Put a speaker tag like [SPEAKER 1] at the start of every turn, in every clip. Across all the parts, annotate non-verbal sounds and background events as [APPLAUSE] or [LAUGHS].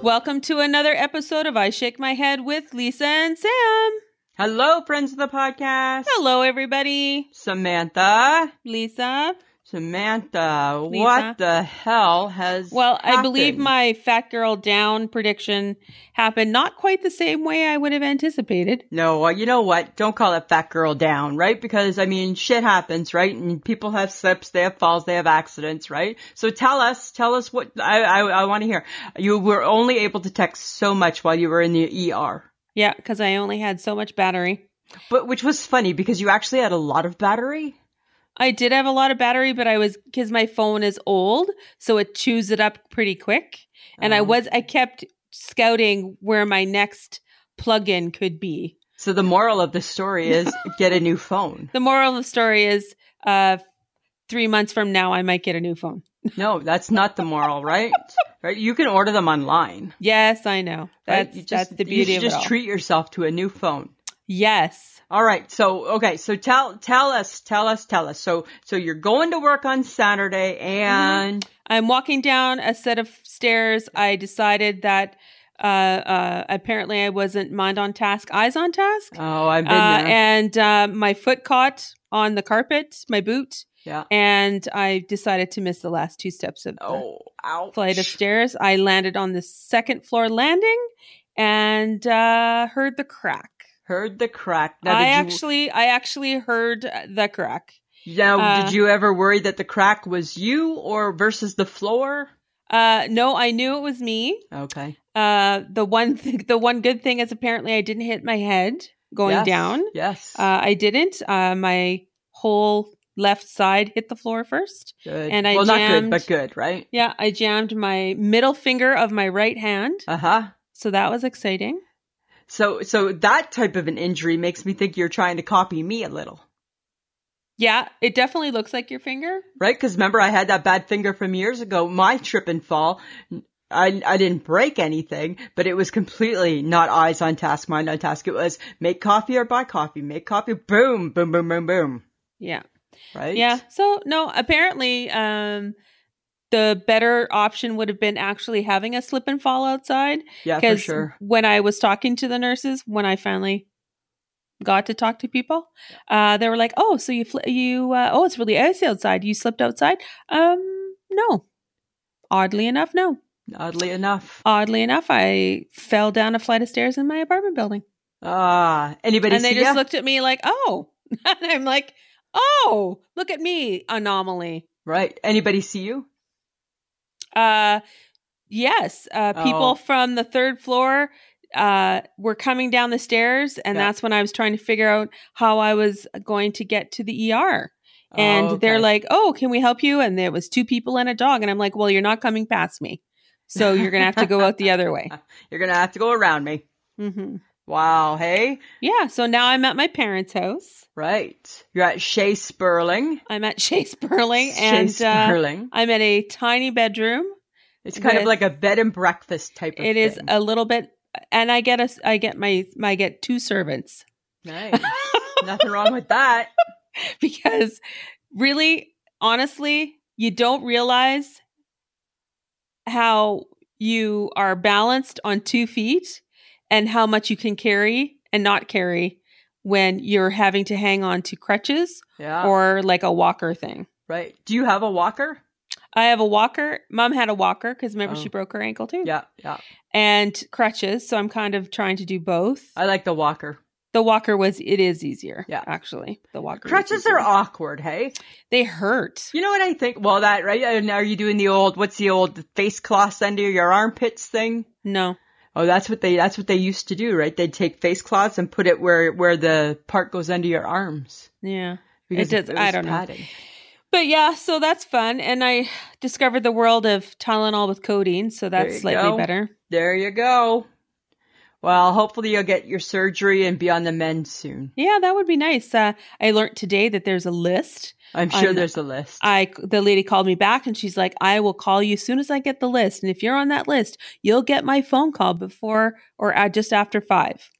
[SPEAKER 1] Welcome to another episode of I Shake My Head with Lisa and Sam.
[SPEAKER 2] Hello, friends of the podcast.
[SPEAKER 1] Hello, everybody.
[SPEAKER 2] Samantha.
[SPEAKER 1] Lisa.
[SPEAKER 2] Samantha,
[SPEAKER 1] Lisa.
[SPEAKER 2] what the hell has.
[SPEAKER 1] Well, I believe
[SPEAKER 2] happened?
[SPEAKER 1] my fat girl down prediction happened not quite the same way I would have anticipated.
[SPEAKER 2] No, well, you know what? Don't call it fat girl down, right? Because, I mean, shit happens, right? And people have slips, they have falls, they have accidents, right? So tell us, tell us what I, I, I want to hear. You were only able to text so much while you were in the ER.
[SPEAKER 1] Yeah, because I only had so much battery.
[SPEAKER 2] But which was funny because you actually had a lot of battery.
[SPEAKER 1] I did have a lot of battery, but I was because my phone is old, so it chews it up pretty quick. And I
[SPEAKER 2] Oh.
[SPEAKER 1] was, I kept scouting where my next plug-in could be.
[SPEAKER 2] So the moral of the story is get a new phone.
[SPEAKER 1] The moral of the story is uh three months from now I might get a new phone.
[SPEAKER 2] No, that's not the moral, right? Right? You can order them online.
[SPEAKER 1] Yes, I know.
[SPEAKER 2] right?
[SPEAKER 1] That's
[SPEAKER 2] You just-
[SPEAKER 1] that's the
[SPEAKER 2] you
[SPEAKER 1] beauty
[SPEAKER 2] should
[SPEAKER 1] of
[SPEAKER 2] just
[SPEAKER 1] it all.
[SPEAKER 2] treat yourself to a new phone.
[SPEAKER 1] yes.
[SPEAKER 2] All right. So okay. So tell tell us tell us tell us. So so you're going to work on Saturday
[SPEAKER 1] Mm-hmm.
[SPEAKER 2] and
[SPEAKER 1] I'm walking down a set of stairs. I decided that uh, uh, apparently I wasn't mind on task, eyes on task.
[SPEAKER 2] oh I've been
[SPEAKER 1] Uh,
[SPEAKER 2] there.
[SPEAKER 1] and uh, my foot caught on the carpet, my boot,
[SPEAKER 2] yeah.
[SPEAKER 1] and I decided to miss the last two steps of the
[SPEAKER 2] Oh, ouch.
[SPEAKER 1] flight of stairs. I landed on the second floor landing and uh, heard the crack.
[SPEAKER 2] Heard the crack. Now,
[SPEAKER 1] I
[SPEAKER 2] did you,
[SPEAKER 1] actually, I actually heard uh, the crack.
[SPEAKER 2] now
[SPEAKER 1] uh,
[SPEAKER 2] did you ever worry that the crack was you or versus the floor?
[SPEAKER 1] Uh, no, I knew it was me.
[SPEAKER 2] Okay.
[SPEAKER 1] Uh, the one, [LAUGHS] th- the one good thing is apparently I didn't hit my head going
[SPEAKER 2] Yes,
[SPEAKER 1] down.
[SPEAKER 2] Yes.
[SPEAKER 1] Uh, I didn't. Uh, my whole left side hit the floor first.
[SPEAKER 2] good.
[SPEAKER 1] and I
[SPEAKER 2] well,
[SPEAKER 1] jammed-
[SPEAKER 2] not good, but good, right?
[SPEAKER 1] Yeah, I jammed my middle finger of my right hand,
[SPEAKER 2] Uh huh.
[SPEAKER 1] so that was exciting.
[SPEAKER 2] So, so that type of an injury makes me think you're trying to copy me a little,
[SPEAKER 1] Yeah, it definitely looks like your finger.
[SPEAKER 2] right? Because remember, I had that bad finger from years ago. My trip and fall, I, I didn't break anything, but it was completely not eyes on task, mind on task. It was make coffee or buy coffee, make coffee, boom, boom, boom, boom, boom,
[SPEAKER 1] Yeah,
[SPEAKER 2] right?
[SPEAKER 1] yeah. So no, apparently, um, the better option would have been actually having a slip and fall outside.
[SPEAKER 2] yeah, for
[SPEAKER 1] because
[SPEAKER 2] sure.
[SPEAKER 1] when I was talking to the nurses, when I finally got to talk to people, uh, they were like, "Oh, so you fl- you uh, oh, it's really icy outside. You slipped outside." Um, no. Oddly enough, no.
[SPEAKER 2] Oddly enough,
[SPEAKER 1] Oddly enough, I fell down a flight of stairs in my apartment building,
[SPEAKER 2] ah, anybody
[SPEAKER 1] and they
[SPEAKER 2] see
[SPEAKER 1] just
[SPEAKER 2] ya?
[SPEAKER 1] looked at me like, "Oh," [LAUGHS] and I'm like, "Oh, look at me, anomaly."
[SPEAKER 2] right? Anybody see you?
[SPEAKER 1] Uh, yes, uh, people
[SPEAKER 2] Oh.
[SPEAKER 1] from the third floor uh, were coming down the stairs, and
[SPEAKER 2] Yeah.
[SPEAKER 1] that's when I was trying to figure out how I was going to get to the ER. And they're
[SPEAKER 2] Okay.
[SPEAKER 1] like, "Oh, can we help you?" And there was two people and a dog, and I'm like, "Well, you're not coming past me, so you're gonna have to go out the other [LAUGHS] way."
[SPEAKER 2] [LAUGHS] you're gonna have to go around me.
[SPEAKER 1] hmm
[SPEAKER 2] Wow, hey,
[SPEAKER 1] Yeah, so now I'm at my parents' house.
[SPEAKER 2] right? You're at Shea Sperling.
[SPEAKER 1] I'm at [LAUGHS] Chase Burling,
[SPEAKER 2] Shea
[SPEAKER 1] and uh,
[SPEAKER 2] Sperling.
[SPEAKER 1] I'm in a tiny bedroom.
[SPEAKER 2] It's kind of
[SPEAKER 1] with-
[SPEAKER 2] like a bed and breakfast type of
[SPEAKER 1] It is
[SPEAKER 2] thing.
[SPEAKER 1] a little bit, and I get a, I get my, my I get two servants.
[SPEAKER 2] nice. Nothing wrong with that.
[SPEAKER 1] [LAUGHS] because really honestly you don't realize how you are balanced on two feet and how much you can carry and not carry when you're having to hang on to crutches
[SPEAKER 2] Yeah.
[SPEAKER 1] or like a walker thing
[SPEAKER 2] right. Do you have a walker?
[SPEAKER 1] i have a walker mom had a walker because remember
[SPEAKER 2] Oh.
[SPEAKER 1] she broke her ankle too
[SPEAKER 2] Yeah, yeah.
[SPEAKER 1] and crutches so i'm kind of trying to do both
[SPEAKER 2] I like the walker.
[SPEAKER 1] the walker was it is easier
[SPEAKER 2] Yeah.
[SPEAKER 1] actually the walker was
[SPEAKER 2] Crutches are
[SPEAKER 1] easier.
[SPEAKER 2] awkward, hey?
[SPEAKER 1] they hurt
[SPEAKER 2] You know what I think? Well, that, right? And are you doing the old, what's the old face cloths under your armpits thing?
[SPEAKER 1] no
[SPEAKER 2] Oh, that's what they, that's what they used to do, right? They'd take face cloths and put it where, where the part goes under your arms.
[SPEAKER 1] yeah
[SPEAKER 2] Because
[SPEAKER 1] does- I don't know.
[SPEAKER 2] know.
[SPEAKER 1] But yeah, so that's fun. And I discovered the world of Tylenol with codeine, so
[SPEAKER 2] There
[SPEAKER 1] that's
[SPEAKER 2] you
[SPEAKER 1] slightly
[SPEAKER 2] go.
[SPEAKER 1] better.
[SPEAKER 2] There you go. Well, hopefully you'll get your surgery and be on the mend soon.
[SPEAKER 1] Yeah, that would be nice. Uh, I learned today that there's a list.
[SPEAKER 2] I'm sure
[SPEAKER 1] I'm-
[SPEAKER 2] there's a list.
[SPEAKER 1] I the lady called me back and she's like, "I will call you as soon as I get the list, and if you're on that list, you'll get my phone call before or at just after five.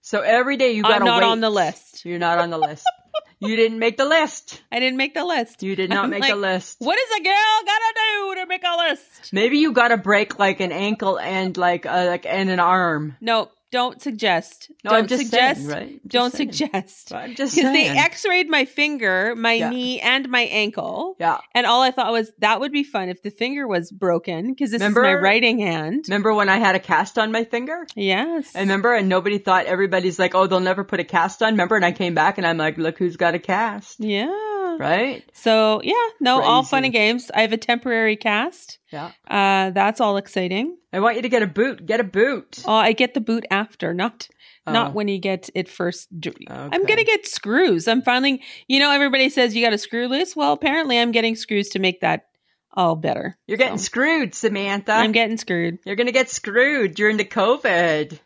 [SPEAKER 2] so every day you
[SPEAKER 1] I'm
[SPEAKER 2] gotta
[SPEAKER 1] not
[SPEAKER 2] wait.
[SPEAKER 1] on the list.
[SPEAKER 2] You're not on the list.
[SPEAKER 1] [LAUGHS]
[SPEAKER 2] you didn't make the list.
[SPEAKER 1] I didn't make the list.
[SPEAKER 2] You did not
[SPEAKER 1] I'm
[SPEAKER 2] make
[SPEAKER 1] like,
[SPEAKER 2] the list.
[SPEAKER 1] What is a girl gotta do to make a list?
[SPEAKER 2] Maybe you got to break like an ankle and like a, like and an arm.
[SPEAKER 1] No, don't suggest.
[SPEAKER 2] No,
[SPEAKER 1] don't
[SPEAKER 2] I'm just
[SPEAKER 1] suggest.
[SPEAKER 2] saying, right? Just
[SPEAKER 1] Don't
[SPEAKER 2] saying.
[SPEAKER 1] suggest. [LAUGHS]
[SPEAKER 2] I'm just
[SPEAKER 1] Because
[SPEAKER 2] saying.
[SPEAKER 1] they x-rayed my finger, my
[SPEAKER 2] Yeah.
[SPEAKER 1] knee, and my ankle.
[SPEAKER 2] yeah.
[SPEAKER 1] And all I thought was that would be fun if the finger was broken because this is my
[SPEAKER 2] Remember-
[SPEAKER 1] writing hand.
[SPEAKER 2] Remember when I had a cast on my finger?
[SPEAKER 1] Yes.
[SPEAKER 2] I remember, and nobody thought everybody's like, "Oh, they'll never put a cast on." Remember, and I came back and I'm like, "Look who's got a cast!"
[SPEAKER 1] yeah.
[SPEAKER 2] Right?
[SPEAKER 1] So yeah, no, all fun
[SPEAKER 2] Crazy.
[SPEAKER 1] and games. I have a temporary cast.
[SPEAKER 2] Yeah.
[SPEAKER 1] Uh, that's all exciting.
[SPEAKER 2] I want you to get a boot. Get a boot.
[SPEAKER 1] Oh, I get the boot after, not
[SPEAKER 2] Oh.
[SPEAKER 1] not when you get it first. d- I'm
[SPEAKER 2] Okay.
[SPEAKER 1] gonna get screws. I'm finally, you know, everybody says you got a screw loose. Well, apparently, I'm getting screws to make that all better.
[SPEAKER 2] You're getting
[SPEAKER 1] So,
[SPEAKER 2] screwed, Samantha.
[SPEAKER 1] I'm getting screwed.
[SPEAKER 2] You're gonna get screwed during the COVID.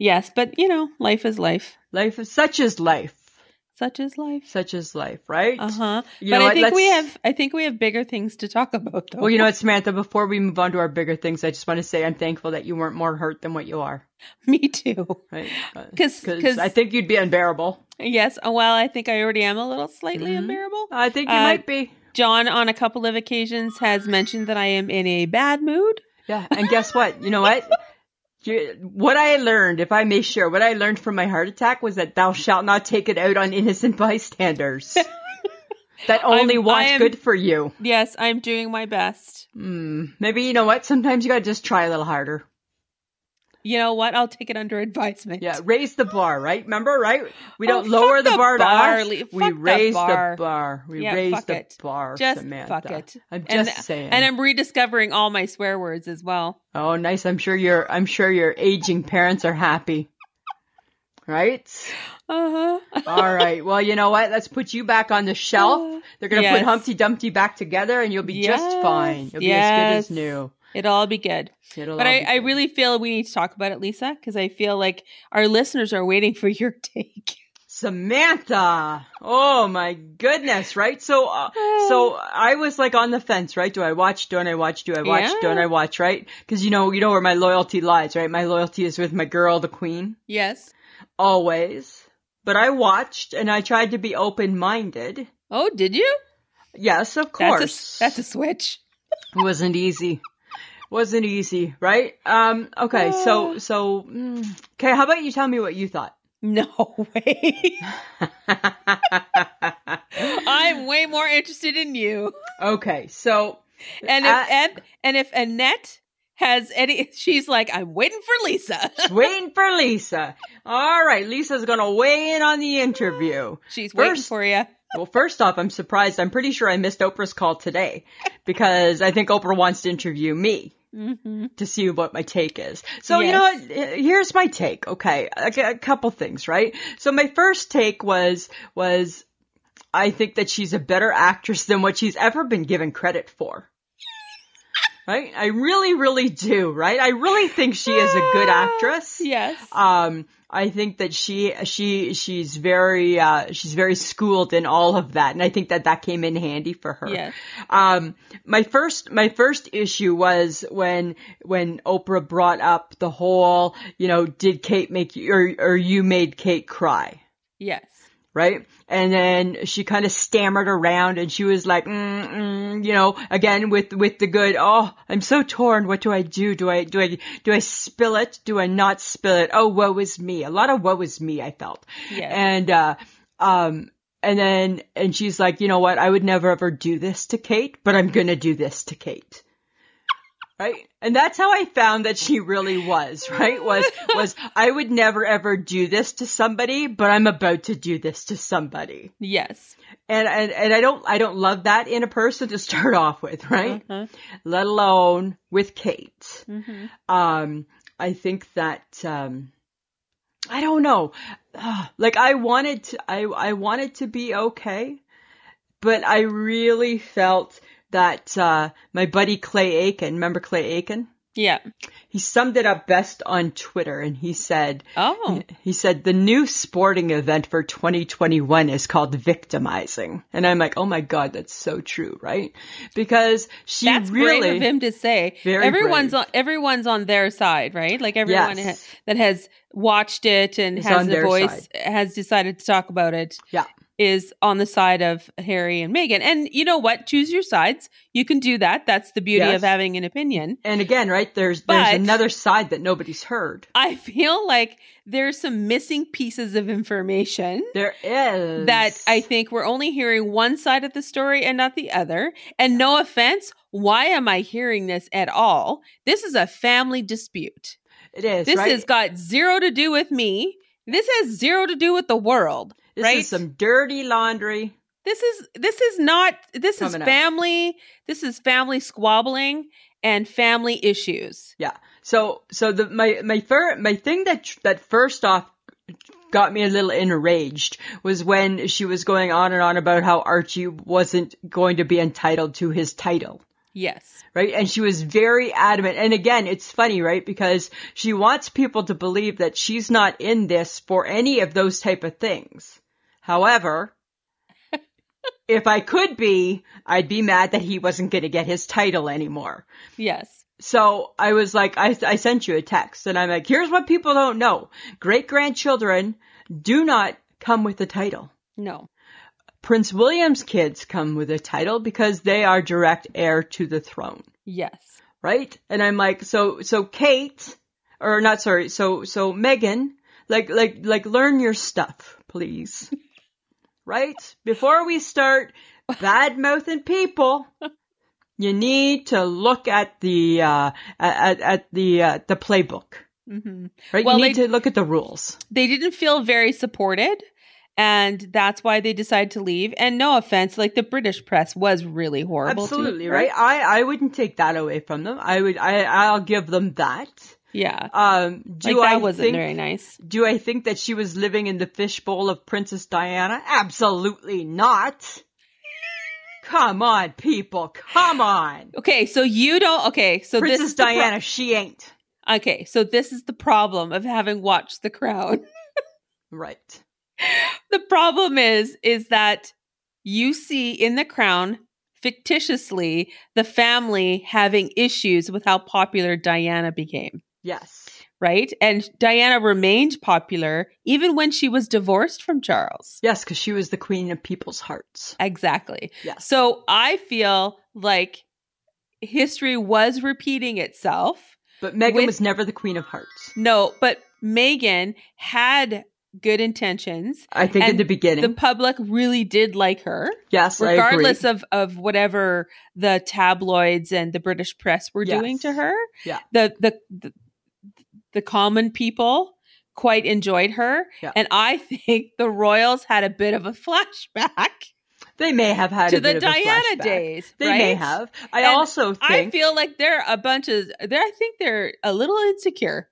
[SPEAKER 1] Yes, but you know, life is life.
[SPEAKER 2] Life is such is life.
[SPEAKER 1] Such is life.
[SPEAKER 2] Such is life, right?
[SPEAKER 1] Uh huh.
[SPEAKER 2] You
[SPEAKER 1] But
[SPEAKER 2] know
[SPEAKER 1] I
[SPEAKER 2] what,
[SPEAKER 1] think we
[SPEAKER 2] let's-
[SPEAKER 1] have. I think we have bigger things to talk about. Though.
[SPEAKER 2] Well, you know what, Samantha, before we move on to our bigger things, I just want to say I'm thankful that you weren't more hurt than what you are.
[SPEAKER 1] [LAUGHS] me too.
[SPEAKER 2] Right? Uh,
[SPEAKER 1] 'Cause- 'cause-
[SPEAKER 2] I think you'd be unbearable.
[SPEAKER 1] Yes. uh, Well, I think I already am a little slightly
[SPEAKER 2] Mhm.
[SPEAKER 1] unbearable.
[SPEAKER 2] I think you
[SPEAKER 1] Uh,
[SPEAKER 2] might be.
[SPEAKER 1] John, on a couple of occasions, has mentioned that I am in a bad mood.
[SPEAKER 2] Yeah. And guess what? You know what? You- What I learned, if I may share, what I learned from my heart attack was that thou shalt not take it out on innocent [LAUGHS] bystanders that only
[SPEAKER 1] I'm-
[SPEAKER 2] want
[SPEAKER 1] I am-
[SPEAKER 2] good for you.
[SPEAKER 1] Yes, I'm doing my best.
[SPEAKER 2] Hmm. Maybe you know what? Sometimes you gotta just try a little harder.
[SPEAKER 1] You know what? I'll take it under advisement.
[SPEAKER 2] Yeah, raise the bar, right? Remember, right? We
[SPEAKER 1] Oh,
[SPEAKER 2] don't
[SPEAKER 1] fuck
[SPEAKER 2] lower the,
[SPEAKER 1] the
[SPEAKER 2] bar,
[SPEAKER 1] bar,
[SPEAKER 2] to us.
[SPEAKER 1] Lee. Fuck
[SPEAKER 2] we
[SPEAKER 1] the
[SPEAKER 2] raise
[SPEAKER 1] bar.
[SPEAKER 2] We
[SPEAKER 1] Yeah,
[SPEAKER 2] raise
[SPEAKER 1] fuck
[SPEAKER 2] the
[SPEAKER 1] it.
[SPEAKER 2] bar,
[SPEAKER 1] Just
[SPEAKER 2] Samantha.
[SPEAKER 1] fuck it.
[SPEAKER 2] I'm
[SPEAKER 1] And-
[SPEAKER 2] just saying.
[SPEAKER 1] And I'm rediscovering all my swear words as well.
[SPEAKER 2] oh, nice. I'm sure your I'm sure your aging parents are happy. Right?
[SPEAKER 1] Uh huh.
[SPEAKER 2] All right. Well, you know what? Let's put you back on the shelf. They're gonna
[SPEAKER 1] Uh, Yes.
[SPEAKER 2] put Humpty Dumpty back together, and you'll be just
[SPEAKER 1] Yes,
[SPEAKER 2] fine. You'll be as
[SPEAKER 1] yes.
[SPEAKER 2] good as new.
[SPEAKER 1] [LAUGHS] It'll all be good.
[SPEAKER 2] It'll
[SPEAKER 1] But
[SPEAKER 2] all
[SPEAKER 1] I,
[SPEAKER 2] be
[SPEAKER 1] I
[SPEAKER 2] good.
[SPEAKER 1] really feel we need to talk about it, Lisa, because I feel like our listeners are waiting for your [LAUGHS] take.
[SPEAKER 2] Samantha. Oh my goodness, right? So uh, so I was like on the fence, right? Do I watch? Don't I watch? Do I watch?
[SPEAKER 1] Yeah.
[SPEAKER 2] Don't I watch, right? Cuz you know, you know where my loyalty lies, right? My loyalty is with my girl, the queen,
[SPEAKER 1] Yes.
[SPEAKER 2] always. But I watched and I tried to be open-minded.
[SPEAKER 1] Oh, did you?
[SPEAKER 2] Yes, of
[SPEAKER 1] That's a-
[SPEAKER 2] course.
[SPEAKER 1] That's a switch.
[SPEAKER 2] It wasn't easy. Wasn't easy, right? Um okay, so
[SPEAKER 1] Uh.
[SPEAKER 2] so mm, okay, how about you tell me what you thought? [LAUGHS]
[SPEAKER 1] No [LAUGHS] way. I'm way more interested in you.
[SPEAKER 2] okay, so
[SPEAKER 1] And if
[SPEAKER 2] I-
[SPEAKER 1] Ed, and if Annette has any, she's like, I'm waiting for Lisa. [LAUGHS]
[SPEAKER 2] waiting for Lisa. All right, Lisa's gonna weigh in on the interview.
[SPEAKER 1] She's waiting
[SPEAKER 2] First-
[SPEAKER 1] for you.
[SPEAKER 2] Well, first off, I'm surprised. I'm pretty sure I missed Oprah's call today because I think Oprah wants to interview me
[SPEAKER 1] hmm
[SPEAKER 2] to see what my take is. So, you know
[SPEAKER 1] Yes.
[SPEAKER 2] what? H- Here's my take. Okay. A, a couple things, right? So my first take was, was I think that she's a better actress than what she's ever been given credit for. Right? I really, really do, right? I really think she is a good
[SPEAKER 1] Ah,
[SPEAKER 2] actress.
[SPEAKER 1] Yes.
[SPEAKER 2] Um, I think that she she she's very uh, she's very schooled in all of that, and I think that that came in handy for her.
[SPEAKER 1] Yes.
[SPEAKER 2] Um, my first my first issue was when when Oprah brought up the whole you know did Kate make you or or you made Kate cry
[SPEAKER 1] Yes.
[SPEAKER 2] right? And then she kind of stammered around and she was like, mm, mm, you know, again with, with the good, oh, I'm so torn. What do I do? Do I, do I, do I spill it? Do I not spill it? Oh, woe is me. A lot of woe is me, I felt.
[SPEAKER 1] Yes.
[SPEAKER 2] And, uh, um, and then, and she's like, you know what? I would never ever do this to Kate, but I'm going to do this to Kate. Right. And that's how I found that she really was, right? Was, was I would never ever do this to somebody, but I'm about to do this to somebody.
[SPEAKER 1] yes.
[SPEAKER 2] And, and, and I don't, I don't love that in a person to [LAUGHS] start off with, right?
[SPEAKER 1] Uh-huh.
[SPEAKER 2] Let alone with Kate.
[SPEAKER 1] Mhm.
[SPEAKER 2] Um, I think that, um, I don't know. Ah, Like I wanted to, I, I wanted to be okay, but I really felt that, uh, my buddy Clay Aiken, remember Clay Aiken?
[SPEAKER 1] Yeah.
[SPEAKER 2] He summed it up best on Twitter and he said,
[SPEAKER 1] Oh.
[SPEAKER 2] he said, the new sporting event for 2021 is called victimizing. And I'm like, oh my God, that's so true, right? Because she
[SPEAKER 1] That's
[SPEAKER 2] really.
[SPEAKER 1] brave of him to say.
[SPEAKER 2] Very
[SPEAKER 1] everyone's
[SPEAKER 2] brave.
[SPEAKER 1] on everyone's on their side, right? Like everyone
[SPEAKER 2] Yes.
[SPEAKER 1] ha- that has watched it and
[SPEAKER 2] Is on
[SPEAKER 1] has a
[SPEAKER 2] their
[SPEAKER 1] voice has decided to talk about it.
[SPEAKER 2] Yeah.
[SPEAKER 1] Is on the side of Harry and Meghan. And you know what? Choose your sides. You can do that. That's the beauty
[SPEAKER 2] Yes.
[SPEAKER 1] of having an opinion.
[SPEAKER 2] And again, right, there's there's
[SPEAKER 1] But-
[SPEAKER 2] another side that nobody's heard.
[SPEAKER 1] I [LAUGHS] feel like there's some missing pieces of information
[SPEAKER 2] There is
[SPEAKER 1] that I think we're only hearing one side of the story and not the other. And no offense, why am I hearing this at all? This is a family dispute.
[SPEAKER 2] it is
[SPEAKER 1] This
[SPEAKER 2] right?
[SPEAKER 1] has got zero to do with me. This has zero to do with the world.
[SPEAKER 2] this
[SPEAKER 1] right?
[SPEAKER 2] is some dirty laundry.
[SPEAKER 1] This is this is not this
[SPEAKER 2] Coming
[SPEAKER 1] is
[SPEAKER 2] up.
[SPEAKER 1] family. This is family squabbling and family issues.
[SPEAKER 2] Yeah. So so the my my fir- my thing that that first off got me a little enraged was when she was going on and on about how Archie wasn't going to be entitled to his title.
[SPEAKER 1] Yes.
[SPEAKER 2] right? And she was very adamant. And again, it's funny, right? Because she wants people to believe that she's not in this for any of those type of things. However, if I could be, I'd be mad that he wasn't going to get his title anymore.
[SPEAKER 1] Yes.
[SPEAKER 2] So I was like, I, I sent you a text and I'm like, here's what people don't know. Great grandchildren do not come with a title.
[SPEAKER 1] No.
[SPEAKER 2] Prince William's kids come with a title because they are direct heir to the throne
[SPEAKER 1] Yes.
[SPEAKER 2] right? And I'm like, so, so Kate, or not sorry, so, so Megan, like, like, like learn your stuff,
[SPEAKER 1] [LAUGHS]
[SPEAKER 2] please. right? Before we start bad mouthing people, you need to look at the, uh, at, at the, uh, the playbook,
[SPEAKER 1] hmm
[SPEAKER 2] right?
[SPEAKER 1] Well,
[SPEAKER 2] you need
[SPEAKER 1] they-
[SPEAKER 2] to look at the rules.
[SPEAKER 1] they didn't feel very supported and that's why they decided to leave and no offense like the british press was really horrible to
[SPEAKER 2] Absolutely,
[SPEAKER 1] her.
[SPEAKER 2] right? I, I wouldn't take that away from them. I would, I, I'll give them that.
[SPEAKER 1] yeah
[SPEAKER 2] Um,
[SPEAKER 1] like
[SPEAKER 2] do
[SPEAKER 1] that
[SPEAKER 2] I
[SPEAKER 1] wasn't
[SPEAKER 2] think,
[SPEAKER 1] very nice
[SPEAKER 2] Do I think that she was living in the fishbowl of Princess Diana? Absolutely not. Come on, people. Come on.
[SPEAKER 1] okay so you don't okay so this
[SPEAKER 2] Princess
[SPEAKER 1] is the pro-
[SPEAKER 2] Diana, she ain't.
[SPEAKER 1] okay so this is the problem of having watched the crown
[SPEAKER 2] Right.
[SPEAKER 1] the problem is is that you see in the crown fictitiously the family having issues with how popular diana became
[SPEAKER 2] Yes.
[SPEAKER 1] right and diana remained popular even when she was divorced from charles
[SPEAKER 2] Yes, because she was the queen of people's hearts.
[SPEAKER 1] Exactly.
[SPEAKER 2] Yes.
[SPEAKER 1] So I feel like history was repeating itself.
[SPEAKER 2] But Meghan
[SPEAKER 1] With-
[SPEAKER 2] was never the queen of hearts.
[SPEAKER 1] No, but Megan had good intentions.
[SPEAKER 2] I think in
[SPEAKER 1] And
[SPEAKER 2] the beginning.
[SPEAKER 1] The public really did like her,
[SPEAKER 2] yes,
[SPEAKER 1] regardless
[SPEAKER 2] I agree.
[SPEAKER 1] of, of whatever the tabloids and the British press were
[SPEAKER 2] Yes.
[SPEAKER 1] doing to her.
[SPEAKER 2] Yeah.
[SPEAKER 1] The the the, the common people quite enjoyed her.
[SPEAKER 2] Yeah.
[SPEAKER 1] And I [LAUGHS] think the royals had a bit of a flashback
[SPEAKER 2] they may have had
[SPEAKER 1] to
[SPEAKER 2] a bit
[SPEAKER 1] the
[SPEAKER 2] of a
[SPEAKER 1] Diana
[SPEAKER 2] flashback.
[SPEAKER 1] days.
[SPEAKER 2] They
[SPEAKER 1] right?
[SPEAKER 2] may have. I
[SPEAKER 1] And
[SPEAKER 2] also think
[SPEAKER 1] I feel like they're a bunch of they're I think they're a little insecure.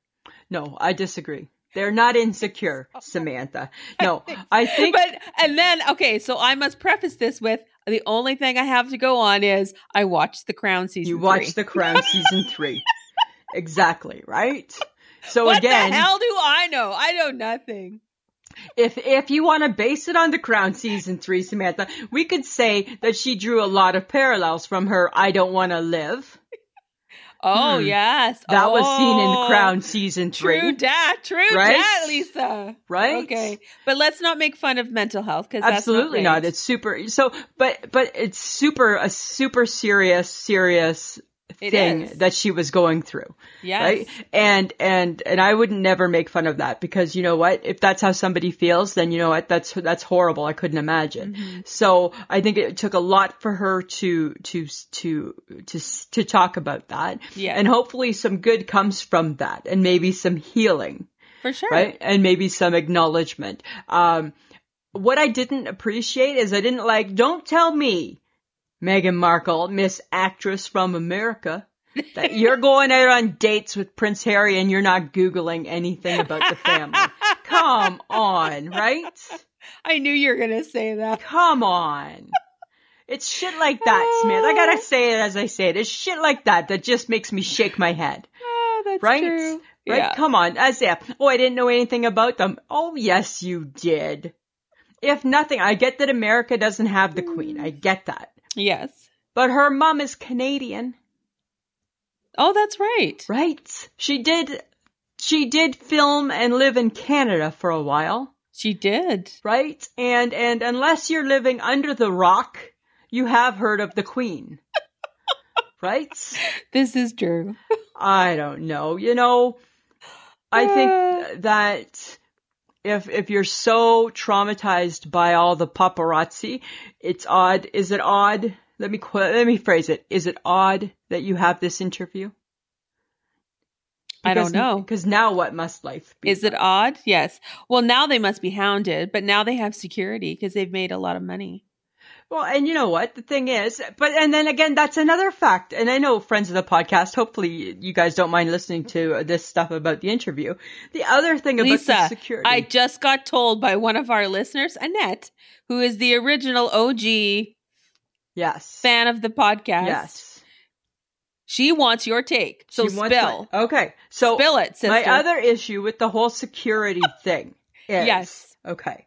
[SPEAKER 2] No, I disagree. They're not
[SPEAKER 1] [LAUGHS]
[SPEAKER 2] insecure, Samantha. No, I think
[SPEAKER 1] But and then okay, so I must preface this with the only thing I have to go on is I watched The Crown season.
[SPEAKER 2] You watched
[SPEAKER 1] three.
[SPEAKER 2] The Crown season
[SPEAKER 1] [LAUGHS]
[SPEAKER 2] three. exactly, right? So
[SPEAKER 1] what the
[SPEAKER 2] again,
[SPEAKER 1] hell do I know? I know nothing.
[SPEAKER 2] if if you want to base it on The Crown season three, Samantha, we could say that she drew a lot of parallels from her I Don't Wanna Live.
[SPEAKER 1] Oh
[SPEAKER 2] Hmm.
[SPEAKER 1] yes,
[SPEAKER 2] That was seen in The
[SPEAKER 1] Oh,
[SPEAKER 2] Crown season three.
[SPEAKER 1] True dat, true
[SPEAKER 2] Right?
[SPEAKER 1] dat, Lisa.
[SPEAKER 2] Right?
[SPEAKER 1] Okay, but let's not make fun of mental health because
[SPEAKER 2] Absolutely
[SPEAKER 1] that's not,
[SPEAKER 2] not.
[SPEAKER 1] right.
[SPEAKER 2] It's super so but but it's super a super serious, serious
[SPEAKER 1] It
[SPEAKER 2] thing
[SPEAKER 1] is.
[SPEAKER 2] that she was going through.
[SPEAKER 1] yes.
[SPEAKER 2] right and and and i would never make fun of that because you know what if that's how somebody feels then you know what that's that's horrible i couldn't imagine
[SPEAKER 1] Mm-hmm.
[SPEAKER 2] so i think it took a lot for her to to to to s- to talk about that
[SPEAKER 1] Yeah.
[SPEAKER 2] and hopefully some good comes from that and maybe some healing
[SPEAKER 1] for sure.
[SPEAKER 2] right and maybe some acknowledgement um what i didn't appreciate is i didn't like don't tell me Meghan Markle, Miss Actress from America, that you're going out on dates with Prince Harry and you're not Googling anything about the family. Come on, right?
[SPEAKER 1] I knew you were gonna say that.
[SPEAKER 2] Come on. It's shit like that, Smith. I gotta say it as I say it. It's shit like that that just makes me shake my head.
[SPEAKER 1] Oh, that's
[SPEAKER 2] Right?
[SPEAKER 1] true.
[SPEAKER 2] Right?
[SPEAKER 1] Yeah.
[SPEAKER 2] Come on, as if. Oh, I didn't know anything about them. Oh, yes, you did. If nothing, I get that America doesn't have the queen. I get that.
[SPEAKER 1] Yes.
[SPEAKER 2] But her mom is Canadian,
[SPEAKER 1] Oh, that's right.
[SPEAKER 2] right? She did, she did film and live in Canada for a while,
[SPEAKER 1] She did.
[SPEAKER 2] right? And, and unless you're living under the rock, you have heard of the queen. [LAUGHS] Right?
[SPEAKER 1] This is true.
[SPEAKER 2] I don't know. You know, I
[SPEAKER 1] Uh. [SIGHS]
[SPEAKER 2] think that if if you're so traumatized by all the paparazzi, it's odd. Is it odd? Let me qu- let me phrase it. Is it odd that you have this interview?
[SPEAKER 1] I don't know.
[SPEAKER 2] Because now what must life be?
[SPEAKER 1] Is it odd? Yes. Well, now they must be hounded, but now they have security because they've made a lot of money.
[SPEAKER 2] Well, and you know what? The thing is, but, and then again, that's another fact. And I know friends of the podcast, hopefully you guys don't mind listening to this stuff about the interview. The other thing about the
[SPEAKER 1] Lisa,
[SPEAKER 2] security.
[SPEAKER 1] I just got told by one of our listeners, Annette, who is the original OG
[SPEAKER 2] yes.
[SPEAKER 1] fan of the podcast.
[SPEAKER 2] Yes.
[SPEAKER 1] She wants your take. So
[SPEAKER 2] She
[SPEAKER 1] spill.
[SPEAKER 2] wants my- okay. So
[SPEAKER 1] spill it, sister.
[SPEAKER 2] my other issue with the whole security thing is
[SPEAKER 1] Yes.
[SPEAKER 2] Okay.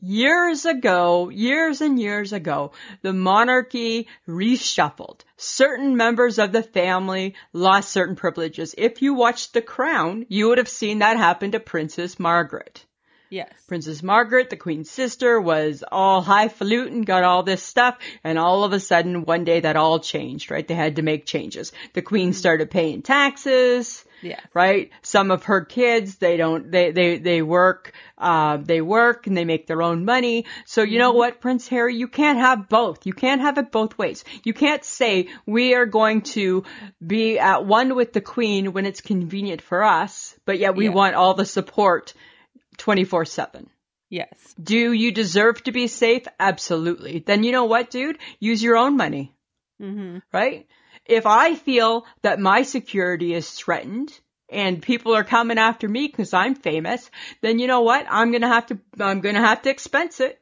[SPEAKER 2] Years ago, years and years ago, the monarchy reshuffled. Certain members of the family lost certain privileges. If you watched The Crown, you would have seen that happen to Princess Margaret.
[SPEAKER 1] yes.
[SPEAKER 2] Princess Margaret, the Queen's sister, was all highfalutin, got all this stuff, and all of a sudden, one day that all changed, right? They had to make changes. The Queen started paying taxes,
[SPEAKER 1] Yeah.
[SPEAKER 2] right? Some of her kids, they don't, they, they, they work, uh, they work and they make their own money. So you know what, Prince Harry, you can't have both. You can't have it both ways. You can't say we are going to be at one with the Queen when it's convenient for us, but yet we
[SPEAKER 1] Yeah.
[SPEAKER 2] want all the support 24 7.
[SPEAKER 1] Yes.
[SPEAKER 2] Do you deserve to be safe? Absolutely. Then you know what, dude? Use your own money,
[SPEAKER 1] Mm-hmm.
[SPEAKER 2] right? If I feel that my security is threatened and people are coming after me because I'm famous, then you know what? I'm going to have to, I'm going to have to expense it,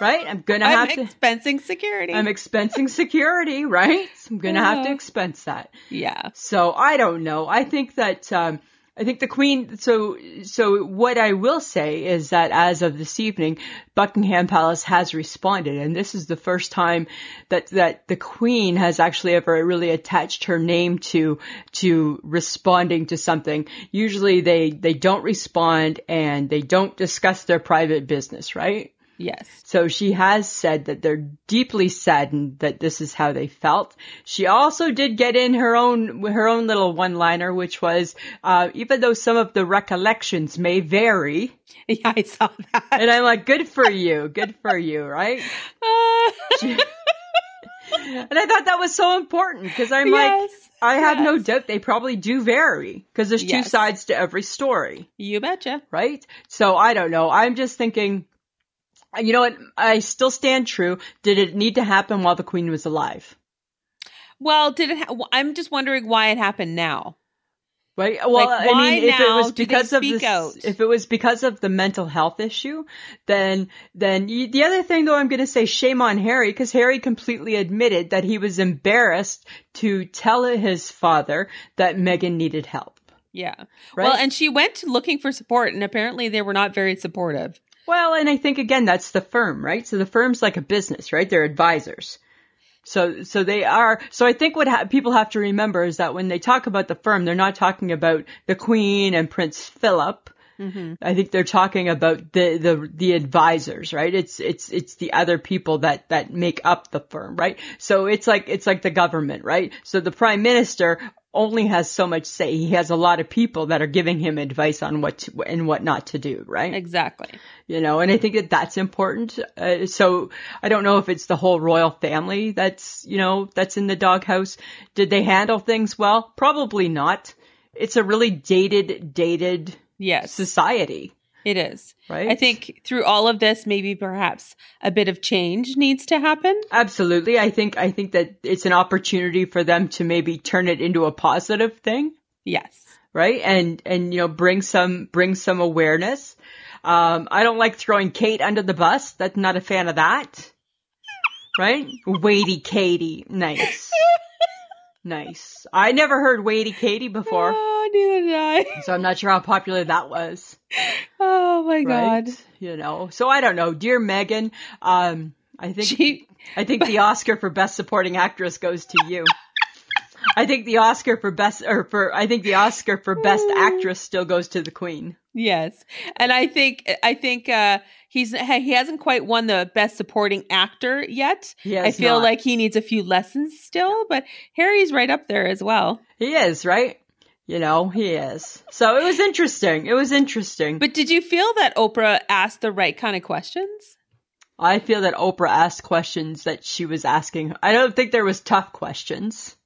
[SPEAKER 2] right? I'm going
[SPEAKER 1] [LAUGHS]
[SPEAKER 2] to
[SPEAKER 1] I'm
[SPEAKER 2] have to,
[SPEAKER 1] expensing security.
[SPEAKER 2] I'm expensing security, right? I'm going to have to
[SPEAKER 1] Yeah.
[SPEAKER 2] expense that.
[SPEAKER 1] yeah.
[SPEAKER 2] So I don't know. I think that um, I think the Queen. So so what I will say is that as of this evening, Buckingham Palace has responded, and this is the first time that that the Queen has actually ever really attached her name to to responding to something. Usually they they don't respond and they don't discuss their private business, right?
[SPEAKER 1] Yes. [LAUGHS]
[SPEAKER 2] So she has said that they're deeply saddened that this is how they felt. She also did get in her own her own little one-liner, which was uh, even though some of the recollections may vary,
[SPEAKER 1] Yeah, I saw that.
[SPEAKER 2] and I'm like, good for you, good for you, right?
[SPEAKER 1] Uh,
[SPEAKER 2] And I thought that was so important because I'm like,
[SPEAKER 1] yes.
[SPEAKER 2] I have no
[SPEAKER 1] yes.
[SPEAKER 2] doubt they probably do vary because there's two
[SPEAKER 1] Yes.
[SPEAKER 2] sides to every story.
[SPEAKER 1] [LAUGHS] You betcha.
[SPEAKER 2] right? So I don't know. I'm just thinking, you know what? I still stand true. Did it need to happen while the queen was alive?
[SPEAKER 1] Well, did it? Ha- I'm just wondering why it happened now.
[SPEAKER 2] Right. Well,
[SPEAKER 1] Like,
[SPEAKER 2] I
[SPEAKER 1] why
[SPEAKER 2] mean, if it
[SPEAKER 1] now
[SPEAKER 2] was
[SPEAKER 1] do they
[SPEAKER 2] because of
[SPEAKER 1] speak
[SPEAKER 2] this,
[SPEAKER 1] out?
[SPEAKER 2] if it was because of the mental health issue, then then you, the other thing though, I'm going to say shame on Harry because Harry completely admitted that he was embarrassed to tell his father that Meghan needed help.
[SPEAKER 1] Yeah.
[SPEAKER 2] Right.
[SPEAKER 1] Well, and she went looking for support, and apparently they were not very supportive.
[SPEAKER 2] Well, and I think again that's the firm, right? So the firm's like a business, right? They're advisors. So so they are so I think what ha- people have to remember is that when they talk about the firm, they're not talking about the Queen and Prince Philip. I think they're talking about the, the the advisors, right? It's it's it's the other people that that make up the firm, right? So it's like it's like the government, right? So the prime minister only has so much say. He has a lot of people that are giving him advice on what to, and what not to do, right?
[SPEAKER 1] Exactly.
[SPEAKER 2] you know, and I think that that's important. Uh, so I don't know if it's the whole royal family that's, you know, that's in the doghouse. Did they handle things well? Probably not. It's a really dated, dated
[SPEAKER 1] Yes,
[SPEAKER 2] society,
[SPEAKER 1] it is.
[SPEAKER 2] right?
[SPEAKER 1] I think through all of this, maybe perhaps a bit of change needs to happen.
[SPEAKER 2] absolutely. I think, I think that it's an opportunity for them to maybe turn it into a positive thing.
[SPEAKER 1] Yes.
[SPEAKER 2] right? And and you know, bring some bring some awareness. Um, I don't like throwing Kate under the bus. That's not a fan of that. right? Weighty Katie. Nice. nice. I never heard Weighty Katie before,
[SPEAKER 1] Oh, neither did I. [LAUGHS]
[SPEAKER 2] so I'm not sure how popular that was.
[SPEAKER 1] Oh my
[SPEAKER 2] Right?
[SPEAKER 1] god.
[SPEAKER 2] You know. So I don't know. Dear Megan, um I think
[SPEAKER 1] She
[SPEAKER 2] I think the Oscar for Best Supporting Actress goes to you. I think the Oscar for best or for I think the Oscar for Best Actress still goes to the Queen.
[SPEAKER 1] yes. And I think I think uh he's he hasn't quite won the best supporting actor yet.
[SPEAKER 2] He
[SPEAKER 1] I
[SPEAKER 2] has
[SPEAKER 1] feel
[SPEAKER 2] not.
[SPEAKER 1] like he needs a few lessons still, but Harry's right up there as well.
[SPEAKER 2] he is, right? You know, he is. So it was interesting. It was interesting.
[SPEAKER 1] But did you feel that Oprah asked the right kind of questions?
[SPEAKER 2] I feel that Oprah asked questions that she was asking. I don't think there was tough questions.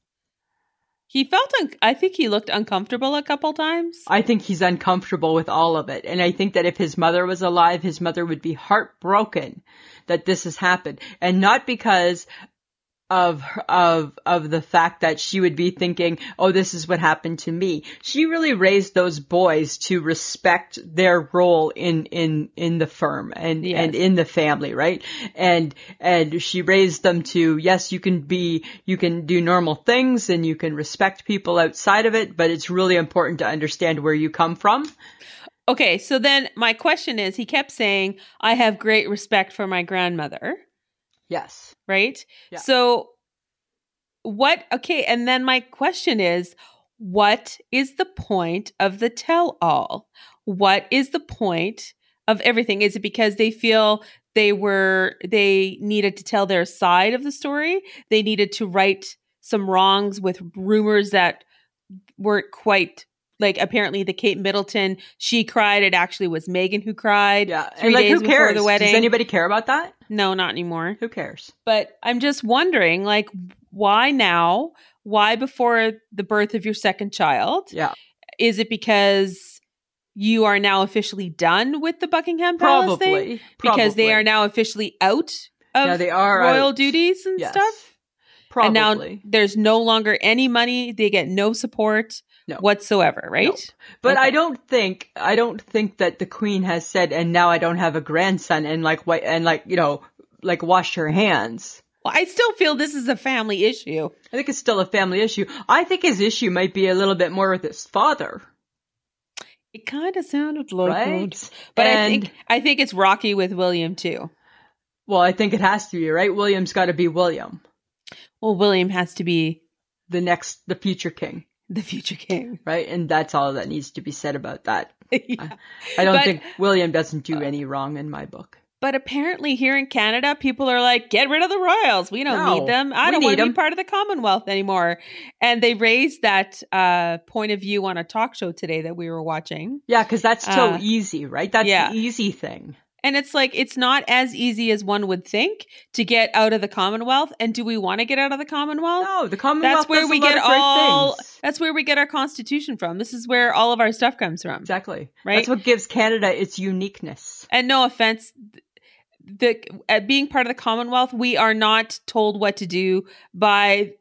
[SPEAKER 1] He felt un- I think he looked uncomfortable a couple times.
[SPEAKER 2] I think he's uncomfortable with all of it. And I think that if his mother was alive, his mother would be heartbroken that this has happened. And not because of, of, of the fact that she would be thinking, oh, this is what happened to me. She really raised those boys to respect their role in, in, in the firm and,
[SPEAKER 1] Yes.
[SPEAKER 2] and in the family, right? And, and she raised them to, yes, you can be, you can do normal things and you can respect people outside of it, but it's really important to understand where you come from.
[SPEAKER 1] Okay, so then my question is he kept saying, I have great respect for my grandmother,
[SPEAKER 2] Yes.
[SPEAKER 1] right?
[SPEAKER 2] Yeah.
[SPEAKER 1] So, what, okay, and then my question is, what is the point of the tell all? What is the point of everything? Is it because they feel they were, they needed to tell their side of the story? They needed to right some wrongs with rumors that weren't quite. Like apparently the Kate Middleton, she cried. It actually was Megan who cried.
[SPEAKER 2] Yeah.
[SPEAKER 1] Three
[SPEAKER 2] and like,
[SPEAKER 1] days
[SPEAKER 2] who
[SPEAKER 1] before
[SPEAKER 2] cares?
[SPEAKER 1] the wedding.
[SPEAKER 2] Does anybody care about that?
[SPEAKER 1] No, not anymore
[SPEAKER 2] Who cares?
[SPEAKER 1] but I'm just wondering, like, why now? Why before the birth of your second child?
[SPEAKER 2] Yeah.
[SPEAKER 1] Is it because you are now officially done with the Buckingham Palace thing?
[SPEAKER 2] Probably.
[SPEAKER 1] Because they are
[SPEAKER 2] Probably.
[SPEAKER 1] now officially out of
[SPEAKER 2] Yeah, they are
[SPEAKER 1] royal
[SPEAKER 2] out.
[SPEAKER 1] duties and
[SPEAKER 2] Yes.
[SPEAKER 1] stuff.
[SPEAKER 2] Probably.
[SPEAKER 1] And now there's no longer any money. They get no support
[SPEAKER 2] No.
[SPEAKER 1] whatsoever, right?
[SPEAKER 2] Nope. But
[SPEAKER 1] Okay.
[SPEAKER 2] I don't think I don't think that the queen has said, and now I don't have a grandson, and like why and like you know like wash her hands.
[SPEAKER 1] Well, I still feel this is a family issue.
[SPEAKER 2] I think it's still a family issue. I think his issue might be a little bit more with his father,
[SPEAKER 1] It kind of sounded like
[SPEAKER 2] right?
[SPEAKER 1] that. But I
[SPEAKER 2] And-
[SPEAKER 1] think I think it's rocky with William too.
[SPEAKER 2] well, I think it has to be right. William's got to be William,
[SPEAKER 1] Well, William has to be
[SPEAKER 2] the next, the future king,
[SPEAKER 1] the future
[SPEAKER 2] [LAUGHS]
[SPEAKER 1] king. [LAUGHS]
[SPEAKER 2] right? And that's all that needs to be said about that.
[SPEAKER 1] Yeah.
[SPEAKER 2] I don't
[SPEAKER 1] But- uh,
[SPEAKER 2] think William doesn't do any wrong in my book.
[SPEAKER 1] But apparently, here in Canada, people are like, "Get rid of the royals. We don't
[SPEAKER 2] No,
[SPEAKER 1] need them. I
[SPEAKER 2] we
[SPEAKER 1] don't want
[SPEAKER 2] need
[SPEAKER 1] to be
[SPEAKER 2] 'em."
[SPEAKER 1] part of the Commonwealth anymore." And they raised that uh, point of view on a talk show today that we were watching,
[SPEAKER 2] Yeah, because that's so
[SPEAKER 1] Uh,
[SPEAKER 2] easy, right? That's
[SPEAKER 1] yeah.
[SPEAKER 2] the easy thing.
[SPEAKER 1] and it's like it's not as easy as one would think to get out of the Commonwealth. And do we want to get out of the Commonwealth?
[SPEAKER 2] No, the Commonwealth.
[SPEAKER 1] that's where
[SPEAKER 2] does
[SPEAKER 1] we
[SPEAKER 2] a lot
[SPEAKER 1] get
[SPEAKER 2] of great
[SPEAKER 1] all.
[SPEAKER 2] things.
[SPEAKER 1] That's where we get our constitution from. This is where all of our stuff comes from.
[SPEAKER 2] Exactly.
[SPEAKER 1] Right?
[SPEAKER 2] That's what gives Canada its uniqueness.
[SPEAKER 1] and no offense the uh, being part of the commonwealth we are not told what to do by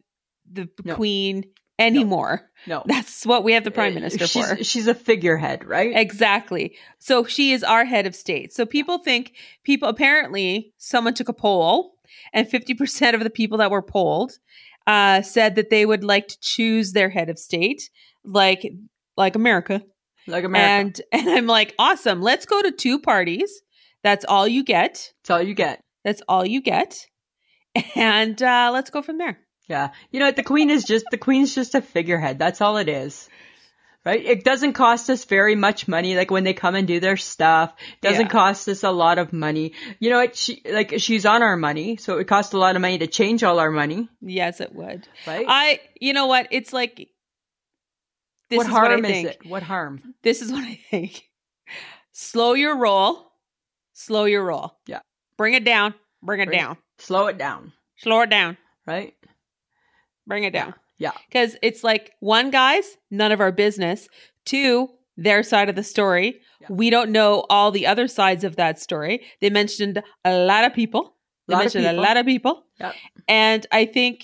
[SPEAKER 1] the
[SPEAKER 2] No.
[SPEAKER 1] queen anymore
[SPEAKER 2] No.
[SPEAKER 1] that's what we have the prime
[SPEAKER 2] Uh,
[SPEAKER 1] minister
[SPEAKER 2] she's,
[SPEAKER 1] for
[SPEAKER 2] She's a figurehead, right?
[SPEAKER 1] exactly so she is our head of state so people think people apparently someone took a poll and 50% of the people that were polled uh, said that they would like to choose their head of state like like america
[SPEAKER 2] like America.
[SPEAKER 1] and [LAUGHS] and I'm like, awesome. Let's go to two parties. That's all you get.
[SPEAKER 2] That's all you get.
[SPEAKER 1] That's all you get. And uh, let's go from there.
[SPEAKER 2] Yeah. You know what? The Queen is just the Queen's just a figurehead. That's all it is. Right? It doesn't cost us very much money. Like when they come and do their stuff, doesn't
[SPEAKER 1] Yeah.
[SPEAKER 2] cost us a lot of money. You know what? She like she's on our money, so it costs a lot of money to change all our money,
[SPEAKER 1] Yes, it would.
[SPEAKER 2] right?
[SPEAKER 1] I, you know what? It's like this
[SPEAKER 2] what
[SPEAKER 1] is
[SPEAKER 2] harm
[SPEAKER 1] what I
[SPEAKER 2] is
[SPEAKER 1] think.
[SPEAKER 2] it? What harm?
[SPEAKER 1] This is [LAUGHS] what I think. Slow your roll. Slow your roll.
[SPEAKER 2] Yeah.
[SPEAKER 1] Bring it down. Bring it
[SPEAKER 2] Bring it-
[SPEAKER 1] down.
[SPEAKER 2] Slow it down,
[SPEAKER 1] Slow it down.
[SPEAKER 2] right?
[SPEAKER 1] Bring it down.
[SPEAKER 2] Yeah.
[SPEAKER 1] Because it's like, one, guys, none of our business. Two, their side of the story.
[SPEAKER 2] Yeah.
[SPEAKER 1] We don't know all the other sides of that story. They mentioned a lot of people. They
[SPEAKER 2] Lot of
[SPEAKER 1] mentioned
[SPEAKER 2] people.
[SPEAKER 1] a lot of people.
[SPEAKER 2] Yep.
[SPEAKER 1] And I think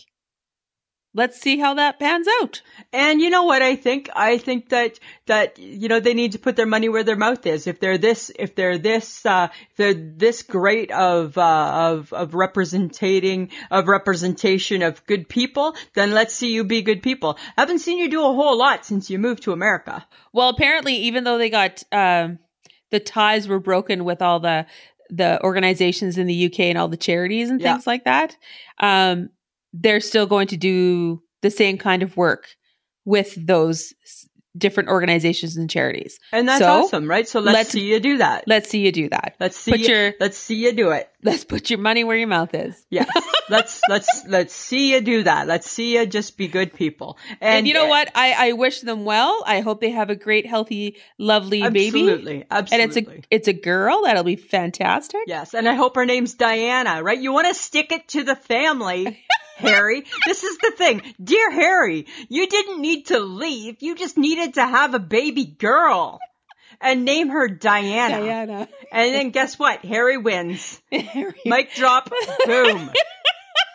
[SPEAKER 1] let's see how that pans out.
[SPEAKER 2] And you know what I think? I think that that you know they need to put their money where their mouth is. If they're this, if they're this, uh, if they're this great of uh, of of representing of representation of good people, then let's see you be good people. I haven't seen you do a whole lot since you moved to America.
[SPEAKER 1] Well, apparently, even though they got um, the ties were broken with all the the organizations in the UK and all the charities and
[SPEAKER 2] Yeah.
[SPEAKER 1] things like that, um, they're still going to do the same kind of work with those s- different organizations and charities.
[SPEAKER 2] And that's
[SPEAKER 1] So,
[SPEAKER 2] awesome, right? So let's,
[SPEAKER 1] let's-
[SPEAKER 2] see you do that.
[SPEAKER 1] Let's see you do that. [LAUGHS]
[SPEAKER 2] Let's see
[SPEAKER 1] put
[SPEAKER 2] you,
[SPEAKER 1] your-
[SPEAKER 2] let's see you do it.
[SPEAKER 1] Let's put your money where your mouth is. [LAUGHS]
[SPEAKER 2] Yes. let's let's let's see you do that. Let's see you just be good people. And,
[SPEAKER 1] And, you know what? I, I wish them well. I hope they have a great, healthy, lovely baby.
[SPEAKER 2] Absolutely.
[SPEAKER 1] And
[SPEAKER 2] Absolutely.
[SPEAKER 1] it's a it's a girl. That'll be fantastic.
[SPEAKER 2] Yes, and I hope her name's Diana, right? You want to stick it to the family,
[SPEAKER 1] [LAUGHS]
[SPEAKER 2] Harry. This is the thing. Dear Harry, you didn't need to leave. You just needed to have a baby girl and name her Diana.
[SPEAKER 1] [LAUGHS] Diana.
[SPEAKER 2] And then guess what? Harry wins.
[SPEAKER 1] Harry.
[SPEAKER 2] Mic drop,
[SPEAKER 1] [LAUGHS]
[SPEAKER 2] boom.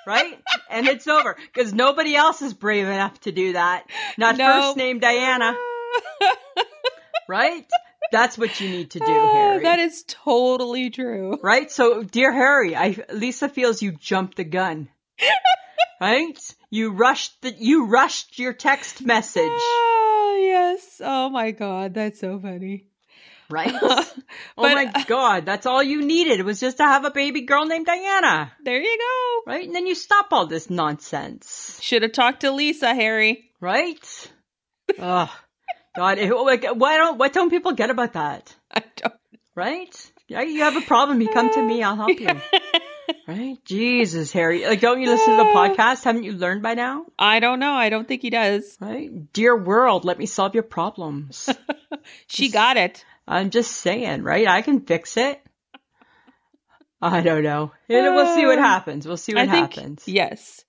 [SPEAKER 2] Right? And it's over because nobody else is brave enough to do that. Not
[SPEAKER 1] No.
[SPEAKER 2] first name Diana, right? That's what
[SPEAKER 1] [LAUGHS]
[SPEAKER 2] you need to do,
[SPEAKER 1] Ah,
[SPEAKER 2] Harry.
[SPEAKER 1] That is totally [LAUGHS] true.
[SPEAKER 2] Right? So, dear Harry, I, Lisa feels you jumped the gun. right? You rushed the, you rushed your
[SPEAKER 1] [LAUGHS]
[SPEAKER 2] text message.
[SPEAKER 1] Oh, yes. Oh my god, that's so funny.
[SPEAKER 2] Right? oh
[SPEAKER 1] But-
[SPEAKER 2] my god, that's all you needed. It was just to have a baby girl named Diana.
[SPEAKER 1] there you go.
[SPEAKER 2] Right? And then you stop all this nonsense.
[SPEAKER 1] Should have talked to Lisa, Harry. [LAUGHS]
[SPEAKER 2] Right? Ugh. God, it- oh, like, why don't, what don't people get about that?
[SPEAKER 1] I don't
[SPEAKER 2] Right? Yeah, you have a problem, you come to me, I'll help you. Right? Jesus, Harry. Like, don't you listen to the podcast? Haven't you learned by now?
[SPEAKER 1] I don't know. I don't think he does.
[SPEAKER 2] Right? Dear world, let me solve your
[SPEAKER 1] [LAUGHS]
[SPEAKER 2] problems.
[SPEAKER 1] She got it.
[SPEAKER 2] I'm just saying, right? I can fix it. I don't know. And we'll see what happens. We'll see what
[SPEAKER 1] Uh, I think
[SPEAKER 2] happens.
[SPEAKER 1] yes.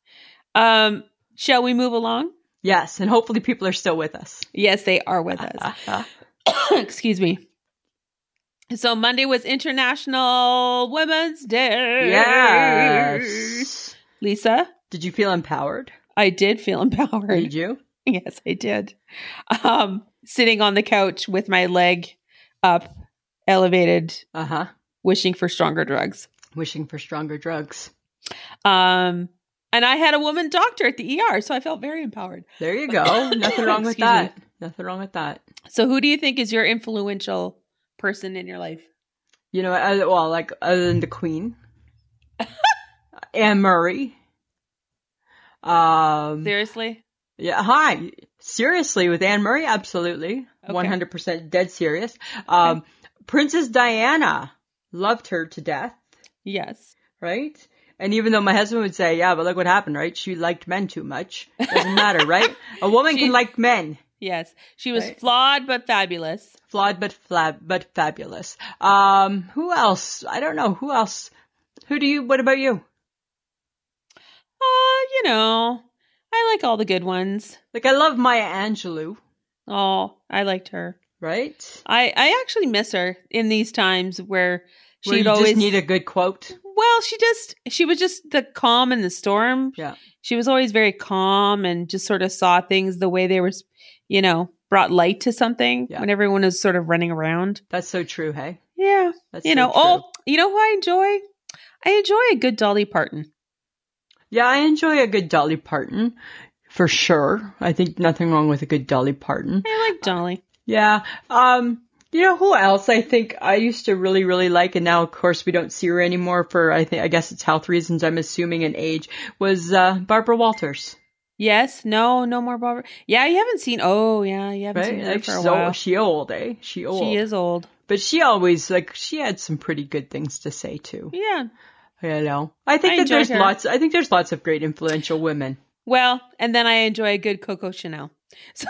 [SPEAKER 1] Um shall we move along?
[SPEAKER 2] Yes, and hopefully people are still with us.
[SPEAKER 1] Yes, they are with
[SPEAKER 2] [LAUGHS]
[SPEAKER 1] us. [COUGHS] Excuse me. So Monday was International Women's Day. [LAUGHS]
[SPEAKER 2] [LAUGHS] yes.
[SPEAKER 1] Lisa,
[SPEAKER 2] Did you feel empowered?
[SPEAKER 1] I did feel [LAUGHS] empowered.
[SPEAKER 2] Did you?
[SPEAKER 1] [LAUGHS] Yes, I did. Um, sitting on the couch with my leg up, elevated,
[SPEAKER 2] Uh huh.
[SPEAKER 1] wishing for stronger drugs.
[SPEAKER 2] Wishing for stronger drugs.
[SPEAKER 1] Um, and I had a woman doctor at the ER, so I felt very empowered.
[SPEAKER 2] There
[SPEAKER 1] [LAUGHS]
[SPEAKER 2] you go. Nothing wrong with
[SPEAKER 1] Excuse
[SPEAKER 2] that. Nothing wrong with that.
[SPEAKER 1] So, who do you think is your influential person in your life?
[SPEAKER 2] You know, uh, well, like other than the
[SPEAKER 1] [LAUGHS]
[SPEAKER 2] Queen, Anne Murray. Um,
[SPEAKER 1] Seriously?
[SPEAKER 2] Yeah, hi. Seriously, with Anne Murray, absolutely,
[SPEAKER 1] Okay.
[SPEAKER 2] one hundred percent, dead serious. Um, Princess Diana loved her to death,
[SPEAKER 1] Yes.
[SPEAKER 2] right? And even though my husband would say, "Yeah, but look what happened, right? She liked men too much."
[SPEAKER 1] [LAUGHS]
[SPEAKER 2] Doesn't matter, right? A woman
[SPEAKER 1] She-
[SPEAKER 2] can like men,
[SPEAKER 1] Yes. She was
[SPEAKER 2] Right.
[SPEAKER 1] flawed but fabulous.
[SPEAKER 2] flawed but flab but fabulous. Um, who else? I don't know who else. Who do you? What about you?
[SPEAKER 1] Uh, you know, I like all the good ones.
[SPEAKER 2] Like I love Maya Angelou,
[SPEAKER 1] Oh, I liked her.
[SPEAKER 2] right?
[SPEAKER 1] I, I actually miss her in these times where she'd
[SPEAKER 2] Where you
[SPEAKER 1] always
[SPEAKER 2] just need a good quote.
[SPEAKER 1] Well, she just she was just the calm in the storm.
[SPEAKER 2] Yeah.
[SPEAKER 1] She was always very calm and just sort of saw things the way they were, you know, brought light to something
[SPEAKER 2] Yeah.
[SPEAKER 1] when everyone was sort of running around.
[SPEAKER 2] That's so true. Hey,
[SPEAKER 1] Yeah.
[SPEAKER 2] that's
[SPEAKER 1] you
[SPEAKER 2] so
[SPEAKER 1] know,
[SPEAKER 2] true.
[SPEAKER 1] oh, you know who I enjoy? I enjoy a good Dolly Parton.
[SPEAKER 2] Yeah, I enjoy a good Dolly Parton for sure. I think nothing wrong with a good Dolly Parton.
[SPEAKER 1] I
[SPEAKER 2] [LAUGHS]
[SPEAKER 1] like Dolly.
[SPEAKER 2] Yeah. Um, you know who else I think I used to really, really like, and now of course we don't see her anymore for I think I guess it's health reasons. I'm assuming and age was uh, Barbara Walters.
[SPEAKER 1] Yes, no, no more Barbara. Yeah, you haven't seen oh yeah, you haven't
[SPEAKER 2] Right?
[SPEAKER 1] seen her
[SPEAKER 2] Like,
[SPEAKER 1] for a
[SPEAKER 2] she's
[SPEAKER 1] while.
[SPEAKER 2] old, she old, eh? She old.
[SPEAKER 1] She is old.
[SPEAKER 2] But she always like she had some pretty good things to say too.
[SPEAKER 1] Yeah.
[SPEAKER 2] You know, I think
[SPEAKER 1] I
[SPEAKER 2] that
[SPEAKER 1] enjoyed
[SPEAKER 2] there's
[SPEAKER 1] her.
[SPEAKER 2] lots. I think there's lots of great influential women.
[SPEAKER 1] Well, and then I enjoy a good Coco Chanel. [LAUGHS]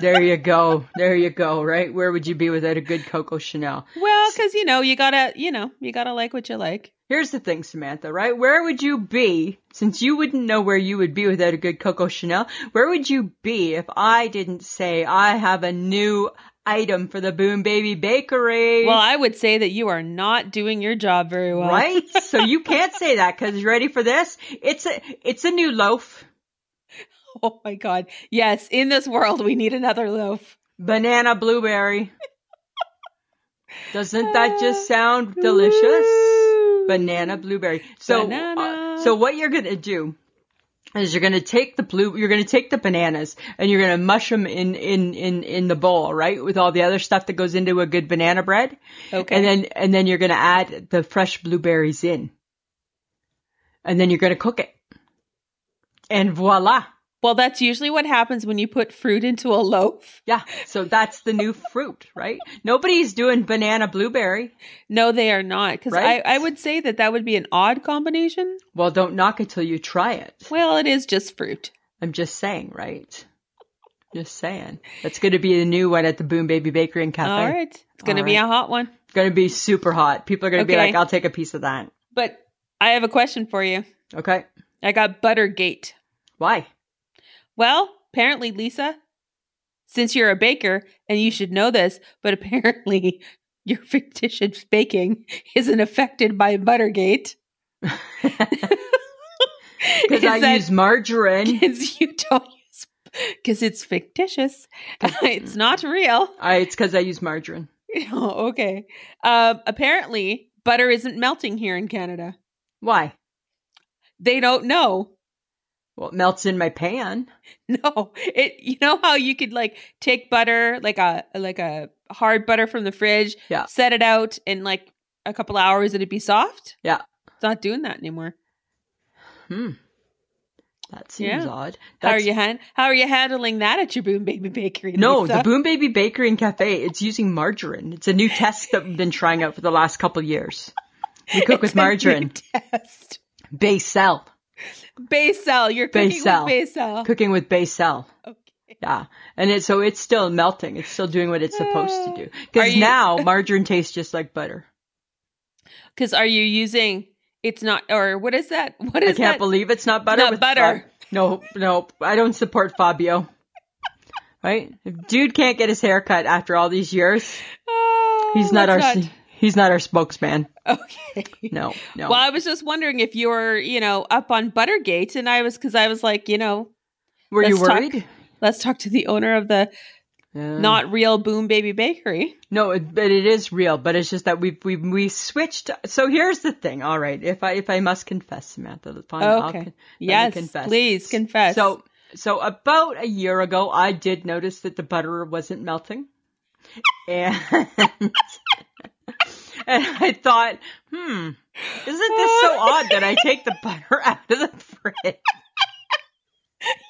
[SPEAKER 1] So
[SPEAKER 2] There you go. There you go. Right? Where would you be without a good Coco Chanel?
[SPEAKER 1] well, because you know, you gotta you know, you gotta like what you like.
[SPEAKER 2] Here's the thing, Samantha, right? Where would you be, since you wouldn't know where you would be without a good Coco Chanel, where would you be if I didn't say I have a new item for the Boom Baby Bakery?
[SPEAKER 1] Well, I would say that you are not doing your job very well.
[SPEAKER 2] right? so you can't say that because you ready for this? It's a, it's a new loaf.
[SPEAKER 1] [LAUGHS] Oh my God. Yes, in this world, we need another loaf. [LAUGHS]
[SPEAKER 2] Banana blueberry. Doesn't that just sound delicious?
[SPEAKER 1] Woo.
[SPEAKER 2] Banana blueberry. So,
[SPEAKER 1] Banana.
[SPEAKER 2] uh, so what you're gonna do is you're gonna take the blue, you're gonna take the bananas and you're gonna mush them in in in in the bowl, right, with all the other stuff that goes into a good banana bread,
[SPEAKER 1] Okay.
[SPEAKER 2] and then and then you're gonna add the fresh blueberries in, and then you're gonna cook it, and voila.
[SPEAKER 1] well, that's usually what happens when you put fruit into a loaf.
[SPEAKER 2] Yeah, so that's the new fruit, right? Nobody's doing banana blueberry.
[SPEAKER 1] No, they are not. Because
[SPEAKER 2] Right?
[SPEAKER 1] I, I would say that that would be an odd combination.
[SPEAKER 2] Well, don't knock it till you try it.
[SPEAKER 1] Well, it is just fruit.
[SPEAKER 2] I'm just saying, right? Just saying. That's going to be the new one at the Boom Baby Bakery and Cafe.
[SPEAKER 1] All right. It's going
[SPEAKER 2] All
[SPEAKER 1] to be
[SPEAKER 2] right.
[SPEAKER 1] a hot one.
[SPEAKER 2] It's going to be super hot. People are going to be
[SPEAKER 1] Okay.
[SPEAKER 2] like, I'll take a piece of that.
[SPEAKER 1] But I have a question for you.
[SPEAKER 2] Okay.
[SPEAKER 1] I got Buttergate. [LAUGHS]
[SPEAKER 2] Why?
[SPEAKER 1] Well, apparently, Lisa, since you're a baker and you should know this, but [LAUGHS] apparently your fictitious baking isn't affected by
[SPEAKER 2] [LAUGHS]
[SPEAKER 1] Buttergate.
[SPEAKER 2] Because I use margarine.
[SPEAKER 1] because you don't use because it's fictitious. [LAUGHS] it's not real.
[SPEAKER 2] I, it's because I use margarine.
[SPEAKER 1] Oh, okay. Um, apparently, butter isn't melting here in Canada.
[SPEAKER 2] Why?
[SPEAKER 1] They don't know.
[SPEAKER 2] Well, it melts in my pan.
[SPEAKER 1] [LAUGHS] No, it. You know how you could like take butter, like a like a hard butter from the fridge,
[SPEAKER 2] Yeah.
[SPEAKER 1] set it out, and like a couple hours it'd be soft.
[SPEAKER 2] Yeah.
[SPEAKER 1] it's not doing that anymore.
[SPEAKER 2] That seems
[SPEAKER 1] Yeah.
[SPEAKER 2] odd.
[SPEAKER 1] How are
[SPEAKER 2] That's-
[SPEAKER 1] you han- How are you handling that at your Boom Baby Bakery?
[SPEAKER 2] No,
[SPEAKER 1] Lisa?
[SPEAKER 2] the Boom Baby Bakery and Cafe, it's using margarine. It's a new test that we've been trying out for the last couple years. We
[SPEAKER 1] [LAUGHS]
[SPEAKER 2] cook with
[SPEAKER 1] It's a new
[SPEAKER 2] margarine.
[SPEAKER 1] Test
[SPEAKER 2] Base cell.
[SPEAKER 1] Basil. You're cooking
[SPEAKER 2] Basil.
[SPEAKER 1] with basil.
[SPEAKER 2] Cooking with base cell.
[SPEAKER 1] okay.
[SPEAKER 2] Yeah. And it, so it's still melting. It's still doing what it's supposed to do.
[SPEAKER 1] [SIGHS] Are
[SPEAKER 2] Because
[SPEAKER 1] you- [LAUGHS]
[SPEAKER 2] now margarine tastes just like butter.
[SPEAKER 1] Because are you using? It's not. Or what is that? What is
[SPEAKER 2] I can't
[SPEAKER 1] that?
[SPEAKER 2] believe it's not butter.
[SPEAKER 1] not
[SPEAKER 2] with
[SPEAKER 1] butter.
[SPEAKER 2] fa- No, no. I don't support Fabio. Right? If dude can't get his hair cut after all these years,
[SPEAKER 1] Oh,
[SPEAKER 2] he's not our
[SPEAKER 1] that's
[SPEAKER 2] he's not our spokesman.
[SPEAKER 1] not- [LAUGHS] okay.
[SPEAKER 2] No, no.
[SPEAKER 1] Well, I was just wondering if you were, you know, up on Buttergate, and I was because I was like, you know,
[SPEAKER 2] Were you
[SPEAKER 1] let's talk-
[SPEAKER 2] worried?
[SPEAKER 1] let's talk to the owner of the
[SPEAKER 2] Yeah.
[SPEAKER 1] not real Boom Baby Bakery. [LAUGHS]
[SPEAKER 2] No, it, but it is real. But it's just that we we we switched. So here's the thing. All right, if I if I must confess, Samantha, fine. I'll
[SPEAKER 1] Okay.
[SPEAKER 2] con- let me
[SPEAKER 1] Yes, please confess.
[SPEAKER 2] So so about a year ago, I did notice that the butter wasn't melting, and [LAUGHS] and I thought, hmm, isn't this so odd that I take the butter [LAUGHS] out of the fridge?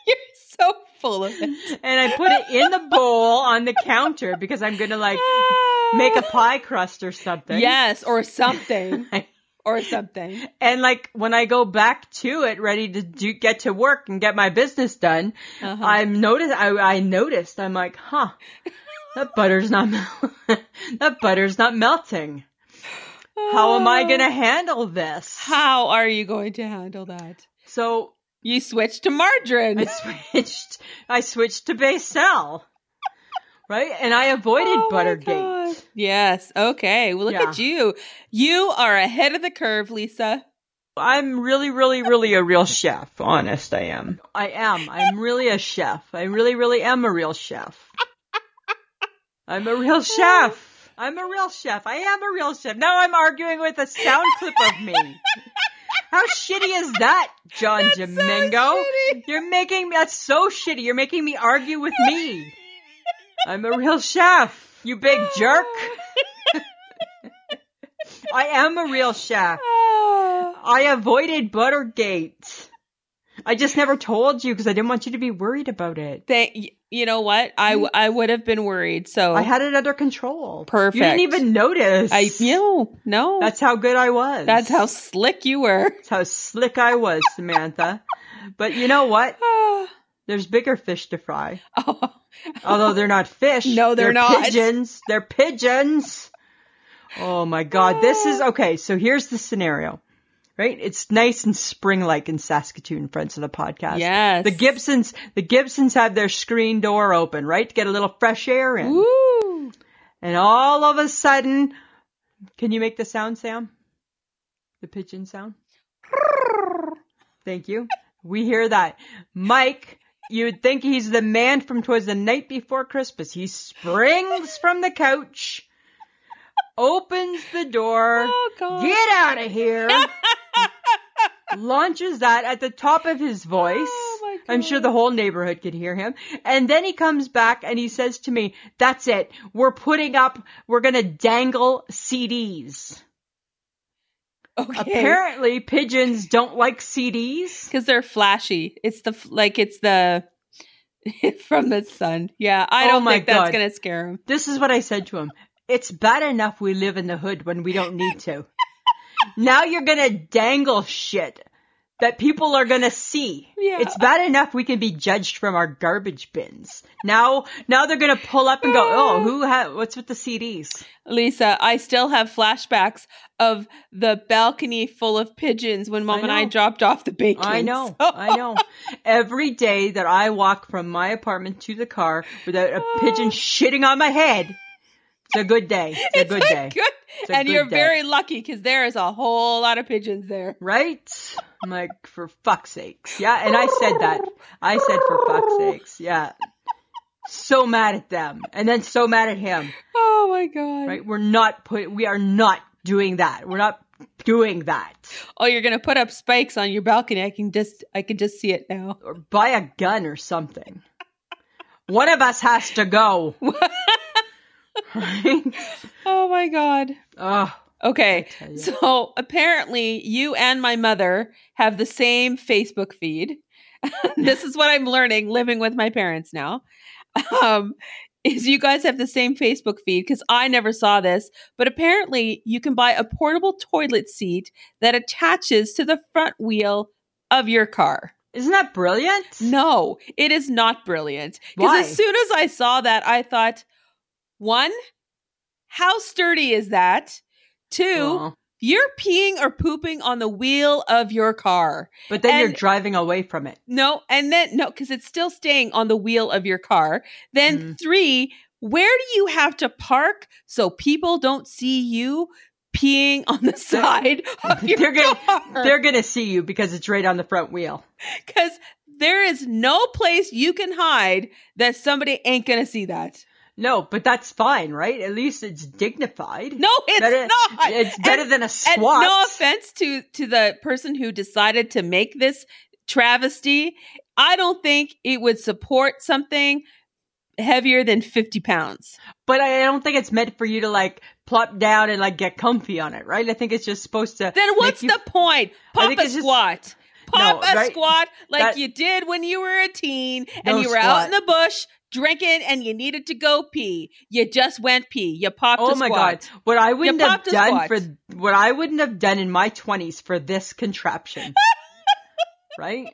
[SPEAKER 1] you're so full of it.
[SPEAKER 2] and I put it in the bowl on the counter because I'm gonna like [LAUGHS] make a pie crust or something.
[SPEAKER 1] Ah. yes,
[SPEAKER 2] [LAUGHS]
[SPEAKER 1] or something, or something.
[SPEAKER 2] And like when I go back to it, ready to do, get to work and get my business done,
[SPEAKER 1] Uh-huh.
[SPEAKER 2] I'm notice I, I noticed I'm
[SPEAKER 1] [LAUGHS]
[SPEAKER 2] like, huh, that butter's not mel- [LAUGHS] that butter's not melting. How am I
[SPEAKER 1] Oh.
[SPEAKER 2] gonna handle this?
[SPEAKER 1] Ah. How are you going to handle that?
[SPEAKER 2] So
[SPEAKER 1] You switched to margarine.
[SPEAKER 2] I switched. I switched to Basel, right? And I avoided
[SPEAKER 1] Oh my
[SPEAKER 2] Buttergate.
[SPEAKER 1] God. Yes. Okay. Well, look
[SPEAKER 2] Yeah.
[SPEAKER 1] at you. You are ahead of the curve, Lisa.
[SPEAKER 2] I'm really, really, really a real chef. Honest, I am. I am. I'm really a chef. I really, really am a real chef. I'm a real chef. I'm a real chef. I am a real chef. Now I'm arguing with a sound clip of me. How shitty is that, John Domingo?
[SPEAKER 1] shitty.
[SPEAKER 2] You're making me, that's so shitty. You're making me argue with me. I'm a real chef, you big [LAUGHS]
[SPEAKER 1] [LAUGHS]
[SPEAKER 2] jerk. I am a real chef.
[SPEAKER 1] Ah.
[SPEAKER 2] I avoided Buttergate. I just never told you because I didn't want you to be worried about it.
[SPEAKER 1] Thank y- you. Know what? I w- I would have been worried. So
[SPEAKER 2] I had it under control. You
[SPEAKER 1] Perfect.
[SPEAKER 2] didn't even notice.
[SPEAKER 1] I no no.
[SPEAKER 2] That's how good I was.
[SPEAKER 1] That's how slick you were.
[SPEAKER 2] That's how slick I was, Samantha. but you know what?
[SPEAKER 1] Ah.
[SPEAKER 2] There's bigger fish to fry.
[SPEAKER 1] oh.
[SPEAKER 2] Although they're not
[SPEAKER 1] [LAUGHS]
[SPEAKER 2] fish.
[SPEAKER 1] No, they're not.
[SPEAKER 2] Pigeons. They're pigeons. Oh my God. This is okay. So here's the scenario, right? It's nice and spring like in Saskatoon, friends of the podcast.
[SPEAKER 1] Yes.
[SPEAKER 2] The Gibsons, the Gibsons have their screen door open, right? To get a little fresh air in.
[SPEAKER 1] Woo.
[SPEAKER 2] And all of a sudden, can you make the sound, Sam? The pigeon sound? Thank you. We hear that. Mike You would think he's the man from Twas the Night Before Christmas. He springs from the couch, opens the door,
[SPEAKER 1] Oh, God.
[SPEAKER 2] get out
[SPEAKER 1] [LAUGHS]
[SPEAKER 2] of here, launches that at the top of his voice.
[SPEAKER 1] Oh, my
[SPEAKER 2] I'm sure
[SPEAKER 1] God.
[SPEAKER 2] the whole neighborhood could hear him. And then he comes back and he says to me, that's it. We're putting up, we're going to dangle CDs.
[SPEAKER 1] Okay.
[SPEAKER 2] Apparently pigeons don't like CDs.
[SPEAKER 1] Because they're flashy. It's the, f- like, it's the, [LAUGHS] from the sun. Yeah. I
[SPEAKER 2] Oh,
[SPEAKER 1] don't
[SPEAKER 2] my
[SPEAKER 1] think that's
[SPEAKER 2] God.
[SPEAKER 1] going to scare him.
[SPEAKER 2] This is what I said to him. It's bad enough we live in the hood when we don't need to. now you're gonna dangle shit that people are gonna see.
[SPEAKER 1] Yeah.
[SPEAKER 2] It's bad enough we can be judged from our garbage bins. Now, now they're gonna pull up and go, oh, who ha- what's with the CDs?
[SPEAKER 1] Lisa, I still have flashbacks of the balcony full of pigeons when mom and I
[SPEAKER 2] know.
[SPEAKER 1] dropped off the bacon. [LAUGHS]
[SPEAKER 2] I know,
[SPEAKER 1] So-
[SPEAKER 2] I know. Every day that I walk from my apartment to the car without a pigeon shitting on my head, it's a good day. It's, a
[SPEAKER 1] It's
[SPEAKER 2] good
[SPEAKER 1] a
[SPEAKER 2] day.
[SPEAKER 1] good-
[SPEAKER 2] It's a
[SPEAKER 1] and
[SPEAKER 2] good
[SPEAKER 1] you're
[SPEAKER 2] day.
[SPEAKER 1] very lucky because there is a whole lot of pigeons there.
[SPEAKER 2] Right? I'm like, for fuck's sakes. Yeah, and I said that. I said, for fuck's sakes. Yeah. So mad at them. And then so mad at him.
[SPEAKER 1] Oh my god!
[SPEAKER 2] Right? We're not put, we are not doing that. We're not doing that.
[SPEAKER 1] Oh, you're gonna put up spikes on your balcony. I can just, I can just see it now.
[SPEAKER 2] Or buy a gun or something. One of us has to go. Right?
[SPEAKER 1] Oh my god!
[SPEAKER 2] Oh,
[SPEAKER 1] Okay,
[SPEAKER 2] tell you.
[SPEAKER 1] so apparently you and my mother have the same Facebook feed. [LAUGHS] this is what I'm learning living with my parents now. Um, is you guys have the same Facebook feed because I never saw this, but apparently you can buy a portable toilet seat that attaches to the front wheel of your car.
[SPEAKER 2] isn't that brilliant?
[SPEAKER 1] No, it is not brilliant.
[SPEAKER 2] Why?
[SPEAKER 1] Because as soon as I saw that, I thought, one, how sturdy is that? Two,
[SPEAKER 2] Oh.
[SPEAKER 1] you're peeing or pooping on the wheel of your car.
[SPEAKER 2] But then you're
[SPEAKER 1] And-
[SPEAKER 2] driving away
[SPEAKER 1] [LAUGHS]
[SPEAKER 2] from it.
[SPEAKER 1] No, and then no, because it's still staying on the wheel of your car. Then
[SPEAKER 2] Mhm.
[SPEAKER 1] three, where do you have to park so people don't see you peeing on the [LAUGHS] side of your
[SPEAKER 2] They're gonna-
[SPEAKER 1] car?
[SPEAKER 2] They're going to see you because it's right on the front wheel.
[SPEAKER 1] Because there is no place you can hide that somebody ain't gonna see that.
[SPEAKER 2] No, but that's fine, right? At least it's
[SPEAKER 1] [LAUGHS]
[SPEAKER 2] dignified.
[SPEAKER 1] No, it's
[SPEAKER 2] Better-
[SPEAKER 1] not.
[SPEAKER 2] It's better
[SPEAKER 1] And-
[SPEAKER 2] than a
[SPEAKER 1] and
[SPEAKER 2] swat.
[SPEAKER 1] no offense to to the person who decided to make this travesty i don't think it would support something heavier than 50 pounds
[SPEAKER 2] but I don't think it's meant for you to like plop down and like get comfy on it, right? I think it's just supposed to.
[SPEAKER 1] then
[SPEAKER 2] make
[SPEAKER 1] what's
[SPEAKER 2] you-
[SPEAKER 1] the point
[SPEAKER 2] I
[SPEAKER 1] pop
[SPEAKER 2] think
[SPEAKER 1] a
[SPEAKER 2] it's just-
[SPEAKER 1] squat pop
[SPEAKER 2] No,
[SPEAKER 1] a
[SPEAKER 2] right?
[SPEAKER 1] squat like
[SPEAKER 2] That-
[SPEAKER 1] you did when you were a teen and
[SPEAKER 2] No
[SPEAKER 1] you were out
[SPEAKER 2] squat.
[SPEAKER 1] in the bush drinking and you needed to go pee you just went pee you popped
[SPEAKER 2] Oh
[SPEAKER 1] a
[SPEAKER 2] my
[SPEAKER 1] squat
[SPEAKER 2] god! What I wouldn't have
[SPEAKER 1] popped a
[SPEAKER 2] done
[SPEAKER 1] squat.
[SPEAKER 2] for what I wouldn't have done in my twenties for this
[SPEAKER 1] [LAUGHS]
[SPEAKER 2] contraption, right?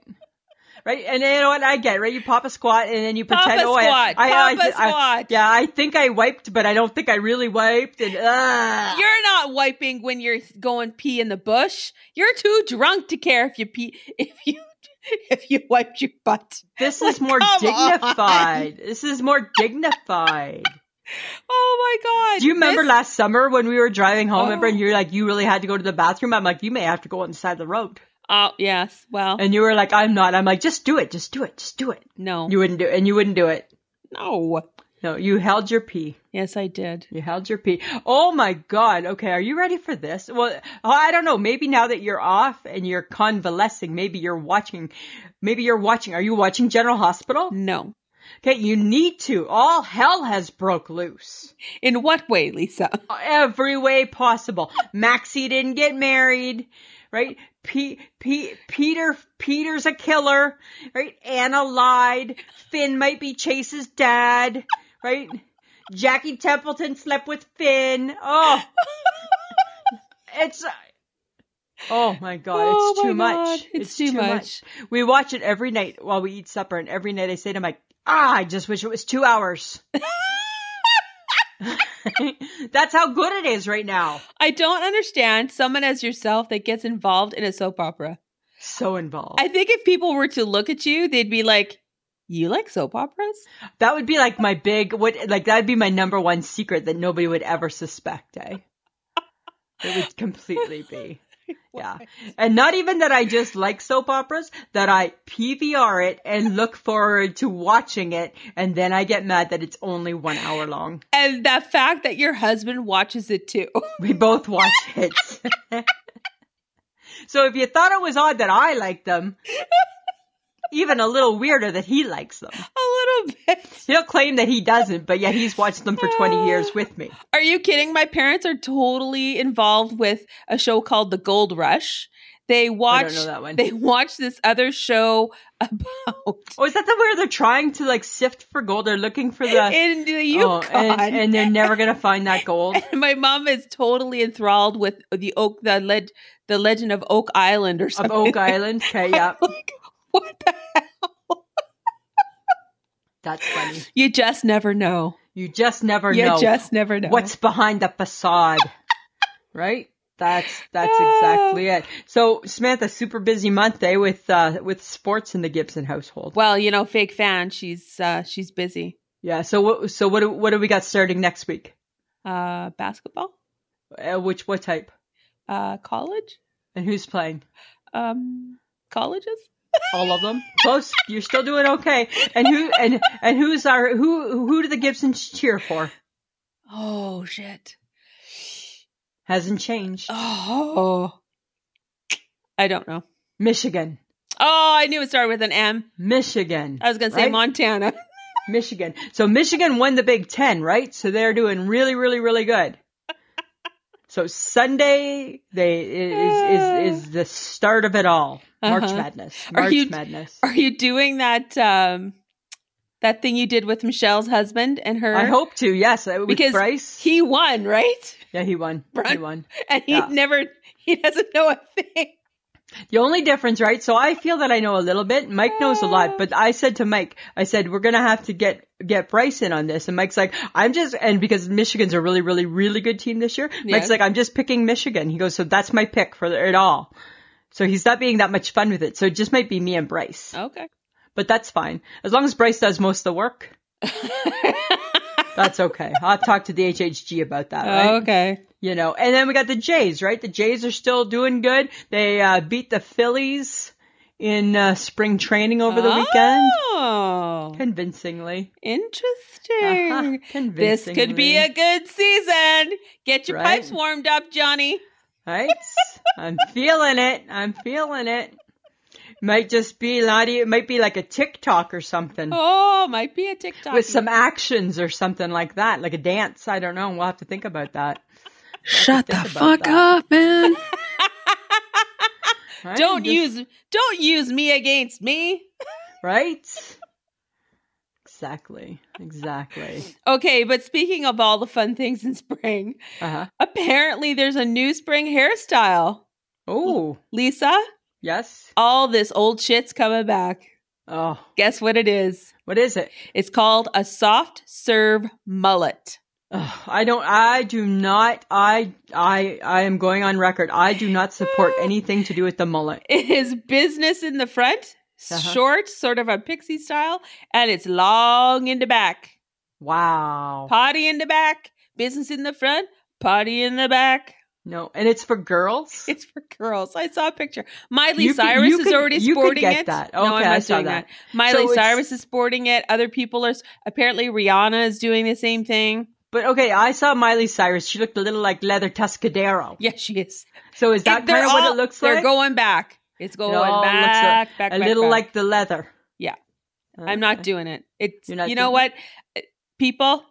[SPEAKER 2] Right, and you know what I get, right? You pop a squat and then you
[SPEAKER 1] pop
[SPEAKER 2] pretend.
[SPEAKER 1] a
[SPEAKER 2] oh,
[SPEAKER 1] squat
[SPEAKER 2] I, I,
[SPEAKER 1] pop a
[SPEAKER 2] I- I-
[SPEAKER 1] squat
[SPEAKER 2] yeah, I think I wiped, but I don't think I really wiped. And uh,
[SPEAKER 1] You're not wiping when you're going pee in the bush. You're too drunk to care if you pee [LAUGHS] if you if you wiped your butt. [LAUGHS]
[SPEAKER 2] This is more
[SPEAKER 1] come
[SPEAKER 2] dignified. This is more dignified.
[SPEAKER 1] Oh my god!
[SPEAKER 2] Do you remember
[SPEAKER 1] This-
[SPEAKER 2] last summer when we were driving home, remember,
[SPEAKER 1] Oh.
[SPEAKER 2] and you were like, you really had to go to the bathroom? I'm like, you may have to go on the side of the road.
[SPEAKER 1] Oh yes. Well,
[SPEAKER 2] And you were like, I'm not. I'm like, just do it. Just do it. Just do it.
[SPEAKER 1] no,
[SPEAKER 2] You wouldn't do it. And you wouldn't do it.
[SPEAKER 1] no.
[SPEAKER 2] No, you held your pee.
[SPEAKER 1] Yes, I did.
[SPEAKER 2] You held your pee. Oh my God. Okay. Are you ready for this? Well, oh, I don't know. Maybe now that you're off and you're convalescing, maybe you're watching, maybe you're watching. Are you watching General Hospital?
[SPEAKER 1] No.
[SPEAKER 2] Okay. You need to. All hell has broke loose.
[SPEAKER 1] In what way, Lisa?
[SPEAKER 2] every way possible. Maxie didn't get married, right? P- P- Peter Peter's a killer, right? Anna lied. Finn might be Chase's dad, right? Jackie Templeton slept with Finn.
[SPEAKER 1] [LAUGHS]
[SPEAKER 2] Oh, it's. Oh my god,
[SPEAKER 1] Oh
[SPEAKER 2] it's
[SPEAKER 1] my
[SPEAKER 2] too much.
[SPEAKER 1] God, It's, too, much.
[SPEAKER 2] We watch it every night while we eat supper, and every night I say to Mike, "Ah, I just wish it was two hours." [LAUGHS] That's how good it is right now.
[SPEAKER 1] I don't understand someone as yourself that gets involved in a soap opera.
[SPEAKER 2] So involved.
[SPEAKER 1] I think if people were to look at you, they'd be like, "You like soap operas?"
[SPEAKER 2] that would be like my big what like that'd be my number one secret that nobody would ever suspect, eh? It would completely be. Yeah. And not even that I just like soap operas, that I PVR it and look forward to watching it. And then I get mad that it's only one hour long.
[SPEAKER 1] And the fact that your husband watches it too. [LAUGHS]
[SPEAKER 2] We both watch it. so if you thought it was odd that I liked them, even a little weirder that he likes them. [LAUGHS]
[SPEAKER 1] A little bit.
[SPEAKER 2] He'll claim that he doesn't, but yet he's watched them for 20 years with me.
[SPEAKER 1] Are you kidding? My parents are totally involved with a show called The Gold Rush. They watch
[SPEAKER 2] know that one.
[SPEAKER 1] they watch this other show [LAUGHS] about
[SPEAKER 2] Oh, is that the where they're trying to like sift for gold? They're looking
[SPEAKER 1] [LAUGHS]
[SPEAKER 2] for the
[SPEAKER 1] in the
[SPEAKER 2] Oh,
[SPEAKER 1] Yukon.
[SPEAKER 2] and, and they're never gonna find
[SPEAKER 1] [LAUGHS]
[SPEAKER 2] that gold.
[SPEAKER 1] And my mom is totally enthralled with the oak the led the legend of Oak Island or
[SPEAKER 2] Of
[SPEAKER 1] something.
[SPEAKER 2] Oak Island. Okay, yeah.
[SPEAKER 1] Like, what the
[SPEAKER 2] That's funny.
[SPEAKER 1] [LAUGHS] You just never know.
[SPEAKER 2] You just never
[SPEAKER 1] you
[SPEAKER 2] know
[SPEAKER 1] just never know.
[SPEAKER 2] what's behind the facade. right? That's that's exactly it. So Samantha, super busy month day with uh with sports in the Gibson household.
[SPEAKER 1] well, you know, fake fan. She's uh she's busy.
[SPEAKER 2] Yeah. So what so what do, what do we got starting next week?
[SPEAKER 1] Uh basketball,
[SPEAKER 2] Uh, which what type
[SPEAKER 1] uh college,
[SPEAKER 2] and who's playing?
[SPEAKER 1] um colleges.
[SPEAKER 2] All of them. Close. You're still doing okay. And who and and who's our who who do the Gibsons cheer for?
[SPEAKER 1] Oh shit.
[SPEAKER 2] Hasn't changed.
[SPEAKER 1] Oh. I don't know.
[SPEAKER 2] Michigan.
[SPEAKER 1] Oh, I knew it started with an M.
[SPEAKER 2] Michigan.
[SPEAKER 1] I was going to say
[SPEAKER 2] Right?
[SPEAKER 1] Montana. [LAUGHS]
[SPEAKER 2] Michigan. So Michigan won the Big Ten, right? So they're doing really, really,
[SPEAKER 1] [LAUGHS]
[SPEAKER 2] really good. So Sunday they is is, is the start of it all. March
[SPEAKER 1] Uh-huh.
[SPEAKER 2] Madness.
[SPEAKER 1] Are
[SPEAKER 2] March
[SPEAKER 1] you-
[SPEAKER 2] Madness.
[SPEAKER 1] Are you doing that um that thing you did with Michelle's husband and her?
[SPEAKER 2] I hope to. Yes, Uh, with
[SPEAKER 1] Because
[SPEAKER 2] Bryce.
[SPEAKER 1] he won, right? [LAUGHS]
[SPEAKER 2] yeah, he won. He
[SPEAKER 1] Bryce-
[SPEAKER 2] won.
[SPEAKER 1] And he
[SPEAKER 2] Yeah.
[SPEAKER 1] never he doesn't know a thing.
[SPEAKER 2] The only difference, right? So I feel that I know a little bit. Mike knows a lot, but I said to Mike, I said, we're going to have to get, get Bryce in on this. And Mike's like, I'm just, and because Michigan's a really, really, really good team this year,
[SPEAKER 1] Yeah.
[SPEAKER 2] Mike's like, I'm just picking Michigan. He goes, so that's my pick for it all. So he's not being that much fun with it. So it just might be me and Bryce,
[SPEAKER 1] Okay. [LAUGHS]
[SPEAKER 2] but that's fine. As long as Bryce does most of the work, that's okay. I'll talk to the HHG about that, right?
[SPEAKER 1] Okay.
[SPEAKER 2] You know, and then we got the Jays, right? The Jays are still doing good. They uh, beat the Phillies in uh, spring training over the weekend,
[SPEAKER 1] Oh,
[SPEAKER 2] convincingly. Uh-huh,
[SPEAKER 1] interesting. This could be
[SPEAKER 2] convincingly.
[SPEAKER 1] a good season. Get your
[SPEAKER 2] Right. Mm.
[SPEAKER 1] pipes warmed up, Johnny.
[SPEAKER 2] right. I'm feeling it. I'm feeling it. Might just be not. e- It might be like a TikTok or something
[SPEAKER 1] Oh, might be a TikTok
[SPEAKER 2] with some actions or something like that, like a dance. I don't know. We'll have to think about that.
[SPEAKER 3] Shut the
[SPEAKER 2] think about
[SPEAKER 3] fuck
[SPEAKER 2] that.
[SPEAKER 1] [LAUGHS]
[SPEAKER 2] [LAUGHS]
[SPEAKER 3] up, man.
[SPEAKER 2] Right?
[SPEAKER 1] Don't
[SPEAKER 2] Just-
[SPEAKER 1] use don't use me against me.
[SPEAKER 2] right. Exactly. Exactly.
[SPEAKER 1] Okay, but speaking of all the fun things in spring,
[SPEAKER 2] Uh huh.
[SPEAKER 1] apparently there's a new spring hairstyle.
[SPEAKER 2] Oh.
[SPEAKER 1] Lisa,
[SPEAKER 2] Yes.
[SPEAKER 1] all this old shit's coming back.
[SPEAKER 2] Oh,
[SPEAKER 1] Guess what it is?
[SPEAKER 2] what is it?
[SPEAKER 1] It's called a soft serve mullet.
[SPEAKER 2] Ugh, I don't. I do not. I. I. I am going on record. I do not
[SPEAKER 1] [LAUGHS]
[SPEAKER 2] support anything to do with the mullet.
[SPEAKER 1] It is business in the front,
[SPEAKER 2] Uh-huh.
[SPEAKER 1] short, sort of a pixie style, and it's long in the back.
[SPEAKER 2] Wow.
[SPEAKER 1] Potty in the back, business in the front, potty in the back.
[SPEAKER 2] No, and it's for girls.
[SPEAKER 1] It's for girls. I saw a picture. Miley
[SPEAKER 2] You could-
[SPEAKER 1] Cyrus
[SPEAKER 2] you
[SPEAKER 1] is
[SPEAKER 2] could-
[SPEAKER 1] already
[SPEAKER 2] you could
[SPEAKER 1] sporting
[SPEAKER 2] get
[SPEAKER 1] it.
[SPEAKER 2] that.
[SPEAKER 1] no, I'm
[SPEAKER 2] Okay,
[SPEAKER 1] not
[SPEAKER 2] I saw
[SPEAKER 1] doing
[SPEAKER 2] that. So
[SPEAKER 1] Miley
[SPEAKER 2] it's-
[SPEAKER 1] Cyrus is sporting it. Other people are s- apparently Rihanna is doing the same thing.
[SPEAKER 2] But okay, I saw Miley Cyrus. She looked a little like Leather Tuscadero.
[SPEAKER 1] Yes, she is.
[SPEAKER 2] So is that
[SPEAKER 1] They're
[SPEAKER 2] kind of what
[SPEAKER 1] all-
[SPEAKER 2] it looks
[SPEAKER 1] they're
[SPEAKER 2] like?
[SPEAKER 1] going back. It's going
[SPEAKER 2] all looks
[SPEAKER 1] back, back,
[SPEAKER 2] a
[SPEAKER 1] back,
[SPEAKER 2] little
[SPEAKER 1] back.
[SPEAKER 2] like the leather. Uh,
[SPEAKER 1] Yeah. I'm not
[SPEAKER 2] [LAUGHS] Okay.
[SPEAKER 1] doing it. It's
[SPEAKER 2] You're not
[SPEAKER 1] you know
[SPEAKER 2] doing
[SPEAKER 1] what, people.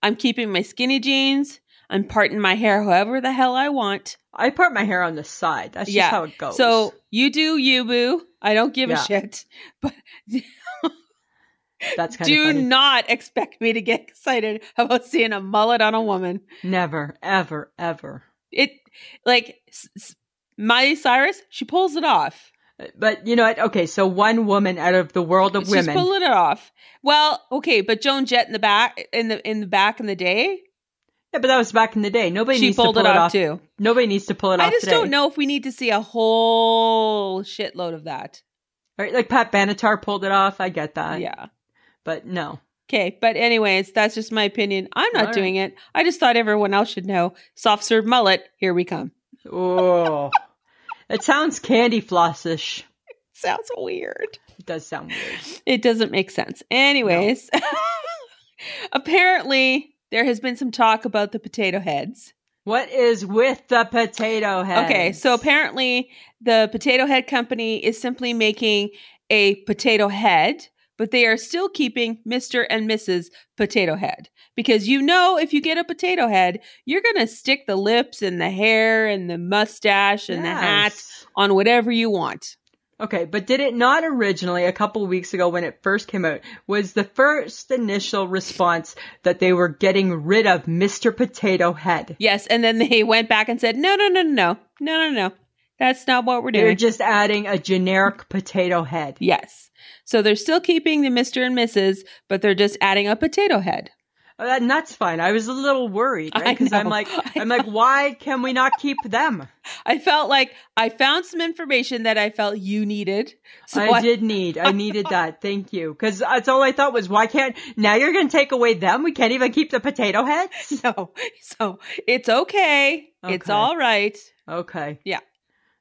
[SPEAKER 1] I'm keeping my skinny jeans. I'm parting my hair however the hell I want.
[SPEAKER 2] I part my hair on the side. That's
[SPEAKER 1] Yeah.
[SPEAKER 2] just how it goes.
[SPEAKER 1] So you do you, boo. I don't give a
[SPEAKER 2] Oh, Yeah.
[SPEAKER 1] shit.
[SPEAKER 2] that's kind
[SPEAKER 1] Do
[SPEAKER 2] of funny.
[SPEAKER 1] not expect me to get excited about seeing a mullet on a woman.
[SPEAKER 2] Never, ever, ever.
[SPEAKER 1] It like s- s- Miley Cyrus, she pulls it off.
[SPEAKER 2] But you know what? Okay, so one woman out of the world of
[SPEAKER 1] She's
[SPEAKER 2] women.
[SPEAKER 1] pulling it off. Well, okay, but Joan Jett in the back in the in the back in the day,
[SPEAKER 2] Yeah, but that was back in the day. Nobody
[SPEAKER 1] she
[SPEAKER 2] needs to pull
[SPEAKER 1] pulled it off, too.
[SPEAKER 2] Nobody needs to pull it
[SPEAKER 1] I
[SPEAKER 2] off.
[SPEAKER 1] just
[SPEAKER 2] today.
[SPEAKER 1] don't know if we need to see a whole shitload of that.
[SPEAKER 2] Right? Like Pat Benatar pulled it off. I get that.
[SPEAKER 1] yeah.
[SPEAKER 2] But no.
[SPEAKER 1] Okay, but anyways, that's just my opinion. I'm not
[SPEAKER 2] All right.
[SPEAKER 1] doing it. I just thought everyone else should know. Soft serve mullet, here we come.
[SPEAKER 2] Oh. It sounds candy flossish.
[SPEAKER 1] Sounds weird.
[SPEAKER 2] It does sound weird.
[SPEAKER 1] It doesn't make sense. Anyways, [LAUGHS] apparently there has been some talk about the potato heads.
[SPEAKER 2] What is with the potato head?
[SPEAKER 1] Okay, so apparently the potato head company is simply making a potato head, but they are still keeping Mr. and Mrs. Potato Head because you know if you get a potato head, you're going to stick the lips and the hair and the mustache and the hat
[SPEAKER 2] Yes.
[SPEAKER 1] on whatever you want.
[SPEAKER 2] Okay, but did it not originally a couple weeks ago when it first came out was the first initial response that they were getting rid of Mr. Potato Head?
[SPEAKER 1] Yes, and then they [LAUGHS] went back and said, "No, no, no, no, no. No, no, no. That's not what we're
[SPEAKER 2] They're
[SPEAKER 1] doing."
[SPEAKER 2] just adding a generic potato head.
[SPEAKER 1] yes. So they're still keeping the Mr. and Mrs., but they're just adding a potato head.
[SPEAKER 2] Uh, And that's fine. I was a little worried,
[SPEAKER 1] I
[SPEAKER 2] right? Because I'm
[SPEAKER 1] know.
[SPEAKER 2] like,
[SPEAKER 1] [LAUGHS] I
[SPEAKER 2] I'm like, why can we not keep them?
[SPEAKER 1] I felt like I found some information that I felt you needed. So [LAUGHS]
[SPEAKER 2] I did need, I needed that. Thank you, because that's all I thought was, why can't now you're going to take away them? We can't even keep the potato heads.
[SPEAKER 1] No. So it's okay. It's
[SPEAKER 2] Okay.
[SPEAKER 1] all right.
[SPEAKER 2] Okay.
[SPEAKER 1] Yeah.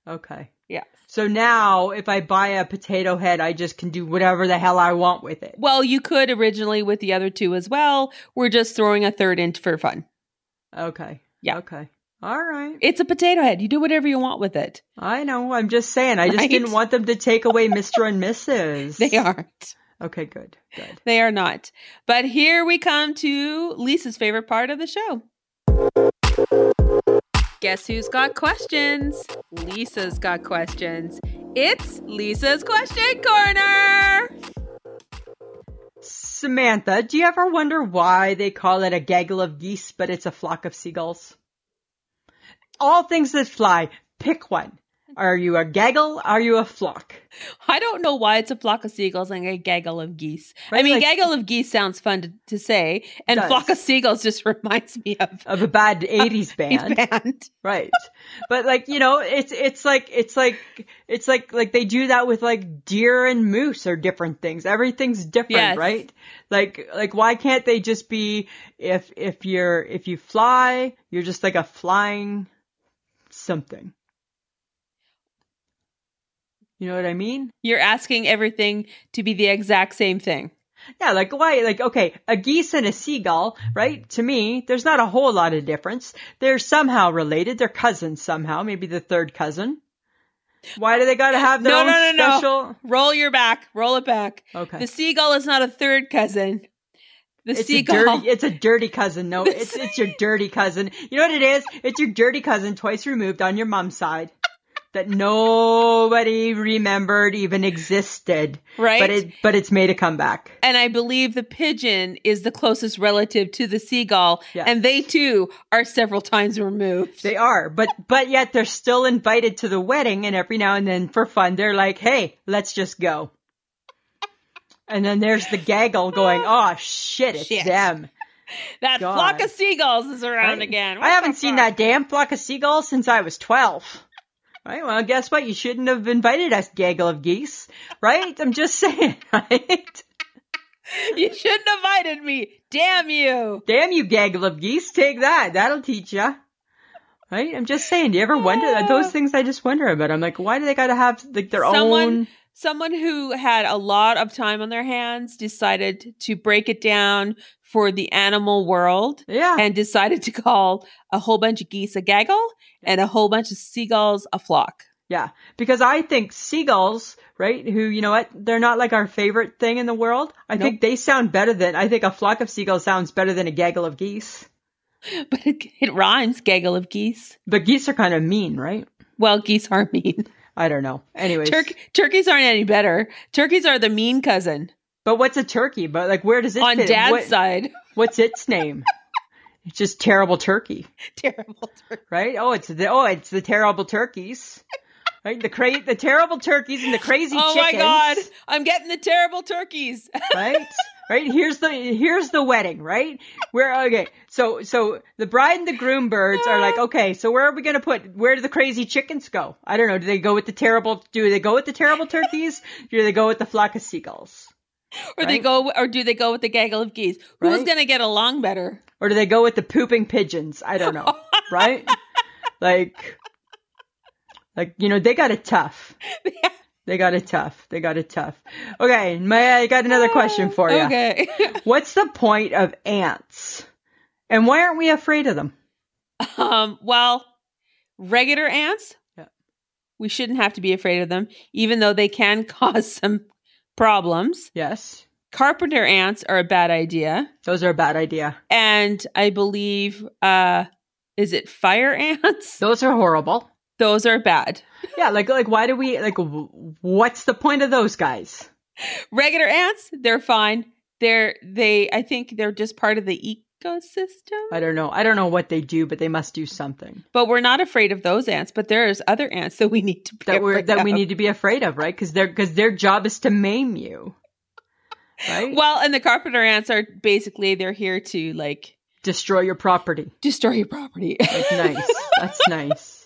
[SPEAKER 2] Okay.
[SPEAKER 1] Yeah.
[SPEAKER 2] So now, if I buy a potato head, I just can do whatever the hell I want with it.
[SPEAKER 1] Well, you could originally with the other two as well. We're just throwing a third in for fun.
[SPEAKER 2] Okay.
[SPEAKER 1] Yeah.
[SPEAKER 2] Okay. All right.
[SPEAKER 1] It's a potato head. You do whatever you want with it.
[SPEAKER 2] I know. I'm just saying. I just
[SPEAKER 1] Right?
[SPEAKER 2] didn't want them to
[SPEAKER 1] [LAUGHS]
[SPEAKER 2] take away Mr. and Mrs.
[SPEAKER 1] They [LAUGHS] aren't.
[SPEAKER 2] Okay. Good. Good.
[SPEAKER 1] They are not. But here we come to Lisa's favorite part of the show. Guess who's got questions? Lisa's got questions. It's Lisa's Question Corner.
[SPEAKER 2] Samantha, do you ever wonder why they call it a gaggle of geese, but it's a flock of seagulls? All things that fly, pick one. Are you a gaggle? Are you a flock?
[SPEAKER 1] I don't know why it's a flock of seagulls and a gaggle of geese. I
[SPEAKER 2] Right,
[SPEAKER 1] mean,
[SPEAKER 2] like-
[SPEAKER 1] gaggle of geese sounds fun to, to say, and
[SPEAKER 2] Does.
[SPEAKER 1] flock of seagulls just [LAUGHS] reminds me of
[SPEAKER 2] Of a bad
[SPEAKER 1] [LAUGHS]
[SPEAKER 2] 80s
[SPEAKER 1] a
[SPEAKER 2] band.
[SPEAKER 1] band.
[SPEAKER 2] right but like you know it's it's like it's like it's like like they do that with like deer and moose are different things everything's different
[SPEAKER 1] Yes.
[SPEAKER 2] right like like why can't they just be if if you're if you fly you're just like a flying something you know what i mean
[SPEAKER 1] You're asking everything to be the exact same thing.
[SPEAKER 2] yeah like why like okay a geese and a seagull right to me there's not a whole lot of difference they're somehow related they're cousins somehow maybe the third cousin why do they gotta have their
[SPEAKER 1] No,
[SPEAKER 2] own
[SPEAKER 1] no, no, no.
[SPEAKER 2] special
[SPEAKER 1] Roll your back, roll it back.
[SPEAKER 2] okay
[SPEAKER 1] The seagull is not a third cousin. The
[SPEAKER 2] it's
[SPEAKER 1] seagull. [LAUGHS]
[SPEAKER 2] a dirty it's a dirty cousin no it's it's your dirty cousin you know what it is it's your dirty cousin twice removed on your mom's side that nobody remembered even existed
[SPEAKER 1] right?
[SPEAKER 2] but it but it's made a comeback
[SPEAKER 1] and I believe the pigeon is the closest relative to the seagull,
[SPEAKER 2] Yes.
[SPEAKER 1] and they too are several times removed.
[SPEAKER 2] They are, but but yet they're still invited to the wedding, and every now and then, for fun, they're like, "Hey, let's just go." And then there's the gaggle going, "Oh shit, it's
[SPEAKER 1] Shit.
[SPEAKER 2] them."
[SPEAKER 1] that
[SPEAKER 2] God.
[SPEAKER 1] flock of seagulls is around
[SPEAKER 2] Right?
[SPEAKER 1] again. What
[SPEAKER 2] I haven't
[SPEAKER 1] the
[SPEAKER 2] seen
[SPEAKER 1] fuck?
[SPEAKER 2] that damn flock of seagulls since I was twelve. Right? Well, guess what? You shouldn't have invited us, gaggle of geese. Right? I'm just [LAUGHS] saying. Right?
[SPEAKER 1] You shouldn't have invited me. Damn you.
[SPEAKER 2] Damn you, gaggle of geese! Take that. That'll teach ya. Right? I'm just saying. Do you ever wonder those things? I just wonder about. I'm like, why do they got to have like their
[SPEAKER 1] Ah. Someone-
[SPEAKER 2] own?
[SPEAKER 1] Someone who had a lot of time on their hands decided to break it down for the animal world
[SPEAKER 2] Yeah.
[SPEAKER 1] and decided to call a whole bunch of geese a gaggle and a whole bunch of seagulls a flock.
[SPEAKER 2] yeah. Because I think seagulls, right, who, you know what, they're not like our favorite thing in the world. I think they sound better than, I think a flock of seagulls sounds better than a gaggle of geese.
[SPEAKER 1] [LAUGHS] But it, it rhymes, gaggle of geese.
[SPEAKER 2] But geese are kind of mean, right?
[SPEAKER 1] Well, geese are mean.
[SPEAKER 2] I don't know. Anyways.
[SPEAKER 1] Turkey, turkeys aren't any better. Turkeys are the mean cousin
[SPEAKER 2] But what's a turkey? But like, where does it
[SPEAKER 1] on
[SPEAKER 2] fit?
[SPEAKER 1] dad's
[SPEAKER 2] What- [LAUGHS]
[SPEAKER 1] side.
[SPEAKER 2] What's its name? it's just terrible turkey,
[SPEAKER 1] Terrible turkey.
[SPEAKER 2] right? Oh, it's the, oh, it's the terrible turkeys. Right? The cra- the terrible turkeys and the crazy
[SPEAKER 1] Oh
[SPEAKER 2] chickens.
[SPEAKER 1] my god, I'm getting the terrible turkeys. [LAUGHS]
[SPEAKER 2] right? Right? Here's the here's the wedding, right? Where okay, so so the bride and the groom birds are like, okay, so where are we gonna put where do the crazy chickens go? I don't know. Do they go with the terrible do they go with the terrible turkeys? [LAUGHS] Do they go with the flock of seagulls?
[SPEAKER 1] Or they
[SPEAKER 2] Right.
[SPEAKER 1] go, or do they go with the gaggle of geese? Who's
[SPEAKER 2] Right.
[SPEAKER 1] going to get along better?
[SPEAKER 2] Or do
[SPEAKER 1] [LAUGHS]
[SPEAKER 2] they go with the pooping pigeons? I don't know. Right? Like Like, you know, they got it tough.
[SPEAKER 1] [LAUGHS] Yeah.
[SPEAKER 2] They got it tough. They got it tough. Okay, Maya, I got another question for you.
[SPEAKER 1] Uh,
[SPEAKER 2] [LAUGHS]
[SPEAKER 1] Okay.
[SPEAKER 2] What's the point of ants? And why aren't we afraid of them?
[SPEAKER 1] um, well, regular ants,
[SPEAKER 2] Yeah.
[SPEAKER 1] we shouldn't have to be afraid of them, even though they can [LAUGHS] cause some problems.
[SPEAKER 2] Yes,
[SPEAKER 1] Carpenter ants are a bad idea.
[SPEAKER 2] those are a bad idea.
[SPEAKER 1] And I believe, uh, is it fire ants?
[SPEAKER 2] Those are horrible.
[SPEAKER 1] Those are bad.
[SPEAKER 2] [LAUGHS] Yeah, like like why do we like w- what's the point of those guys?
[SPEAKER 1] Regular ants, they're fine. They're, they, I think they're just part of the ecosystem.
[SPEAKER 2] I don't know. I don't know what they do, but they must do something
[SPEAKER 1] But we're not afraid of those ants, but there's other ants that we need to be
[SPEAKER 2] that we're
[SPEAKER 1] afraid
[SPEAKER 2] that we
[SPEAKER 1] of.
[SPEAKER 2] need to be afraid of, right? Because their because their job is to maim you, right?
[SPEAKER 1] Well, and the carpenter ants are basically they're here to like
[SPEAKER 2] Destroy your property.
[SPEAKER 1] destroy your property. [LAUGHS]
[SPEAKER 2] Like, nice. That's nice.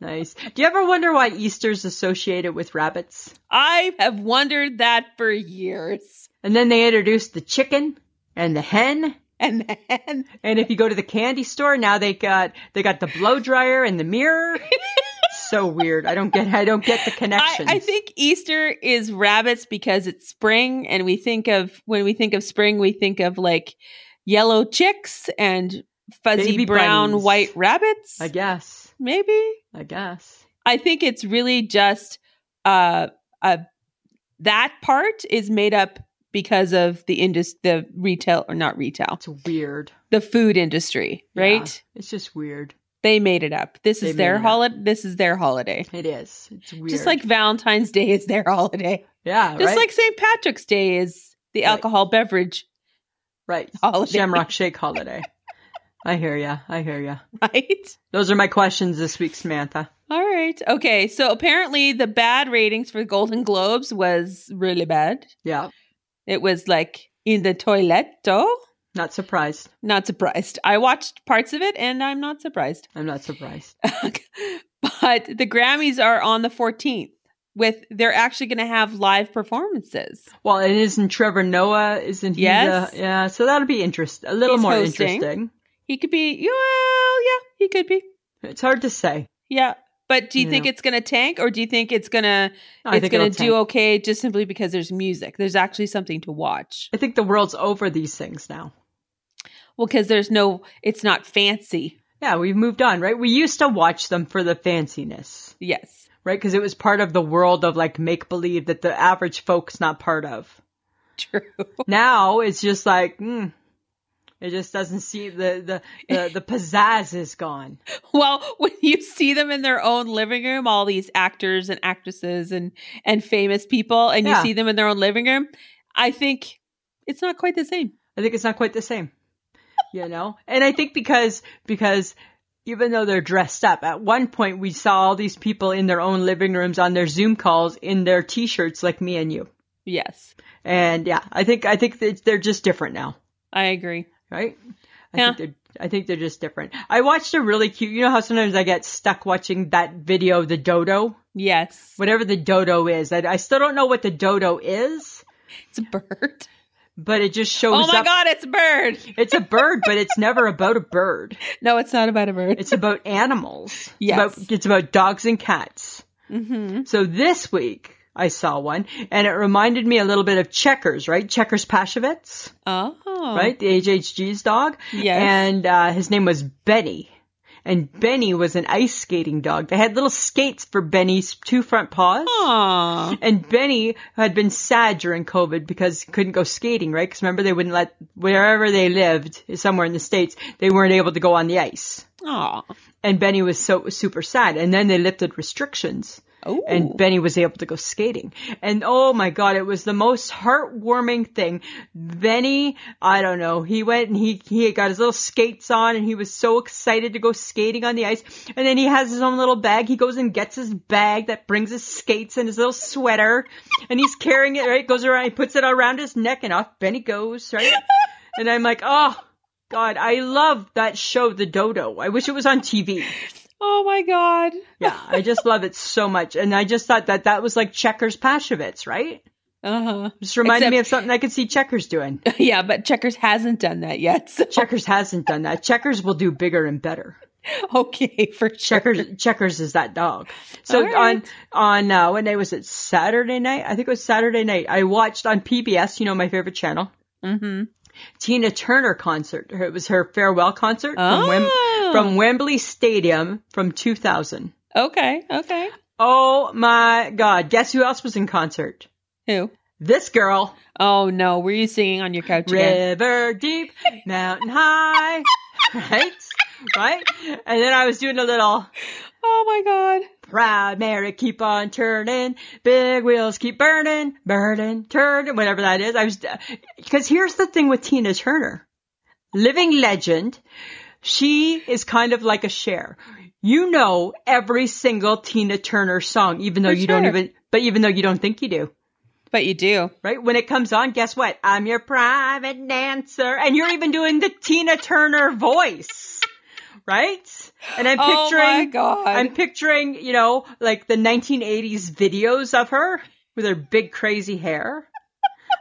[SPEAKER 2] Nice. Do you ever wonder why Easter's associated with rabbits?
[SPEAKER 1] I have wondered that for years.
[SPEAKER 2] And then they introduced the chicken and the hen.
[SPEAKER 1] And then
[SPEAKER 2] And if you go to the candy store now, they got they got the blow dryer and the
[SPEAKER 1] [LAUGHS]
[SPEAKER 2] mirror. so weird. I don't get I don't get the
[SPEAKER 1] I,
[SPEAKER 2] connection.
[SPEAKER 1] I think Easter is rabbits because it's spring and we think of when we think of spring we think of like yellow chicks and fuzzy
[SPEAKER 2] Baby
[SPEAKER 1] brown
[SPEAKER 2] bunnies.
[SPEAKER 1] white rabbits.
[SPEAKER 2] I guess.
[SPEAKER 1] maybe.
[SPEAKER 2] I guess.
[SPEAKER 1] I think it's really just uh, uh that part is made up because of the indus the retail or not retail
[SPEAKER 2] It's weird.
[SPEAKER 1] the food industry,
[SPEAKER 2] Yeah.
[SPEAKER 1] right?
[SPEAKER 2] It's just weird.
[SPEAKER 1] They made it up. This
[SPEAKER 2] They
[SPEAKER 1] is
[SPEAKER 2] made
[SPEAKER 1] their
[SPEAKER 2] it up.
[SPEAKER 1] holiday. This is their holiday.
[SPEAKER 2] It is. It's weird.
[SPEAKER 1] Just like Valentine's Day is their [LAUGHS] holiday.
[SPEAKER 2] yeah,
[SPEAKER 1] Just
[SPEAKER 2] right?
[SPEAKER 1] like St. Patrick's Day is the
[SPEAKER 2] Right.
[SPEAKER 1] alcohol beverage [LAUGHS]
[SPEAKER 2] right.
[SPEAKER 1] holiday.
[SPEAKER 2] Shamrock Shake holiday. I hear ya. I hear ya.
[SPEAKER 1] right?
[SPEAKER 2] Those are my questions this week, Samantha.
[SPEAKER 1] All right. Okay. So apparently the bad ratings for Golden Globes was really bad.
[SPEAKER 2] Yeah,
[SPEAKER 1] It was like in the toilet.
[SPEAKER 2] not surprised.
[SPEAKER 1] Not surprised. I watched parts of it and I'm not surprised. [LAUGHS]
[SPEAKER 2] I'm not surprised.
[SPEAKER 1] but the Grammys are on the 14th with they're actually going to have live performances.
[SPEAKER 2] Well, it isn't Trevor Noah, isn't he?
[SPEAKER 1] Yes.
[SPEAKER 2] the- yeah, so that'll be interest a little
[SPEAKER 1] He's
[SPEAKER 2] more
[SPEAKER 1] hosting.
[SPEAKER 2] interesting.
[SPEAKER 1] He could be well, yeah, he could be.
[SPEAKER 2] It's hard to say.
[SPEAKER 1] Yeah. But do you
[SPEAKER 2] Yeah.
[SPEAKER 1] think it's going to tank or do you think it's going to
[SPEAKER 2] I
[SPEAKER 1] it's
[SPEAKER 2] think
[SPEAKER 1] going
[SPEAKER 2] it'll
[SPEAKER 1] to do
[SPEAKER 2] tank.
[SPEAKER 1] okay just simply because there's music. There's actually something to watch.
[SPEAKER 2] I think the world's over these things now.
[SPEAKER 1] Well, cuz there's no it's not fancy.
[SPEAKER 2] Yeah, we've moved on, right? We used to watch them for the fanciness,
[SPEAKER 1] Yes.
[SPEAKER 2] right? Because it was part of the world of like make believe that the average folk's not part of.
[SPEAKER 1] [LAUGHS] True.
[SPEAKER 2] Now it's just like, mm, it just doesn't seem the the [LAUGHS] the, the pizzazz is gone.
[SPEAKER 1] Well, when you see them in their own living room, all these actors and actresses and and famous people, and
[SPEAKER 2] Yeah.
[SPEAKER 1] you see them in their own living room, I think it's not quite the same.
[SPEAKER 2] I think it's not quite the same, you know. And I think because because even though they're dressed up, at one point we saw all these people in their own living rooms on their Zoom calls in their T-shirts, like me and you.
[SPEAKER 1] Yes,
[SPEAKER 2] And yeah, I think I think that they're just different now,
[SPEAKER 1] I agree.
[SPEAKER 2] right? I
[SPEAKER 1] Yeah.
[SPEAKER 2] think they're I think they're just different. I watched a really cute. You know how sometimes I get stuck watching that video of the dodo,
[SPEAKER 1] Yes,
[SPEAKER 2] whatever the dodo is. I, I still don't know what the dodo is,
[SPEAKER 1] it's a bird.
[SPEAKER 2] but it just shows
[SPEAKER 1] [LAUGHS] Oh my
[SPEAKER 2] up.
[SPEAKER 1] god, it's a bird!
[SPEAKER 2] It's a bird, but it's never about a bird.
[SPEAKER 1] No, it's not about a bird.
[SPEAKER 2] It's about animals.
[SPEAKER 1] Yes.
[SPEAKER 2] It's about, it's about dogs and cats.
[SPEAKER 1] hmm
[SPEAKER 2] So this week I saw one and it reminded me a little bit of Checkers, right? Checkers Pashevitz,
[SPEAKER 1] Oh,
[SPEAKER 2] right? The HHG's dog.
[SPEAKER 1] Yes.
[SPEAKER 2] And uh, his name was Benny. And Benny was an ice skating dog. They had little skates for Benny's two front paws.
[SPEAKER 1] Oh. Aw.
[SPEAKER 2] And Benny had been sad during COVID because he couldn't go skating, right? Because remember they wouldn't let, wherever they lived, somewhere in the States, they weren't able to go on the ice
[SPEAKER 1] Aw.
[SPEAKER 2] and Benny was so super sad. And then they lifted restrictions,
[SPEAKER 1] Oh,
[SPEAKER 2] and Benny was able to go skating. And oh my god, it was the most heartwarming thing. Benny, I don't know, he went and he he got his little skates on, and he was so excited to go skating on the ice. And then he has his own little bag. He goes and gets his bag that brings his skates and his little sweater, and he's carrying it right. Goes around, he puts it around his neck, and off Benny goes right. And I'm like, oh. God, I love that show, The Dodo. I wish it was
[SPEAKER 1] [LAUGHS]
[SPEAKER 2] on TV.
[SPEAKER 1] oh my god.
[SPEAKER 2] Yeah, I just love it so much. And I just thought that that was like Checkers Pashevitz, right?
[SPEAKER 1] Uh
[SPEAKER 2] Just reminded
[SPEAKER 1] Except-
[SPEAKER 2] me of something I could see
[SPEAKER 1] [LAUGHS]
[SPEAKER 2] Checkers doing.
[SPEAKER 1] huh. Yeah, but Checkers hasn't done that yet. So [LAUGHS]
[SPEAKER 2] Checkers hasn't done that. Checkers will do bigger and better.
[SPEAKER 1] okay, for sure.
[SPEAKER 2] Checkers, Checkers is that dog. So
[SPEAKER 1] All
[SPEAKER 2] on
[SPEAKER 1] right.
[SPEAKER 2] on uh, when day was it Saturday night? I think it was Saturday night. I watched on PBS, you know my favorite channel,
[SPEAKER 1] Mm-hmm.
[SPEAKER 2] Tina Turner concert. Her- It was her farewell concert from, Wem-
[SPEAKER 1] Oh.
[SPEAKER 2] from Wembley Stadium from 2000.
[SPEAKER 1] Okay. Okay.
[SPEAKER 2] Oh my God! Guess who else was in concert?
[SPEAKER 1] Who?
[SPEAKER 2] This girl,
[SPEAKER 1] Oh no, were you singing on your couch again?
[SPEAKER 2] river deep, mountain high, [LAUGHS] right, right. And then I was doing a little.
[SPEAKER 1] Oh my god.
[SPEAKER 2] Proud Mary, keep on turning. Big wheels keep burning, burning, turning, whatever that is. I was, because here's the thing with Tina Turner. Living legend. She is kind of like a Cher. You know every single Tina Turner song, even though
[SPEAKER 1] For
[SPEAKER 2] you don't
[SPEAKER 1] sure.
[SPEAKER 2] even, but even though you don't think you do,
[SPEAKER 1] But you do.
[SPEAKER 2] right? When it comes on, guess what? I'm your private dancer. And you're even doing the Tina Turner voice, right? And I'm picturing,
[SPEAKER 1] oh my god.
[SPEAKER 2] I'm picturing, you know, like the 1980s videos of her with her big crazy hair.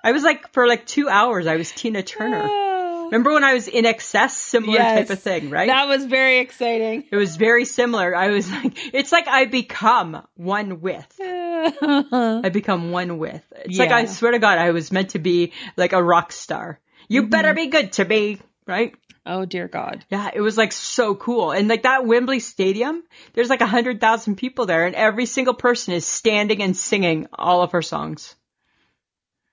[SPEAKER 2] I was like, for like two hours, I was Tina Turner.
[SPEAKER 1] Oh.
[SPEAKER 2] Remember when I was in excess, similar
[SPEAKER 1] Yes.
[SPEAKER 2] type of thing, right?
[SPEAKER 1] That was very exciting. [LAUGHS]
[SPEAKER 2] it was very similar. I was like, it's like I become one with. I become one with. It's like I
[SPEAKER 1] Yeah.
[SPEAKER 2] swear to God, I was meant to be like a rock star.
[SPEAKER 1] Mm-hmm.
[SPEAKER 2] You better be good to me, right?
[SPEAKER 1] oh dear god.
[SPEAKER 2] Yeah, it was like so cool. And like that Wembley Stadium, there's like a hundred thousand people there, and every single person is standing and singing all of her songs.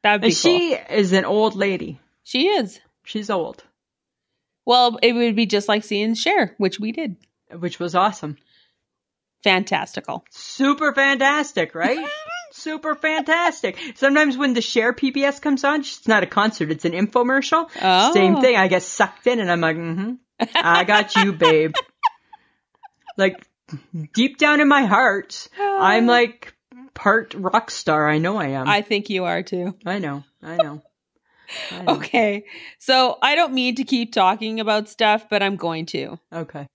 [SPEAKER 1] That'd be
[SPEAKER 2] And
[SPEAKER 1] cool.
[SPEAKER 2] she is an old lady.
[SPEAKER 1] She is.
[SPEAKER 2] She's old,
[SPEAKER 1] Well, it would be just like seeing Cher, which we did.
[SPEAKER 2] which was awesome.
[SPEAKER 1] Fantastical.
[SPEAKER 2] Super
[SPEAKER 1] [LAUGHS]
[SPEAKER 2] fantastic, right? Super fantastic. Sometimes when the Share PBS comes on, it's not a concert, it's an infomercial.
[SPEAKER 1] Oh.
[SPEAKER 2] Same thing. I get sucked in, and I'm like, mm-hmm. I got
[SPEAKER 1] [LAUGHS]
[SPEAKER 2] you, babe. like deep down in my
[SPEAKER 1] [SIGHS]
[SPEAKER 2] heart, I'm like part rock star. I know I am.
[SPEAKER 1] I think you are too.
[SPEAKER 2] I know. I know. I know.
[SPEAKER 1] Okay. So I don't mean to keep talking about stuff, but I'm going to.
[SPEAKER 2] Okay.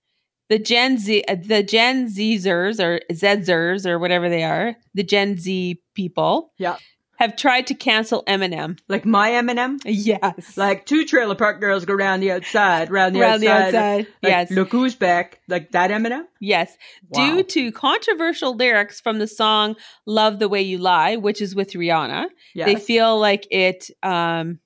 [SPEAKER 1] The Gen Z, uh, the Gen Zers or Zers or whatever they are, the Gen Z people
[SPEAKER 2] Yeah.
[SPEAKER 1] have tried to cancel Eminem.
[SPEAKER 2] Like my Eminem.
[SPEAKER 1] Yes.
[SPEAKER 2] Like two trailer park girls go round the outside, round the
[SPEAKER 1] Around the
[SPEAKER 2] outside.
[SPEAKER 1] outside.
[SPEAKER 2] Like,
[SPEAKER 1] yes.
[SPEAKER 2] Look who's back. Like that Eminem.
[SPEAKER 1] Yes.
[SPEAKER 2] Wow.
[SPEAKER 1] Due to controversial lyrics from the song Love the Way You Lie, which is with Rihanna.
[SPEAKER 2] Yes.
[SPEAKER 1] they feel like it um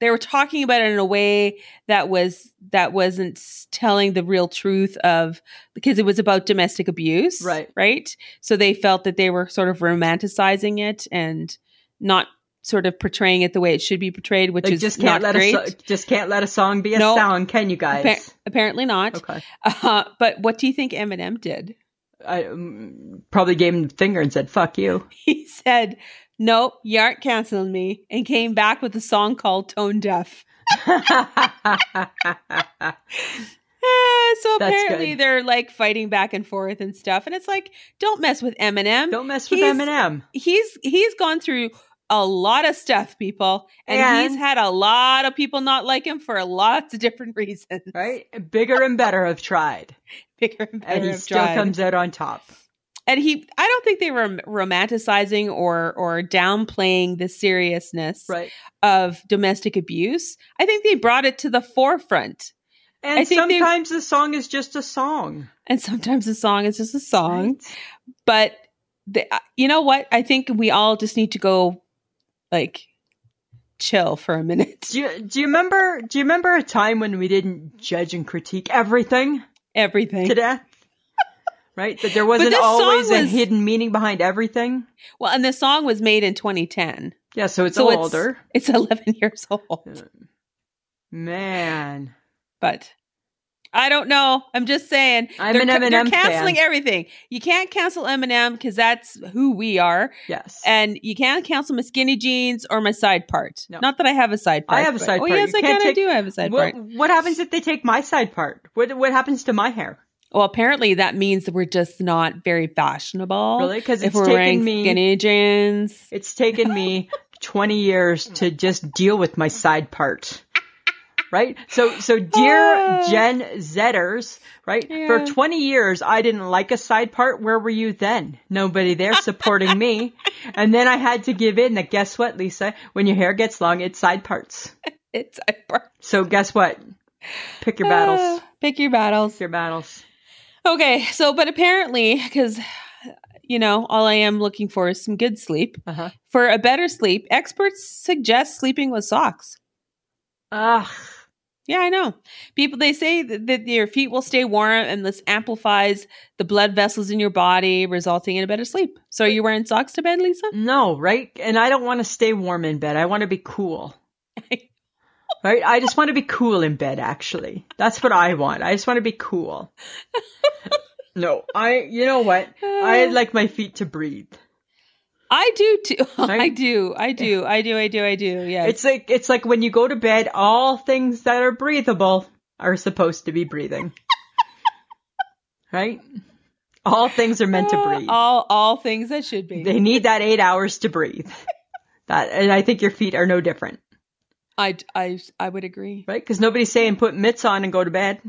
[SPEAKER 1] they were talking about it in a way that was that wasn't s- telling the real truth of because it was about domestic abuse
[SPEAKER 2] Right.
[SPEAKER 1] right so they felt that they were sort of romanticizing it and not sort of portraying it the way it should be portrayed which
[SPEAKER 2] Like,
[SPEAKER 1] is
[SPEAKER 2] just can't
[SPEAKER 1] not
[SPEAKER 2] let
[SPEAKER 1] great
[SPEAKER 2] a so- just can't let a song be a
[SPEAKER 1] No.
[SPEAKER 2] song, can you guys?
[SPEAKER 1] Appa- apparently not
[SPEAKER 2] Okay.
[SPEAKER 1] [LAUGHS] uh, but what do you think eminem did [LAUGHS]
[SPEAKER 2] I um, probably gave him the finger and said, "Fuck you."
[SPEAKER 1] he said nope you aren't canceling me and came back with a song called tone deaf
[SPEAKER 2] [LAUGHS]
[SPEAKER 1] Uh, so
[SPEAKER 2] That's
[SPEAKER 1] apparently
[SPEAKER 2] good.
[SPEAKER 1] they're like fighting back and forth and stuff, and it's like, don't mess with Eminem.
[SPEAKER 2] Don't mess with
[SPEAKER 1] He's-
[SPEAKER 2] Eminem.
[SPEAKER 1] He's he's gone through a lot of stuff, people, and,
[SPEAKER 2] And-
[SPEAKER 1] he's had a lot of people not like him for lots of different [LAUGHS] reasons.
[SPEAKER 2] Right? Bigger and better have tried.
[SPEAKER 1] Bigger and better
[SPEAKER 2] and he
[SPEAKER 1] have
[SPEAKER 2] still
[SPEAKER 1] tried.
[SPEAKER 2] comes out on top.
[SPEAKER 1] and he, I don't think they were romanticizing or or downplaying the seriousness
[SPEAKER 2] Right.
[SPEAKER 1] of domestic abuse. I think they brought it to the forefront.
[SPEAKER 2] And
[SPEAKER 1] I think they-
[SPEAKER 2] sometimes the song is just a song.
[SPEAKER 1] And sometimes a song is just a song.
[SPEAKER 2] Right?
[SPEAKER 1] but the, uh, you know what i think we all just need to go like chill for a minute
[SPEAKER 2] [LAUGHS]
[SPEAKER 1] [LAUGHS]
[SPEAKER 2] Do you, do you remember do you remember a time when we didn't judge and critique everything
[SPEAKER 1] everything
[SPEAKER 2] to death? right? That there wasn't
[SPEAKER 1] this song
[SPEAKER 2] always a
[SPEAKER 1] was-
[SPEAKER 2] hidden meaning behind everything.
[SPEAKER 1] well and the song was made in 2010
[SPEAKER 2] Yeah, so it's
[SPEAKER 1] so it's-
[SPEAKER 2] older.
[SPEAKER 1] it's [LAUGHS] 11 years old
[SPEAKER 2] Man.
[SPEAKER 1] but i don't know i'm just saying
[SPEAKER 2] I'm
[SPEAKER 1] they're,
[SPEAKER 2] an
[SPEAKER 1] ca- they're
[SPEAKER 2] Eminem
[SPEAKER 1] canceling
[SPEAKER 2] fan.
[SPEAKER 1] everything you can't cancel eminem because that's who we are
[SPEAKER 2] Yes.
[SPEAKER 1] and you can't cancel my skinny jeans or my side part
[SPEAKER 2] No.
[SPEAKER 1] not that i have a side part
[SPEAKER 2] I have a
[SPEAKER 1] but-
[SPEAKER 2] side
[SPEAKER 1] oh
[SPEAKER 2] part.
[SPEAKER 1] yes
[SPEAKER 2] You
[SPEAKER 1] i
[SPEAKER 2] can't
[SPEAKER 1] kind of
[SPEAKER 2] take-
[SPEAKER 1] do have a side
[SPEAKER 2] what,
[SPEAKER 1] part
[SPEAKER 2] what happens if they take my side part? What what happens to my hair?
[SPEAKER 1] well apparently that means that we're just not very fashionable
[SPEAKER 2] Really? Because
[SPEAKER 1] if
[SPEAKER 2] it's
[SPEAKER 1] we're
[SPEAKER 2] taken
[SPEAKER 1] wearing
[SPEAKER 2] me
[SPEAKER 1] skinny jeans.
[SPEAKER 2] It's taken me 20 years to just deal with my side part. Right? So, so dear
[SPEAKER 1] Ah.
[SPEAKER 2] Gen Zers, right? For
[SPEAKER 1] Yeah.
[SPEAKER 2] 20 years, I didn't like a side part. Where were you then? Nobody there supporting me. And then I had to give in that guess what, Lisa? When your hair gets long, it's side parts.
[SPEAKER 1] It's I bar-
[SPEAKER 2] So guess what? Pick your battles.
[SPEAKER 1] Ah, Pick your battles.
[SPEAKER 2] Your battles.
[SPEAKER 1] Okay, so but apparently, because you know, all I am looking for is some good sleep.
[SPEAKER 2] Uh-huh.
[SPEAKER 1] For a better sleep, experts suggest sleeping with socks.
[SPEAKER 2] Ugh.
[SPEAKER 1] Yeah, I know. People they say that, that your feet will stay warm, and this amplifies the blood vessels in your body, resulting in a better sleep. So, are you wearing socks to bed, Lisa?
[SPEAKER 2] No, right? And I don't want to stay warm in bed. I want to be
[SPEAKER 1] [LAUGHS]
[SPEAKER 2] cool. right? I just want to be cool in bed, actually. That's what I want. I just want to be
[SPEAKER 1] [LAUGHS]
[SPEAKER 2] cool. no, I, you know what?
[SPEAKER 1] Uh, [SIGHS]
[SPEAKER 2] I like my feet to breathe.
[SPEAKER 1] I do too. [LAUGHS]
[SPEAKER 2] Right?
[SPEAKER 1] I do. I do. I do. I do. I do. Yes.
[SPEAKER 2] It's like, it's like when you go to bed, all things that are breathable are supposed to be
[SPEAKER 1] [LAUGHS]
[SPEAKER 2] breathing. right? All things are meant to
[SPEAKER 1] Uh,
[SPEAKER 2] breathe.
[SPEAKER 1] All all things that should be.
[SPEAKER 2] They need that eight hours
[SPEAKER 1] [LAUGHS]
[SPEAKER 2] to breathe. That, and I think your feet are no different,
[SPEAKER 1] I I I would agree.
[SPEAKER 2] right? Because nobody's saying put mitts on and go to bed.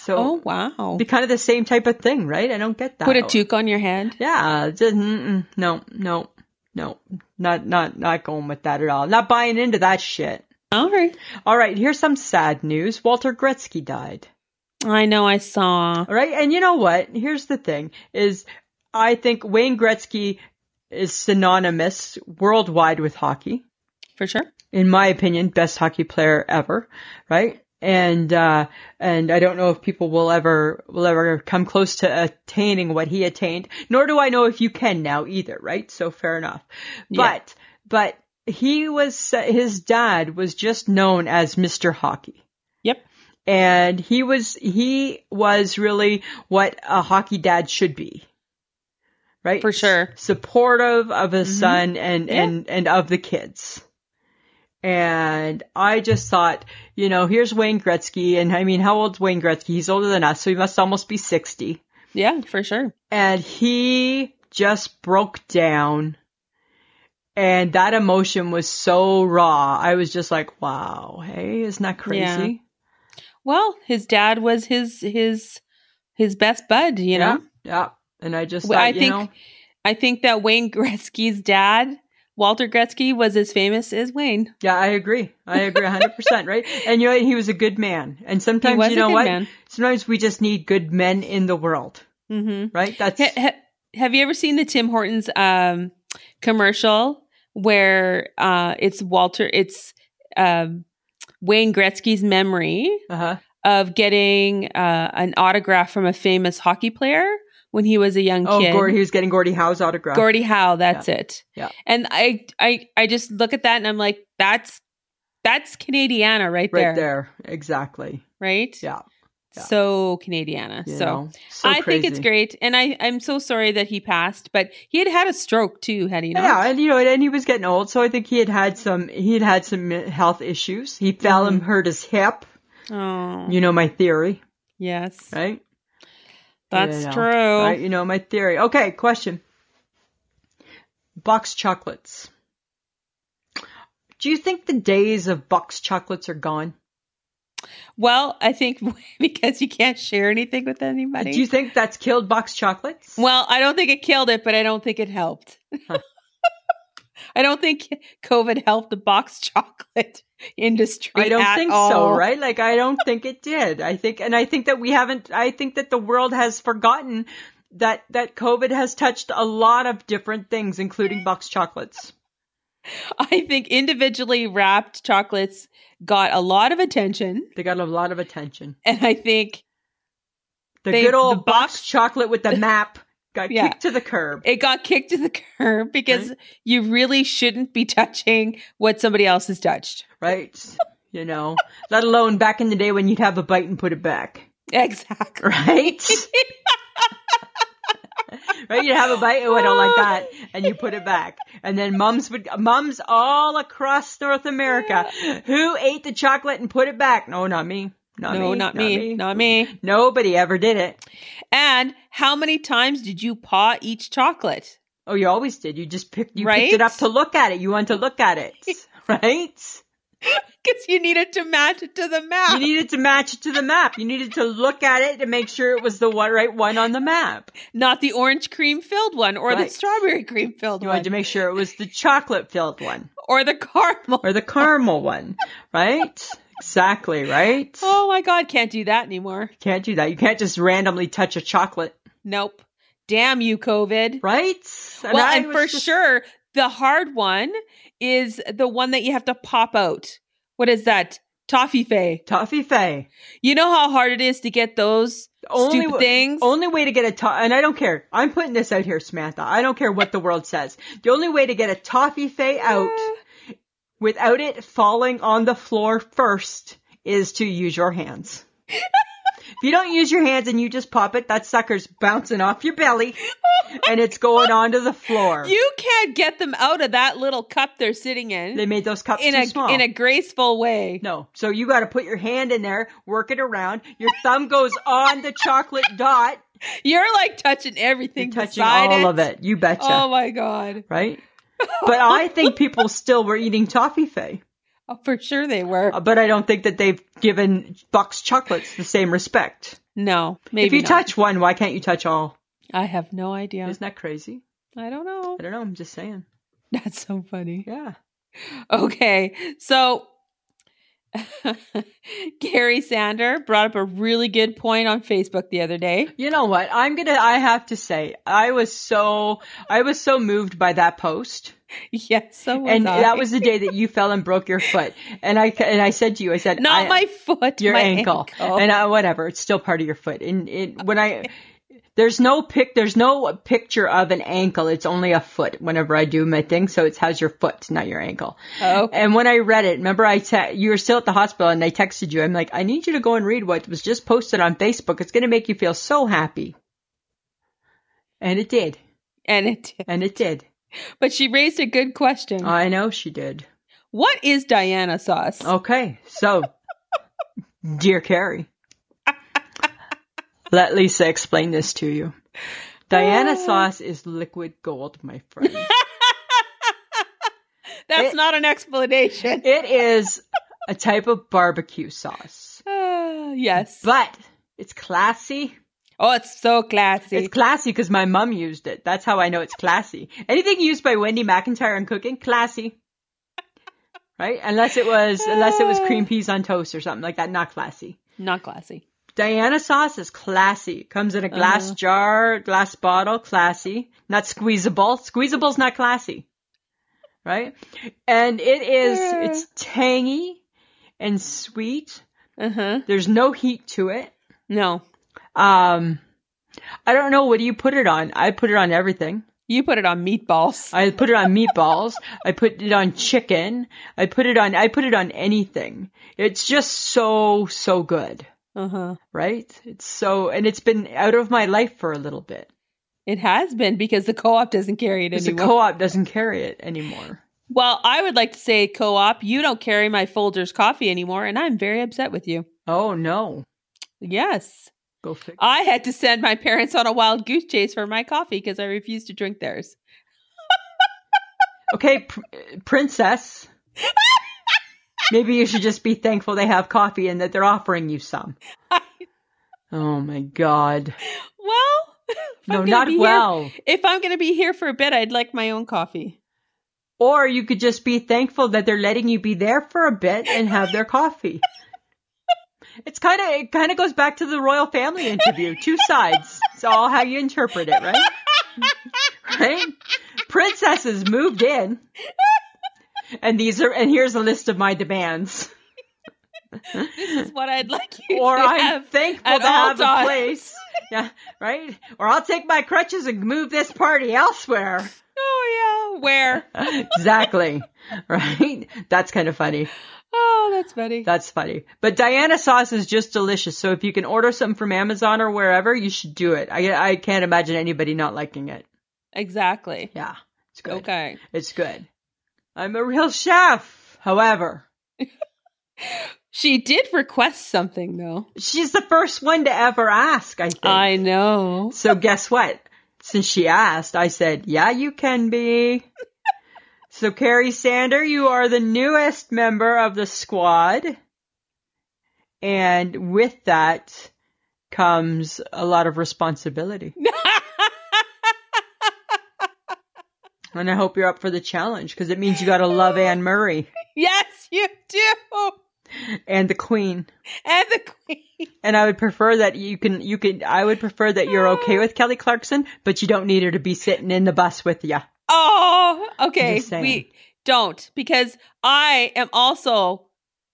[SPEAKER 2] So
[SPEAKER 1] Oh wow!
[SPEAKER 2] be kind of the same type of thing, right? I don't get that.
[SPEAKER 1] Put a toque on your head.
[SPEAKER 2] Yeah, just, mm-mm, no, no, no, not, not, not going with that at all. Not buying into that shit.
[SPEAKER 1] All right.
[SPEAKER 2] All right, here's some sad news. Walter Gretzky died.
[SPEAKER 1] I know. I saw.
[SPEAKER 2] All right, and you know what? Here's the thing: is I think Wayne Gretzky is synonymous worldwide with hockey.
[SPEAKER 1] For sure.
[SPEAKER 2] in my opinion, best hockey player ever, right? And uh, and I don't know if people will ever will ever come close to attaining what he attained. Nor do I know if you can now either, right? So fair enough.
[SPEAKER 1] Yeah.
[SPEAKER 2] But but he was his dad was just known as Mr. Hockey
[SPEAKER 1] Yep.
[SPEAKER 2] and he was he was really what a hockey dad should be right
[SPEAKER 1] For sure. Mm-hmm.
[SPEAKER 2] supportive of his son and
[SPEAKER 1] Yeah.
[SPEAKER 2] and and of the kids and i just thought you know here's wayne gretzky and i mean how old's wayne gretzky he's older than us so he must almost be 60
[SPEAKER 1] Yeah. For sure.
[SPEAKER 2] and he just broke down and that emotion was so raw i was just like wow hey isn't that crazy
[SPEAKER 1] Yeah. Well, his dad was his his his best bud. You know.
[SPEAKER 2] Yeah, yeah. And I just,
[SPEAKER 1] Well,
[SPEAKER 2] thought,
[SPEAKER 1] I
[SPEAKER 2] you
[SPEAKER 1] think-
[SPEAKER 2] know,
[SPEAKER 1] I think that Wayne [LAUGHS] Gretzky's dad, Walter Gretzky, was as famous as Wayne.
[SPEAKER 2] yeah, I agree. I agree 100%, right? And you know, what? he was a good man. And
[SPEAKER 1] He
[SPEAKER 2] sometimes,
[SPEAKER 1] was
[SPEAKER 2] you know
[SPEAKER 1] a good
[SPEAKER 2] what?
[SPEAKER 1] man.
[SPEAKER 2] Sometimes we just need good men in the world,
[SPEAKER 1] Mm-hmm.
[SPEAKER 2] right? That's,
[SPEAKER 1] Ha- ha- have you ever seen the Tim Hortons um, commercial where uh, it's Walter, it's um, Wayne Gretzky's memory
[SPEAKER 2] uh-huh.
[SPEAKER 1] of getting uh, an autograph from a famous hockey player when he was a young
[SPEAKER 2] Oh,
[SPEAKER 1] kid?
[SPEAKER 2] Gordy, he was getting Gordy Howe's autograph.
[SPEAKER 1] Gordie Howe, that's it.
[SPEAKER 2] Yeah.
[SPEAKER 1] And I, I, I just look at that and I'm like, that's that's Canadiana right there,
[SPEAKER 2] right there. Exactly.
[SPEAKER 1] right?
[SPEAKER 2] Yeah. yeah.
[SPEAKER 1] So Canadiana.
[SPEAKER 2] You
[SPEAKER 1] so.
[SPEAKER 2] know, so
[SPEAKER 1] I think it's
[SPEAKER 2] crazy.
[SPEAKER 1] great, and I I'm so sorry that he passed, but he had had a stroke too, had he not?
[SPEAKER 2] Yeah, and you know, and he was getting old, so I think he had had some, he had had some health issues. He fell and
[SPEAKER 1] Mm-hmm.
[SPEAKER 2] hurt his hip.
[SPEAKER 1] Oh,
[SPEAKER 2] You know my theory,
[SPEAKER 1] yes,
[SPEAKER 2] right?
[SPEAKER 1] that's
[SPEAKER 2] You know,
[SPEAKER 1] true.
[SPEAKER 2] Right? You know my theory. Okay, question. Box chocolates. Do you think the days of box chocolates are gone?
[SPEAKER 1] Well, I think [LAUGHS] because you can't share anything with anybody.
[SPEAKER 2] Do you think that's killed box chocolates?
[SPEAKER 1] well, I don't think it killed it, but I don't think it helped. [LAUGHS] I don't think COVID helped the box [LAUGHS] chocolate industry.
[SPEAKER 2] I don't
[SPEAKER 1] at
[SPEAKER 2] think so,
[SPEAKER 1] all.
[SPEAKER 2] right? Like I don't think it did. I think and I think that we haven't I think that the world has forgotten that that COVID has touched a lot of different things including box chocolates.
[SPEAKER 1] I think individually wrapped chocolates got a lot of attention,
[SPEAKER 2] They got a lot of attention.
[SPEAKER 1] and I think
[SPEAKER 2] The
[SPEAKER 1] They-
[SPEAKER 2] good old
[SPEAKER 1] the
[SPEAKER 2] box,
[SPEAKER 1] box-
[SPEAKER 2] chocolate
[SPEAKER 1] [LAUGHS]
[SPEAKER 2] with the map got
[SPEAKER 1] Yeah.
[SPEAKER 2] kicked to the curb.
[SPEAKER 1] it got kicked to the [LAUGHS] curb because you really shouldn't be touching what somebody else has touched.
[SPEAKER 2] right? You know, let alone back in the day when you'd have a bite and put it back, [LAUGHS]
[SPEAKER 1] Exactly.
[SPEAKER 2] right? right? You'd have a bite, oh, I don't like that, and you put it back. And then mums would, mums all across North America, who ate the chocolate and put it back? No, not me.
[SPEAKER 1] [LAUGHS]
[SPEAKER 2] Not
[SPEAKER 1] no,
[SPEAKER 2] me.
[SPEAKER 1] not, me, Not me.
[SPEAKER 2] Nobody ever did it.
[SPEAKER 1] And how many times did you paw each chocolate? [LAUGHS]
[SPEAKER 2] Oh, you always did. You just picked, you picked
[SPEAKER 1] Right?
[SPEAKER 2] it up to look at it. You want to look at it,
[SPEAKER 1] [LAUGHS]
[SPEAKER 2] right?
[SPEAKER 1] Because you needed to match it to the map.
[SPEAKER 2] You needed to match it to the map. You needed to look at it to make sure it was the one, right one on the map.
[SPEAKER 1] Not the orange cream filled one or the
[SPEAKER 2] Right.
[SPEAKER 1] strawberry cream filled
[SPEAKER 2] You
[SPEAKER 1] one
[SPEAKER 2] wanted to make sure it was the chocolate filled one
[SPEAKER 1] or the [LAUGHS] caramel.
[SPEAKER 2] or the caramel one, right? Exactly, right?
[SPEAKER 1] Oh my God, can't do that anymore.
[SPEAKER 2] Can't do that. You can't just randomly touch a chocolate,
[SPEAKER 1] Nope. Damn you, COVID.
[SPEAKER 2] right? And
[SPEAKER 1] well,
[SPEAKER 2] I
[SPEAKER 1] and
[SPEAKER 2] was
[SPEAKER 1] for
[SPEAKER 2] just-
[SPEAKER 1] sure, the hard one is the one that you have to pop out. What is that? Toffee Fay.
[SPEAKER 2] Toffee Fay.
[SPEAKER 1] You know how hard it is to get those
[SPEAKER 2] Only
[SPEAKER 1] stupid
[SPEAKER 2] wa-
[SPEAKER 1] things?
[SPEAKER 2] Only way to get a to- and I don't care. I'm putting this out here, Samantha. I don't care what the world says. The only way to get a toffee fay out without it falling on the floor first is to use your
[SPEAKER 1] [LAUGHS]
[SPEAKER 2] hands. if you don't use your hands and you just pop it, that sucker's bouncing off
[SPEAKER 1] [LAUGHS]
[SPEAKER 2] your belly and it's going onto the floor.
[SPEAKER 1] you can't get them out of that little cup they're sitting in
[SPEAKER 2] they made those cups
[SPEAKER 1] in
[SPEAKER 2] too
[SPEAKER 1] a
[SPEAKER 2] small.
[SPEAKER 1] in a graceful way.
[SPEAKER 2] no, so you got to put your hand in there, work it around. Your thumb goes on the chocolate dot,
[SPEAKER 1] You're like touching everything.
[SPEAKER 2] You're touching
[SPEAKER 1] beside
[SPEAKER 2] all of it. You betcha.
[SPEAKER 1] Oh my god!
[SPEAKER 2] right? But I think people still were eating toffee fay.
[SPEAKER 1] Oh, for sure they were.
[SPEAKER 2] Uh, But I don't think that they've given box chocolates the same respect.
[SPEAKER 1] no, maybe
[SPEAKER 2] if you
[SPEAKER 1] not.
[SPEAKER 2] touch one, why can't you touch all?
[SPEAKER 1] I have no idea.
[SPEAKER 2] Isn't that crazy?
[SPEAKER 1] I don't know.
[SPEAKER 2] I don't know. I'm just saying.
[SPEAKER 1] [LAUGHS] That's so funny.
[SPEAKER 2] Yeah.
[SPEAKER 1] Okay, so [LAUGHS] Gary Sander brought up a really good point on Facebook the other day. [LAUGHS]
[SPEAKER 2] You know what? I'm gonna. I have to say, I was so I was so moved by that post,
[SPEAKER 1] Yes, so was
[SPEAKER 2] and
[SPEAKER 1] I.
[SPEAKER 2] that was the day that you fell and broke your foot. And I and I said to you, I said,
[SPEAKER 1] [LAUGHS] not
[SPEAKER 2] I- uh,
[SPEAKER 1] my foot,
[SPEAKER 2] your
[SPEAKER 1] my
[SPEAKER 2] ankle. [LAUGHS] and uh, whatever it's still part of your foot and it when i there's no pic there's no picture of an ankle it's only a foot whenever i do my thing so it's how's your foot not your ankle
[SPEAKER 1] oh,
[SPEAKER 2] and when i read it remember i te- you were still at the hospital and i texted you i'm like i need you to go and read what was just posted on facebook it's going to make you feel so happy and it did
[SPEAKER 1] and it did.
[SPEAKER 2] and it Uh, did
[SPEAKER 1] But she raised a good question.
[SPEAKER 2] i know she did
[SPEAKER 1] what is Diana sauce?
[SPEAKER 2] Oh, Okay, so, dear Carrie, let Lisa explain this to you. Diana sauce is liquid gold, my friend.
[SPEAKER 1] That's
[SPEAKER 2] it-
[SPEAKER 1] not an
[SPEAKER 2] [LAUGHS]
[SPEAKER 1] explanation. [SIGHS]
[SPEAKER 2] It is a type of barbecue sauce,
[SPEAKER 1] Ah, yes.
[SPEAKER 2] but it's classy.
[SPEAKER 1] oh, it's so classy.
[SPEAKER 2] It's classy because my mom used it. That's how I know it's classy. Anything used by Wendy McIntyre in cooking, classy. Right? Unless it was unless it was cream peas on toast or something like that, not classy.
[SPEAKER 1] not classy.
[SPEAKER 2] Diana sauce is classy. Comes in a glass jar, glass bottle, classy. Not squeezable. Squeezable's not classy. Right? And it is,
[SPEAKER 1] Yeah.
[SPEAKER 2] it's tangy and sweet.
[SPEAKER 1] Uh huh.
[SPEAKER 2] There's no heat to it.
[SPEAKER 1] No,
[SPEAKER 2] Um, I don't know. What do you put it on? I put it on everything.
[SPEAKER 1] you put it on meatballs.
[SPEAKER 2] I put it on meatballs. I put it on chicken. I put it on, I put it on anything. It's just so, so good.
[SPEAKER 1] Uh huh.
[SPEAKER 2] right? It's so, and it's been out of my life for a little bit.
[SPEAKER 1] It has been because the co-op doesn't carry it
[SPEAKER 2] Because the
[SPEAKER 1] anymore.
[SPEAKER 2] co-op doesn't carry it anymore.
[SPEAKER 1] well, I would like to say, co-op, you don't carry my Folgers coffee anymore, and I'm very upset with you.
[SPEAKER 2] Oh no,
[SPEAKER 1] Yes,
[SPEAKER 2] go fix.
[SPEAKER 1] I had to send my parents on a wild goose chase for my coffee because I refused to drink theirs.
[SPEAKER 2] Okay, pr- princess.
[SPEAKER 1] [LAUGHS]
[SPEAKER 2] Maybe you should just be thankful they have coffee and that they're offering
[SPEAKER 1] [LAUGHS]
[SPEAKER 2] you some. Oh my god.
[SPEAKER 1] Well, [LAUGHS] if I'm
[SPEAKER 2] No,
[SPEAKER 1] gonna
[SPEAKER 2] not
[SPEAKER 1] be here-
[SPEAKER 2] well.
[SPEAKER 1] if I'm going to be here for a bit, I'd like my own coffee. [LAUGHS]
[SPEAKER 2] Or you could just be thankful that they're letting you be there for a bit and have
[SPEAKER 1] [LAUGHS]
[SPEAKER 2] their coffee. It's kind of it kind of goes back to the royal family interview. Two sides. It's all how you interpret it, right? Right? Princesses moved in. And these are and here's a list of my demands.
[SPEAKER 1] This is what I'd like [LAUGHS] you
[SPEAKER 2] Or
[SPEAKER 1] to
[SPEAKER 2] I'm
[SPEAKER 1] have.
[SPEAKER 2] thankful
[SPEAKER 1] at
[SPEAKER 2] to
[SPEAKER 1] all
[SPEAKER 2] have a
[SPEAKER 1] times.
[SPEAKER 2] place. Yeah, right? Or I'll take my crutches and move this party elsewhere.
[SPEAKER 1] oh yeah, where?
[SPEAKER 2] exactly. Right? That's kind of funny.
[SPEAKER 1] Oh, that's funny.
[SPEAKER 2] That's funny. But Diana sauce is just delicious. So if you can order some from Amazon or wherever, you should do it. I, I can't imagine anybody not liking it.
[SPEAKER 1] exactly.
[SPEAKER 2] Yeah. It's good.
[SPEAKER 1] Okay.
[SPEAKER 2] It's good. I'm a real chef. However,
[SPEAKER 1] She did request something though.
[SPEAKER 2] she's the first one to ever ask, I think.
[SPEAKER 1] I know.
[SPEAKER 2] So guess what? Since she asked, I said, yeah, you can be. [LAUGHS] So Carrie Sander, you are the newest member of the squad. And with that comes a lot of responsibility. And I hope you're up for the challenge because it means you got to love Anne Murray.
[SPEAKER 1] yes, you do.
[SPEAKER 2] and the queen.
[SPEAKER 1] and the queen.
[SPEAKER 2] And I would prefer that you can, you can, I would prefer that you're okay with Kelly Clarkson, but you don't need her to be sitting in the bus with you.
[SPEAKER 1] Oh, okay.
[SPEAKER 2] Just saying.
[SPEAKER 1] We don't because I am also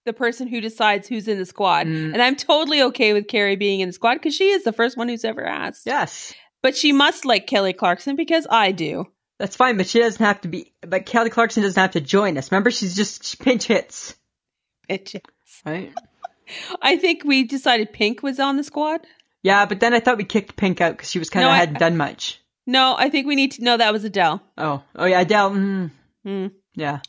[SPEAKER 1] the person who decides who's in the squad,
[SPEAKER 2] Mm.
[SPEAKER 1] and I'm totally okay with Carrie being in the squad because she is the first one who's ever asked.
[SPEAKER 2] Yes.
[SPEAKER 1] But she must like Kelly Clarkson because I do.
[SPEAKER 2] That's fine, but she doesn't have to be, but Kelly Clarkson doesn't have to join us. Remember, she's just she pinch hits.
[SPEAKER 1] Bitch.
[SPEAKER 2] Right.
[SPEAKER 1] I think we decided Pink was on the squad.
[SPEAKER 2] Yeah, but then I thought we kicked Pink out because she was kind of
[SPEAKER 1] No, I-
[SPEAKER 2] hadn't done much.
[SPEAKER 1] No, I think we need to know that was Adele.
[SPEAKER 2] Oh, oh yeah, Adele. Mm,
[SPEAKER 1] Mm.
[SPEAKER 2] yeah,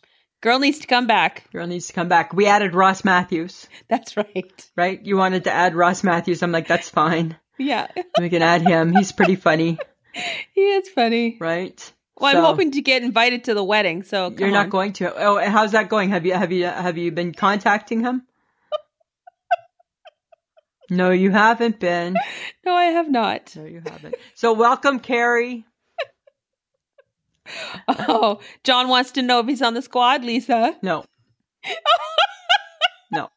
[SPEAKER 1] Girl needs to come back. [LAUGHS]
[SPEAKER 2] girl needs to come back. We added Ross Matthews,
[SPEAKER 1] That's right.
[SPEAKER 2] right? You wanted to add Ross Matthews. I'm like, that's fine.
[SPEAKER 1] Yeah. [LAUGHS]
[SPEAKER 2] We can add him. He's pretty funny,
[SPEAKER 1] He is funny.
[SPEAKER 2] right?
[SPEAKER 1] Well,
[SPEAKER 2] So,
[SPEAKER 1] I'm hoping to get invited to the wedding, so
[SPEAKER 2] you're
[SPEAKER 1] come
[SPEAKER 2] not
[SPEAKER 1] on.
[SPEAKER 2] going to. Oh, and how's that going? Have you have you have you been contacting
[SPEAKER 1] [LAUGHS]
[SPEAKER 2] him? No, you haven't been.
[SPEAKER 1] No, I have not.
[SPEAKER 2] No, you haven't. So welcome, Carrie.
[SPEAKER 1] Oh, John wants to know if he's on the squad, Lisa. [LAUGHS]
[SPEAKER 2] No. no.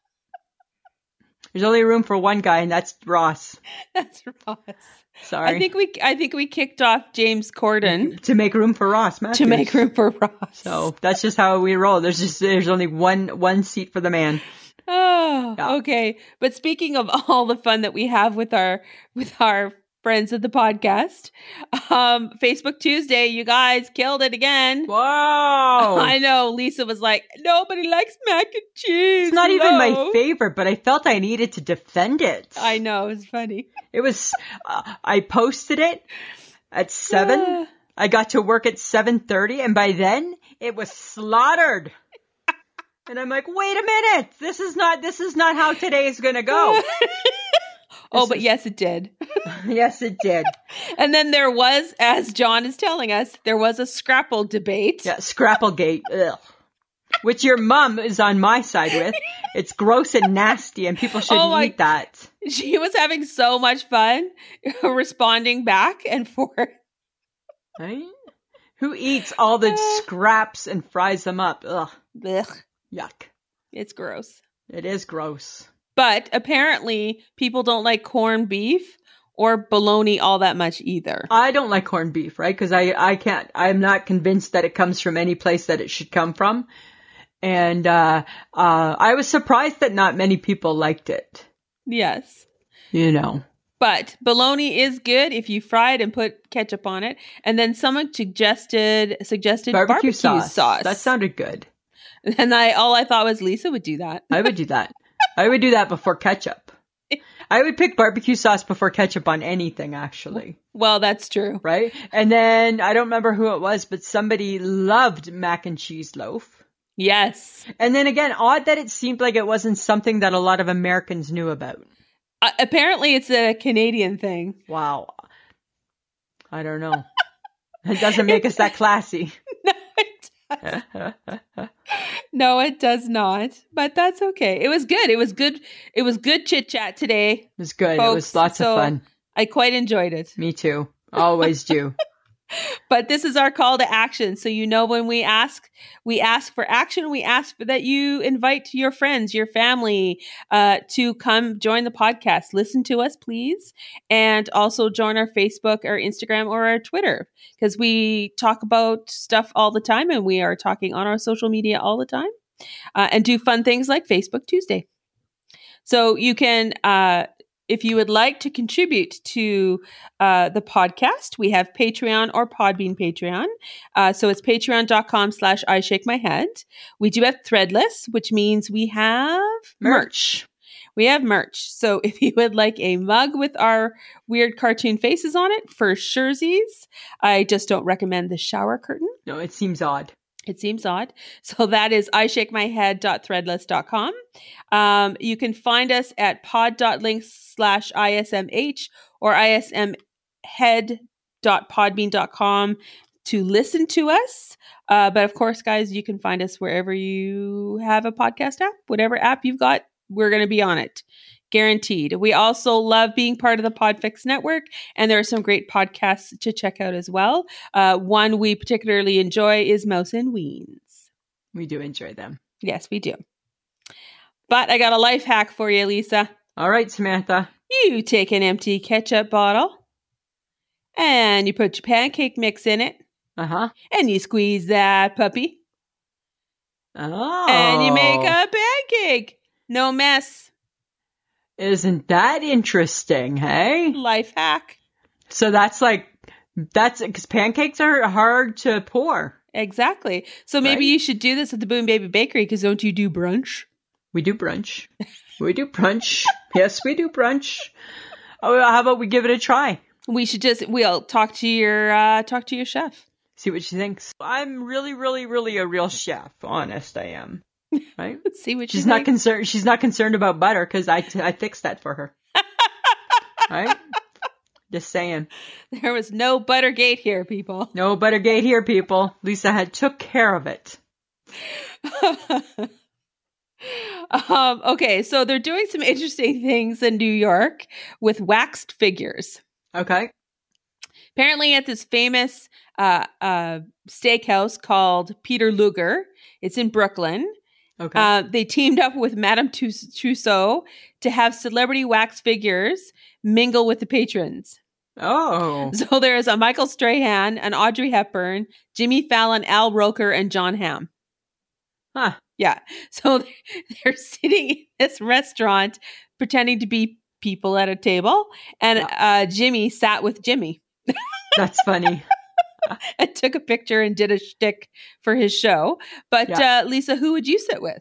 [SPEAKER 2] There's only room for one guy, and that's Ross.
[SPEAKER 1] That's Ross.
[SPEAKER 2] Sorry.
[SPEAKER 1] I think we I think we kicked off James Corden
[SPEAKER 2] to make room for Ross,
[SPEAKER 1] [LAUGHS]
[SPEAKER 2] Matthews.
[SPEAKER 1] to make room for Ross.
[SPEAKER 2] So that's just how we roll. There's just there's only one one seat for the man.
[SPEAKER 1] [LAUGHS] Oh,
[SPEAKER 2] Yeah.
[SPEAKER 1] okay. But speaking of [LAUGHS] all the fun that we have with our with our friends of the podcast, um, Facebook Tuesday, you guys killed it again.
[SPEAKER 2] Whoa!
[SPEAKER 1] [LAUGHS] I know Lisa was like, nobody likes mac and cheese.
[SPEAKER 2] [LAUGHS] it's not even my
[SPEAKER 1] Hello."
[SPEAKER 2] favorite, but I felt I needed to defend it.
[SPEAKER 1] I know it was funny.
[SPEAKER 2] It was uh, I posted it at seven. I got to work at seven thirty, and by then it was slaughtered. And I'm like, wait a minute, this is not this is not how today is
[SPEAKER 1] [LAUGHS]
[SPEAKER 2] gonna go.
[SPEAKER 1] oh,
[SPEAKER 2] This
[SPEAKER 1] but
[SPEAKER 2] is-
[SPEAKER 1] yes, it did.
[SPEAKER 2] yes, it did.
[SPEAKER 1] And then there was, as John is telling us, there was a scrapple debate.
[SPEAKER 2] Yeah, Scrapplegate. Ugh. Which your mum is on my side with. It's gross and nasty, and people shouldn't
[SPEAKER 1] Oh, I-
[SPEAKER 2] eat that.
[SPEAKER 1] [LAUGHS] She was having so much fun [LAUGHS] responding back and forth.
[SPEAKER 2] Right? Who eats all the
[SPEAKER 1] Uh.
[SPEAKER 2] scraps and fries them up? Ugh,
[SPEAKER 1] Blech.
[SPEAKER 2] yuck.
[SPEAKER 1] It's gross.
[SPEAKER 2] It is gross.
[SPEAKER 1] But apparently, people don't like corned beef or bologna all that much either.
[SPEAKER 2] I don't like corned beef, right? Because I, I can't, I'm not convinced that it comes from any place that it should come from. And uh, uh, I was surprised that not many people liked it.
[SPEAKER 1] Yes.
[SPEAKER 2] You know,
[SPEAKER 1] But bologna is good if you fry it and put ketchup on it. And then someone suggested suggested
[SPEAKER 2] barbecue,
[SPEAKER 1] barbecue,
[SPEAKER 2] sauce.
[SPEAKER 1] sauce.
[SPEAKER 2] That sounded good.
[SPEAKER 1] [LAUGHS] and I all I thought was Lisa would do that.
[SPEAKER 2] I would do that. I would do that before ketchup. I would pick barbecue sauce before ketchup on anything, actually.
[SPEAKER 1] Well, that's true.
[SPEAKER 2] Right? And then I don't remember who it was, but somebody loved mac and cheese loaf.
[SPEAKER 1] Yes.
[SPEAKER 2] And then again, odd that it seemed like it wasn't something that a lot of Americans knew about.
[SPEAKER 1] Uh, apparently, it's a Canadian thing. [LAUGHS]
[SPEAKER 2] Wow. I don't know. It doesn't make us that classy.
[SPEAKER 1] No, it, no, it does not. But that's okay. It was good. It was good. It was good chit chat today.
[SPEAKER 2] It was good. it was
[SPEAKER 1] Folks,
[SPEAKER 2] lots
[SPEAKER 1] so-
[SPEAKER 2] of fun.
[SPEAKER 1] I quite enjoyed it.
[SPEAKER 2] Me too. Always do. [LAUGHS]
[SPEAKER 1] But this is our call to action. So you know when we ask, we ask for action. We ask for that you invite your friends, your family, uh, to come join the podcast. Listen to us, please, and also join our Facebook, our Instagram, or our Twitter because we talk about stuff all the time, and we are talking on our social media all the time, uh, and do fun things like Facebook Tuesday. So you can. Uh, if you would like to contribute to uh, the podcast. We have Patreon or Podbean Patreon. Uh, so it's patreon.com slash I shake my head. We do have Threadless, which means we have
[SPEAKER 2] Merch.
[SPEAKER 1] We have merch. So [LAUGHS] if you would like a mug with our weird cartoon faces on it for surezies, I just don't recommend the shower curtain.
[SPEAKER 2] No, it seems odd.
[SPEAKER 1] It seems odd. [LAUGHS] So that is I shake my head.threadless.com. Um, you can find us at pod.link slash ISMH or ismhead.podbean.com to listen to us. Uh, but of course, guys, you can find us wherever you have a podcast app, whatever app you've got, we're going to be on it. Guaranteed. We also love being part of the Podfix Network, and there are some great podcasts to check out as well. Uh, one we particularly enjoy is Mouse and Weens.
[SPEAKER 2] We do enjoy them.
[SPEAKER 1] Yes, we do. But I got a life hack for you, Lisa.
[SPEAKER 2] All right, Samantha.
[SPEAKER 1] You take an empty ketchup bottle and you put your pancake mix in it
[SPEAKER 2] Uh huh.
[SPEAKER 1] and you squeeze that puppy
[SPEAKER 2] Oh.
[SPEAKER 1] and you make a pancake. No mess.
[SPEAKER 2] Isn't that interesting? Hey.
[SPEAKER 1] Life hack.
[SPEAKER 2] So that's like that's because pancakes are hard to pour.
[SPEAKER 1] Exactly. So maybe
[SPEAKER 2] Right.
[SPEAKER 1] you should do this at the Boom Baby Bakery because don't you do brunch?
[SPEAKER 2] We
[SPEAKER 1] [LAUGHS]
[SPEAKER 2] do brunch. We do brunch. yes, we do brunch. Oh, well, how about we give it a try?
[SPEAKER 1] We should just we'll talk to your uh talk to your chef. [LAUGHS]
[SPEAKER 2] See what she thinks. I'm really, really, really a real chef. Honest,
[SPEAKER 1] [LAUGHS]
[SPEAKER 2] I am. Right?
[SPEAKER 1] See what
[SPEAKER 2] She's
[SPEAKER 1] you
[SPEAKER 2] not
[SPEAKER 1] think.
[SPEAKER 2] concerned. She's not concerned about butter because I I fixed that
[SPEAKER 1] [LAUGHS]
[SPEAKER 2] for her. right? Just saying.
[SPEAKER 1] [LAUGHS] There was no Buttergate here, people. [LAUGHS]
[SPEAKER 2] No Buttergate here, people. Lisa had took care of it.
[SPEAKER 1] um, okay, so they're doing some interesting [LAUGHS] things in New York with waxed figures.
[SPEAKER 2] Okay.
[SPEAKER 1] Apparently, at this famous uh, uh, steakhouse called Peter Luger, it's in Brooklyn.
[SPEAKER 2] Okay.
[SPEAKER 1] Uh, they teamed up with Madame Tus- Tussaud to have celebrity wax figures mingle with the patrons. [LAUGHS]
[SPEAKER 2] [LAUGHS] oh.
[SPEAKER 1] So there is a Michael Strahan, an Audrey Hepburn, Jimmy Fallon, Al Roker, and John Hamm.
[SPEAKER 2] Huh.
[SPEAKER 1] So [LAUGHS] they're sitting in this restaurant pretending to be people at a table, and uh, Jimmy sat with Jimmy [LAUGHS]
[SPEAKER 2] That's funny.
[SPEAKER 1] and took a picture and did a shtick for his show. But
[SPEAKER 2] Yeah.
[SPEAKER 1] uh, Lisa, who would you sit with?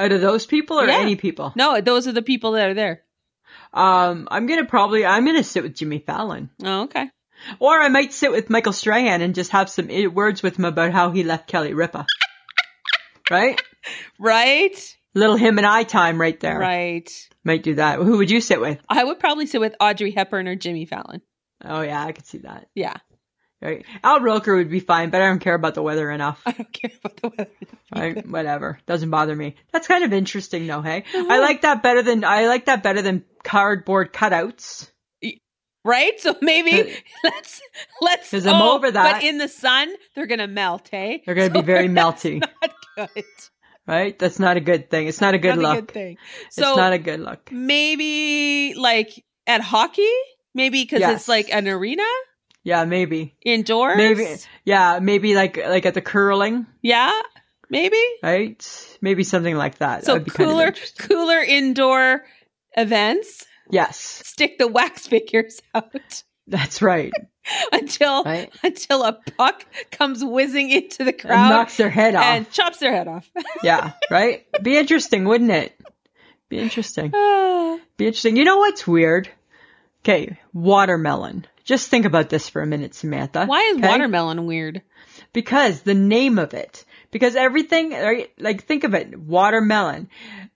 [SPEAKER 2] Out of those people or
[SPEAKER 1] Yeah.
[SPEAKER 2] any people?
[SPEAKER 1] No, those are the people that are there.
[SPEAKER 2] Um, I'm gonna probably I'm gonna sit with Jimmy Fallon,
[SPEAKER 1] Oh, okay.
[SPEAKER 2] or I might sit with Michael Strahan and just have some i- words with him about how he left
[SPEAKER 1] [LAUGHS]
[SPEAKER 2] Kelly Ripa. Right,
[SPEAKER 1] Right,
[SPEAKER 2] little him and I time right there.
[SPEAKER 1] right.
[SPEAKER 2] Might do that. Who would you sit with?
[SPEAKER 1] I would probably sit with Audrey Hepburn or Jimmy Fallon.
[SPEAKER 2] Oh yeah, I could see that.
[SPEAKER 1] Yeah, [LAUGHS]
[SPEAKER 2] Right. Al Roker would be fine, but I don't care about the
[SPEAKER 1] [LAUGHS]
[SPEAKER 2] weather enough.
[SPEAKER 1] I don't care about the weather.
[SPEAKER 2] Right? Whatever. Doesn't bother me. That's kind of interesting though, hey?
[SPEAKER 1] Mm.
[SPEAKER 2] I like that better than I like that better than cardboard cutouts.
[SPEAKER 1] Right? So maybe [LAUGHS] let's let's oh,
[SPEAKER 2] 'Cause I'm over that.
[SPEAKER 1] But in the sun, they're gonna melt, hey?
[SPEAKER 2] They're gonna
[SPEAKER 1] So [LAUGHS]
[SPEAKER 2] be very
[SPEAKER 1] that's
[SPEAKER 2] melty.
[SPEAKER 1] Not good.
[SPEAKER 2] Right? That's not a good thing. It's not a good
[SPEAKER 1] not
[SPEAKER 2] look.
[SPEAKER 1] a good thing. So
[SPEAKER 2] it's not a good look.
[SPEAKER 1] maybe like at hockey, maybe because
[SPEAKER 2] Yes.
[SPEAKER 1] it's like an arena
[SPEAKER 2] Yeah, maybe.
[SPEAKER 1] indoors.
[SPEAKER 2] Maybe yeah, maybe like like at the curling,
[SPEAKER 1] Yeah. Maybe.
[SPEAKER 2] right? Maybe something like that.
[SPEAKER 1] So
[SPEAKER 2] That'd be kind of
[SPEAKER 1] cooler
[SPEAKER 2] interesting.
[SPEAKER 1] cooler indoor events.
[SPEAKER 2] yes,
[SPEAKER 1] Stick the [LAUGHS] wax figures out [LAUGHS]
[SPEAKER 2] that's right.
[SPEAKER 1] until
[SPEAKER 2] Right,
[SPEAKER 1] until a puck comes whizzing into the
[SPEAKER 2] and
[SPEAKER 1] crowd
[SPEAKER 2] knocks their head off.
[SPEAKER 1] and chops their head off. [LAUGHS]
[SPEAKER 2] yeah, right. Be interesting, wouldn't it? Be interesting.
[SPEAKER 1] Ah.
[SPEAKER 2] Be interesting. You know what's weird? Okay, watermelon. Just think about this for a minute, Samantha.
[SPEAKER 1] Why is
[SPEAKER 2] okay?
[SPEAKER 1] watermelon weird?
[SPEAKER 2] Because the name of it. Because everything, right? Like, think of it. Watermelon.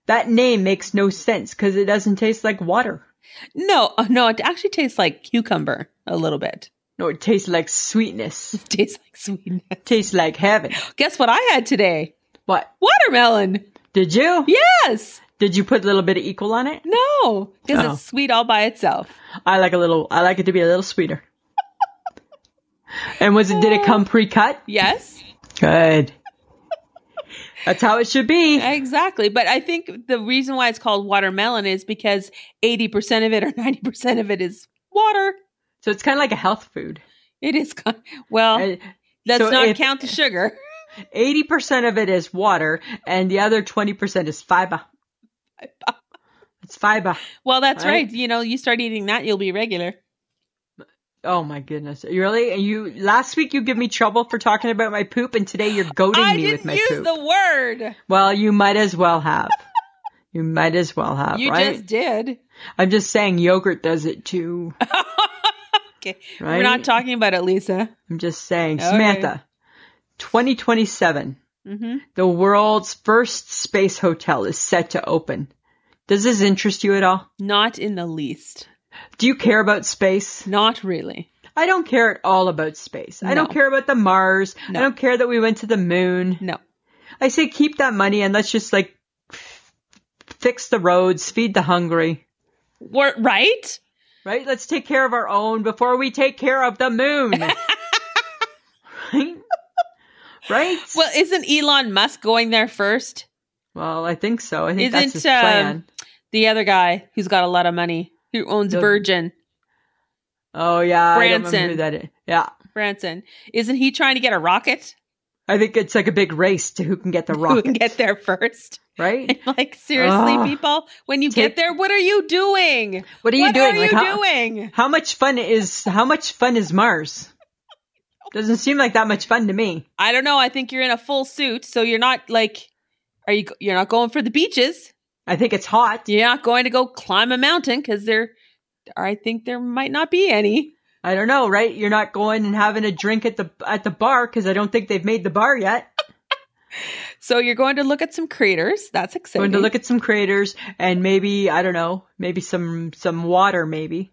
[SPEAKER 2] That name makes no sense because it doesn't taste like water.
[SPEAKER 1] No, uh, no, it actually tastes like cucumber a little bit.
[SPEAKER 2] No, it tastes like sweetness.
[SPEAKER 1] It tastes like sweetness.
[SPEAKER 2] tastes like heaven.
[SPEAKER 1] Guess what I had today?
[SPEAKER 2] What?
[SPEAKER 1] Watermelon.
[SPEAKER 2] Did you?
[SPEAKER 1] Yes.
[SPEAKER 2] Did you put a little bit of equal on it?
[SPEAKER 1] No, because
[SPEAKER 2] Oh.
[SPEAKER 1] it's sweet all by itself.
[SPEAKER 2] I like a little. I like it to be a little sweeter. and was it?
[SPEAKER 1] Oh.
[SPEAKER 2] Did it come pre-cut?
[SPEAKER 1] Yes,
[SPEAKER 2] Good. That's how it should be.
[SPEAKER 1] exactly. But I think the reason why it's called watermelon is because 80% of it or 90% of it is water.
[SPEAKER 2] So it's kind of like a health food.
[SPEAKER 1] It is, con- well,
[SPEAKER 2] Uh,
[SPEAKER 1] let's
[SPEAKER 2] so
[SPEAKER 1] not
[SPEAKER 2] if-
[SPEAKER 1] count the sugar.
[SPEAKER 2] 80% of it is water, and the other 20% is fiber. It's fiber.
[SPEAKER 1] Well, that's
[SPEAKER 2] Right.
[SPEAKER 1] right. You know, you start eating that, you'll be regular.
[SPEAKER 2] Oh my goodness. You really? And you last week you give me trouble for talking about my poop and today you're goading
[SPEAKER 1] I
[SPEAKER 2] me with
[SPEAKER 1] didn't
[SPEAKER 2] my
[SPEAKER 1] use
[SPEAKER 2] poop.
[SPEAKER 1] the word.
[SPEAKER 2] Well, you might as
[SPEAKER 1] [LAUGHS]
[SPEAKER 2] well have. you might as well have,
[SPEAKER 1] You
[SPEAKER 2] right?
[SPEAKER 1] just did.
[SPEAKER 2] I'm just saying yogurt does it too.
[SPEAKER 1] Okay. [LAUGHS]
[SPEAKER 2] Right?
[SPEAKER 1] We're not talking about it, Lisa.
[SPEAKER 2] I'm just saying,
[SPEAKER 1] Okay.
[SPEAKER 2] Samantha. 2027.
[SPEAKER 1] hmm
[SPEAKER 2] The world's first space hotel is set to open. Does this interest you at all?
[SPEAKER 1] Not in the least.
[SPEAKER 2] Do you care about space?
[SPEAKER 1] Not really.
[SPEAKER 2] I don't care at all about space. I don't
[SPEAKER 1] No.
[SPEAKER 2] care about the Mars.
[SPEAKER 1] No.
[SPEAKER 2] I don't care that we went to the moon.
[SPEAKER 1] No.
[SPEAKER 2] I say keep that money and let's just like f- fix the roads, feed the hungry,
[SPEAKER 1] We're, right?
[SPEAKER 2] right? Let's take care of our own before we take care of
[SPEAKER 1] [LAUGHS]
[SPEAKER 2] the moon. right? right?
[SPEAKER 1] Well, isn't Elon Musk going there first?
[SPEAKER 2] Well, I think so. I think that's his
[SPEAKER 1] Isn't, um,
[SPEAKER 2] plan.
[SPEAKER 1] The other guy who's got a lot of money, who owns
[SPEAKER 2] The-
[SPEAKER 1] Virgin,
[SPEAKER 2] oh yeah, I don't remember who
[SPEAKER 1] Branson.
[SPEAKER 2] that is. Yeah,
[SPEAKER 1] Branson, isn't he trying to get a rocket?
[SPEAKER 2] I think it's like a big race to who can get the
[SPEAKER 1] [LAUGHS] Who
[SPEAKER 2] rocket.
[SPEAKER 1] can get there first?
[SPEAKER 2] [LAUGHS]
[SPEAKER 1] [LAUGHS]
[SPEAKER 2] right?
[SPEAKER 1] like seriously,
[SPEAKER 2] Ugh.
[SPEAKER 1] people, when you
[SPEAKER 2] Take-
[SPEAKER 1] get there, what are you doing?
[SPEAKER 2] What are you
[SPEAKER 1] what
[SPEAKER 2] doing?
[SPEAKER 1] Are
[SPEAKER 2] like
[SPEAKER 1] you
[SPEAKER 2] how,
[SPEAKER 1] doing?
[SPEAKER 2] how much fun is how much fun
[SPEAKER 1] [LAUGHS]
[SPEAKER 2] is Mars? Doesn't seem like that much fun to me.
[SPEAKER 1] I don't know. I think you're in a full suit, so you're not like, are you? You're not going for the beaches.
[SPEAKER 2] I think it's hot.
[SPEAKER 1] You're not going to go climb a mountain because there, I think there might not be any.
[SPEAKER 2] I don't know, right? You're not going and having a drink at the at the bar because I don't think they've made the bar yet.
[SPEAKER 1] So you're going to look at some craters. That's exciting.
[SPEAKER 2] Going to look at some craters and maybe I don't know, maybe some some water, maybe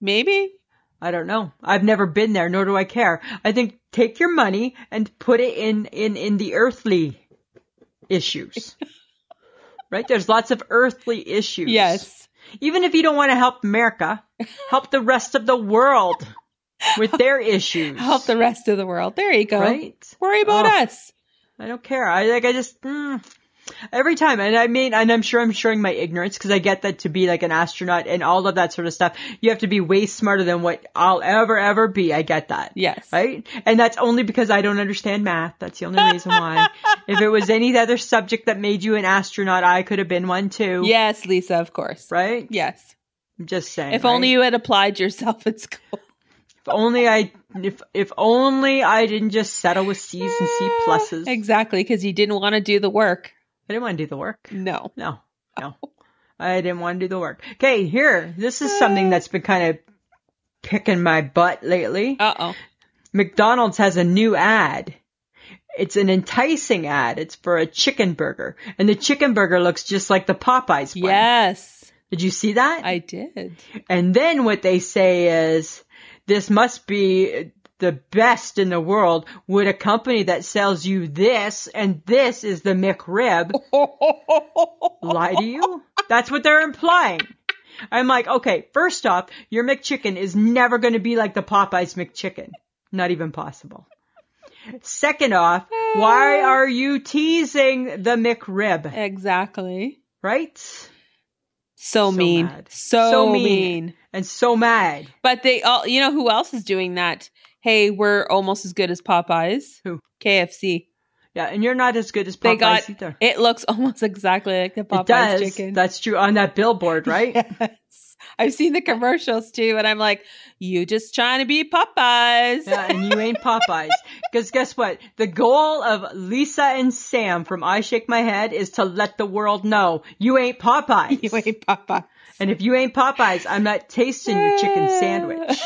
[SPEAKER 1] maybe
[SPEAKER 2] I don't know. I've never been there, nor do I care. I think take your money and put it in in in the earthly
[SPEAKER 1] [LAUGHS]
[SPEAKER 2] issues. right? There's lots of earthly issues.
[SPEAKER 1] yes.
[SPEAKER 2] Even if you don't want to help America, help the rest of the world with their issues.
[SPEAKER 1] Help the rest of the world. There you go.
[SPEAKER 2] right.
[SPEAKER 1] Worry about
[SPEAKER 2] Oh.
[SPEAKER 1] us.
[SPEAKER 2] I don't care. I like. I just mm, every time, and I mean, and I'm sure I'm showing my ignorance because I get that to be like an astronaut and all of that sort of stuff, you have to be way smarter than what I'll ever ever be. I get that.
[SPEAKER 1] Yes.
[SPEAKER 2] Right? And that's only because I don't understand math. That's the only
[SPEAKER 1] [LAUGHS]
[SPEAKER 2] reason why. if it was any other subject that made you an astronaut, I could have been one too.
[SPEAKER 1] Yes, Lisa. Of course.
[SPEAKER 2] Right?
[SPEAKER 1] Yes.
[SPEAKER 2] I'm just saying.
[SPEAKER 1] If only
[SPEAKER 2] right?
[SPEAKER 1] you had applied yourself at
[SPEAKER 2] [LAUGHS]
[SPEAKER 1] school.
[SPEAKER 2] If only I. If if only I didn't just settle with C's
[SPEAKER 1] [LAUGHS]
[SPEAKER 2] and C pluses.
[SPEAKER 1] Exactly, because you didn't want to do the work.
[SPEAKER 2] I didn't want to do the work.
[SPEAKER 1] No. [LAUGHS]
[SPEAKER 2] No, no. I didn't want to do the work. Okay, here. This
[SPEAKER 1] [LAUGHS]
[SPEAKER 2] is something that's been kind of picking my butt lately.
[SPEAKER 1] Uh oh.
[SPEAKER 2] McDonald's has a new ad. It's an enticing ad. It's for a chicken burger. And the chicken burger looks just like the Popeyes one.
[SPEAKER 1] Yes,
[SPEAKER 2] Did you see that?
[SPEAKER 1] I
[SPEAKER 2] [LAUGHS]
[SPEAKER 1] did.
[SPEAKER 2] and then what they say is, this must be the best in the world with a company that sells you this and this is the McRib lie to you? That's what they're implying. I'm like, okay, first off, your McChicken is never going to be like the Popeyes McChicken. Not even possible. Second off, why are you teasing the McRib?
[SPEAKER 1] exactly.
[SPEAKER 2] Right?
[SPEAKER 1] So,
[SPEAKER 2] So
[SPEAKER 1] mean.
[SPEAKER 2] mad.
[SPEAKER 1] So,
[SPEAKER 2] So mean.
[SPEAKER 1] mean.
[SPEAKER 2] And so mad.
[SPEAKER 1] But they all, you know, who else is doing that? Hey, we're almost as good as Popeyes.
[SPEAKER 2] Who?
[SPEAKER 1] KFC.
[SPEAKER 2] Yeah, and you're not as good as Popeyes
[SPEAKER 1] They got
[SPEAKER 2] either.
[SPEAKER 1] It looks [LAUGHS] almost exactly like the Popeyes
[SPEAKER 2] it does.
[SPEAKER 1] chicken. [LAUGHS]
[SPEAKER 2] That's true on that billboard, right?
[SPEAKER 1] Yes. I've seen the commercials too, and I'm like, you just trying to be Popeyes.
[SPEAKER 2] Yeah, and you ain't Popeyes. Because guess what? The goal of Lisa and Sam from I Shake My Head is to let the world know you ain't
[SPEAKER 1] [LAUGHS]
[SPEAKER 2] Popeyes.
[SPEAKER 1] you ain't Popeyes.
[SPEAKER 2] And if you ain't Popeyes, I'm not tasting your
[SPEAKER 1] [LAUGHS]
[SPEAKER 2] chicken sandwich.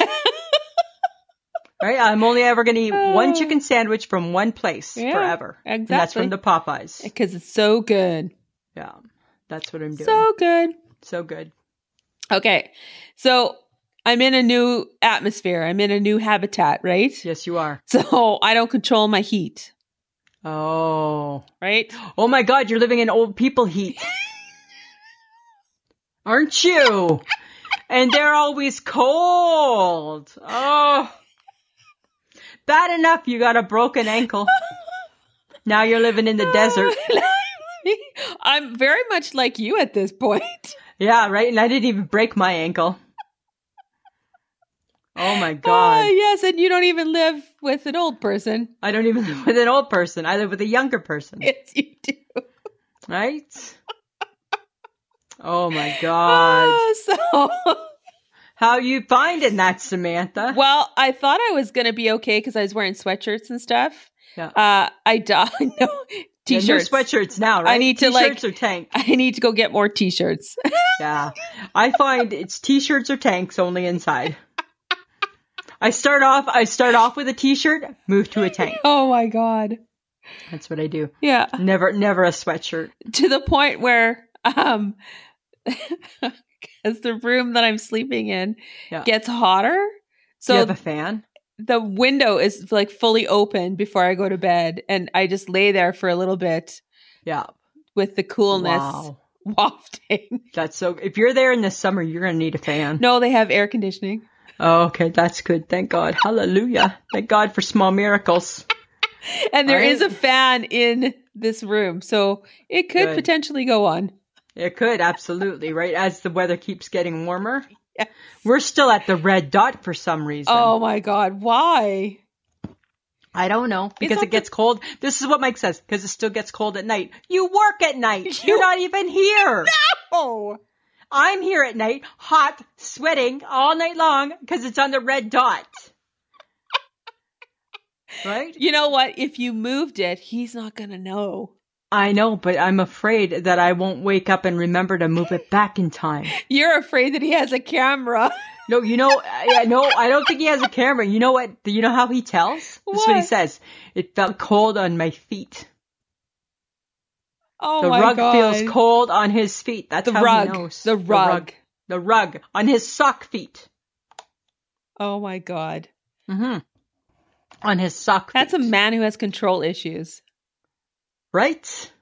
[SPEAKER 2] Right? I'm only ever going to eat one chicken sandwich from one place
[SPEAKER 1] Yeah,
[SPEAKER 2] forever. And that's
[SPEAKER 1] exactly.
[SPEAKER 2] from
[SPEAKER 1] [LAUGHS]
[SPEAKER 2] the Popeyes.
[SPEAKER 1] Because it's so good.
[SPEAKER 2] Yeah. That's what I'm doing. So,
[SPEAKER 1] So good.
[SPEAKER 2] good.
[SPEAKER 1] Okay. So I'm in a new atmosphere. I'm in a new habitat, right?
[SPEAKER 2] Yes, you are.
[SPEAKER 1] So I don't control my heat,
[SPEAKER 2] Oh.
[SPEAKER 1] right?
[SPEAKER 2] Oh my God, you're living in old people heat. Aren't you? And they're always cold. Oh. Bad enough you got a broken ankle. Now you're living in the desert.
[SPEAKER 1] [LAUGHS] I'm very much like you at this point.
[SPEAKER 2] Yeah, right. And I didn't even break my ankle. Oh my
[SPEAKER 1] Ah,
[SPEAKER 2] [LAUGHS] god.
[SPEAKER 1] yes, and you don't even live with an old person. [LAUGHS]
[SPEAKER 2] I don't even live with an old person. I live with a younger person.
[SPEAKER 1] Yes, you do.
[SPEAKER 2] Right? Oh my god.
[SPEAKER 1] Ah, so [LAUGHS]
[SPEAKER 2] How you finding that, Samantha?
[SPEAKER 1] Well, I thought I was gonna be okay because I was wearing sweatshirts and stuff.
[SPEAKER 2] Yeah.
[SPEAKER 1] Uh, I di- [LAUGHS] no
[SPEAKER 2] Yeah, no
[SPEAKER 1] t-shirts.
[SPEAKER 2] sweatshirts now, right?
[SPEAKER 1] need to,
[SPEAKER 2] t-shirts
[SPEAKER 1] like-
[SPEAKER 2] or tank.
[SPEAKER 1] [LAUGHS] I need to go get more t-shirts. [LAUGHS]
[SPEAKER 2] Yeah. I find it's t-shirts or tanks only inside. I start off I start off with a t-shirt, move to a tank.
[SPEAKER 1] oh my god.
[SPEAKER 2] That's what I do.
[SPEAKER 1] Yeah.
[SPEAKER 2] Never never a sweatshirt.
[SPEAKER 1] To the point where um [LAUGHS] as the room that I'm sleeping in
[SPEAKER 2] Yeah.
[SPEAKER 1] gets hotter. So
[SPEAKER 2] So, you have a fan?
[SPEAKER 1] the window is like fully open before I go to bed and I just lay there for a little bit
[SPEAKER 2] Yeah.
[SPEAKER 1] with the coolness
[SPEAKER 2] Wow.
[SPEAKER 1] [LAUGHS] wafting.
[SPEAKER 2] That's so. If you're there in the summer, you're gonna need a fan.
[SPEAKER 1] no, they have air conditioning.
[SPEAKER 2] Oh, okay, that's good. Thank God. Hallelujah. Thank God for small miracles.
[SPEAKER 1] and there
[SPEAKER 2] Right?
[SPEAKER 1] is a fan in this room, so it could
[SPEAKER 2] Good.
[SPEAKER 1] potentially go on.
[SPEAKER 2] It could absolutely, right? As the weather keeps getting warmer.
[SPEAKER 1] Yes.
[SPEAKER 2] We're still at the red dot for some reason.
[SPEAKER 1] Oh my god, why?
[SPEAKER 2] I don't know because
[SPEAKER 1] up
[SPEAKER 2] it
[SPEAKER 1] to-
[SPEAKER 2] gets cold. This is what Mike says because it still gets cold at night. You work at night. You're
[SPEAKER 1] You-
[SPEAKER 2] not even here.
[SPEAKER 1] Oh,
[SPEAKER 2] I'm here at night, hot, sweating all night long because it's on the red dot. right?
[SPEAKER 1] you know what? If you moved it, he's not gonna know.
[SPEAKER 2] I know, but I'm afraid that I won't wake up and remember to move it back in time.
[SPEAKER 1] You're afraid that he has a camera. [LAUGHS]
[SPEAKER 2] No, you know, I, I- no, I don't think he has a camera. You know what? You know how he tells? That's what, he
[SPEAKER 1] What?
[SPEAKER 2] says. It felt cold on my feet.
[SPEAKER 1] Oh
[SPEAKER 2] the
[SPEAKER 1] my
[SPEAKER 2] rug
[SPEAKER 1] god,
[SPEAKER 2] feels cold on his feet. That's
[SPEAKER 1] The
[SPEAKER 2] how
[SPEAKER 1] rug,
[SPEAKER 2] he knows.
[SPEAKER 1] the rug.
[SPEAKER 2] The rug. The rug on his sock feet.
[SPEAKER 1] Oh my god,
[SPEAKER 2] hmm On his sock
[SPEAKER 1] that's a
[SPEAKER 2] feet.
[SPEAKER 1] man who has control issues.
[SPEAKER 2] Right? [LAUGHS]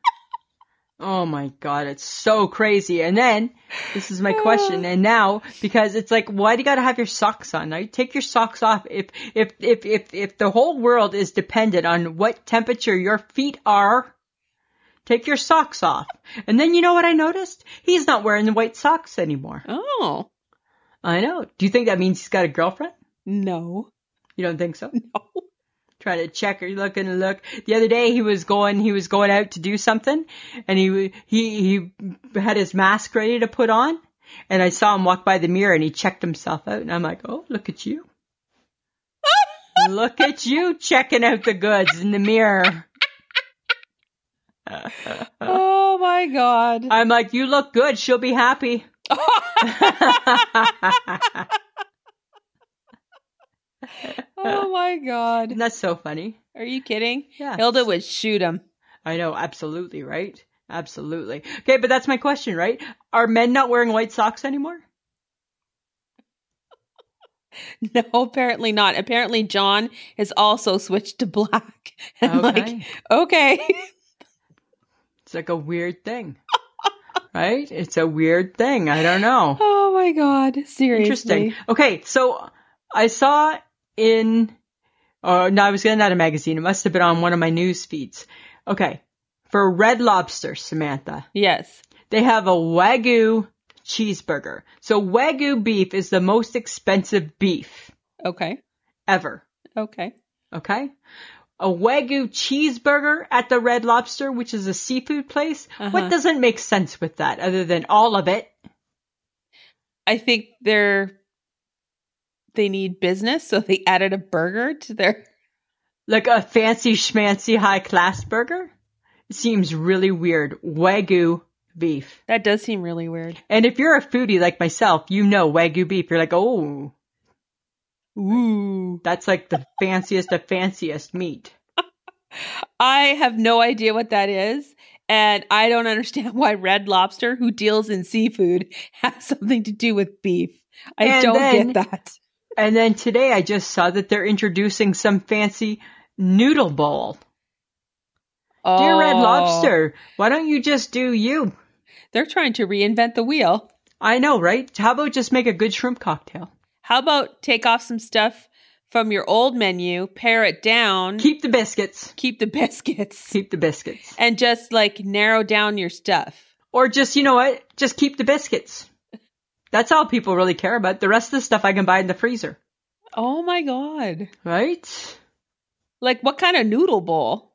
[SPEAKER 2] oh my god, it's so crazy. And then, this is
[SPEAKER 1] [SIGHS]
[SPEAKER 2] my question, and now, because it's like, why do you gotta have your socks on? Now you take your socks off if, if, if, if, if the whole world is dependent on what temperature your feet are, take your socks off. And then you know what I noticed? He's not wearing the white socks anymore.
[SPEAKER 1] Oh
[SPEAKER 2] I know. Do you think that means he's got a girlfriend?
[SPEAKER 1] no, [LAUGHS]
[SPEAKER 2] You don't think so?
[SPEAKER 1] no.
[SPEAKER 2] trying to check her look and look the other day he was going he was going out to do something and he he he had his mask ready to put on and i saw him walk by the mirror and he checked himself out and i'm like oh look at you look at you checking out the goods in the mirror
[SPEAKER 1] Oh my god.
[SPEAKER 2] i'm like you look good she'll be happy [LAUGHS] and
[SPEAKER 1] [LAUGHS] oh my god.
[SPEAKER 2] that's so funny
[SPEAKER 1] Are you kidding?
[SPEAKER 2] yeah
[SPEAKER 1] Hilda would shoot him. [LAUGHS]
[SPEAKER 2] I know, absolutely, right? Absolutely. Okay, but that's my question, right? Are men not wearing white socks anymore?
[SPEAKER 1] No, apparently not. Apparently, John has also switched to black. [LAUGHS] And [LAUGHS] like, okay. [LAUGHS]
[SPEAKER 2] it's like a weird thing. right? It's a weird thing. I don't know.
[SPEAKER 1] Oh my god. [LAUGHS] Seriously.
[SPEAKER 2] Interesting. Okay, so I saw in, or no, I was getting out a magazine. It must have been on one of my news feeds. Okay, for Red Lobster, Samantha,
[SPEAKER 1] Yes.
[SPEAKER 2] they have a Wagyu cheeseburger. So Wagyu beef is the most expensive beef
[SPEAKER 1] Okay.
[SPEAKER 2] ever.
[SPEAKER 1] Okay.
[SPEAKER 2] Okay. A Wagyu cheeseburger at the Red Lobster, which is a seafood place.
[SPEAKER 1] Uh-huh.
[SPEAKER 2] What doesn't make sense with that other than all of it?
[SPEAKER 1] I think they're they need business, so they [LAUGHS] added a burger to their.
[SPEAKER 2] Like a fancy schmancy high class burger? It seems really weird. Wagyu beef.
[SPEAKER 1] That does seem really weird.
[SPEAKER 2] And if you're a foodie like myself, you know Wagyu beef. You're like, oh,
[SPEAKER 1] Ooh.
[SPEAKER 2] that's like the fanciest of fanciest meat.
[SPEAKER 1] I have no idea what that is. And I don't understand [LAUGHS] why Red Lobster, who deals in seafood, [LAUGHS] has something to do with beef. I
[SPEAKER 2] And
[SPEAKER 1] don't
[SPEAKER 2] then-
[SPEAKER 1] get that.
[SPEAKER 2] And then today I just saw that they're introducing some fancy noodle bowl.
[SPEAKER 1] Oh,
[SPEAKER 2] Dear Red Lobster, why don't you just do you?
[SPEAKER 1] They're trying to reinvent the wheel.
[SPEAKER 2] I know, right? How about just make a good shrimp cocktail?
[SPEAKER 1] How about take off some stuff from your old menu, pare it down, keep,
[SPEAKER 2] Keep the biscuits.
[SPEAKER 1] the [LAUGHS] biscuits,
[SPEAKER 2] Keep the biscuits.
[SPEAKER 1] and just like narrow down your stuff.
[SPEAKER 2] Or just, you know what? Just keep the biscuits. That's all people really care about. The rest of the stuff I can buy in the freezer.
[SPEAKER 1] Oh my God.
[SPEAKER 2] Right?
[SPEAKER 1] Like what kind of noodle bowl?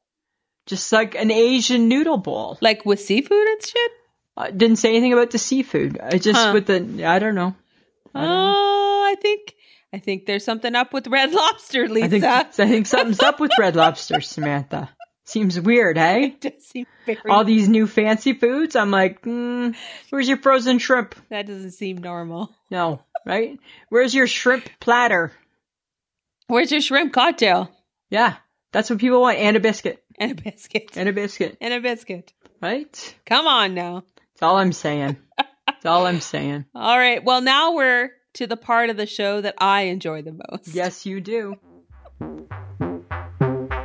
[SPEAKER 2] Just like an Asian noodle bowl.
[SPEAKER 1] Like with seafood and shit?
[SPEAKER 2] I didn't say anything about the seafood. I just
[SPEAKER 1] Huh.
[SPEAKER 2] with the I don't know. I don't know.
[SPEAKER 1] Oh, I think I think there's something up with Red [LAUGHS] Lobster, Lisa.
[SPEAKER 2] I think I
[SPEAKER 1] [LAUGHS]
[SPEAKER 2] think something's up with red lobster, Samantha. Seems weird, hey?
[SPEAKER 1] It does seem very,
[SPEAKER 2] All these new fancy foods. I'm like, mm, where's your frozen shrimp?
[SPEAKER 1] that doesn't seem normal.
[SPEAKER 2] No, right? Where's your shrimp platter?
[SPEAKER 1] Where's your shrimp cocktail
[SPEAKER 2] Yeah, that's what people want. And a biscuit.
[SPEAKER 1] and a biscuit
[SPEAKER 2] And a biscuit.
[SPEAKER 1] and a biscuit?
[SPEAKER 2] Right?
[SPEAKER 1] Come on now.
[SPEAKER 2] That's all I'm saying. That's all I'm saying.
[SPEAKER 1] All right. Well, now we're to the part of the show that I enjoy the most.
[SPEAKER 2] Yes, you do.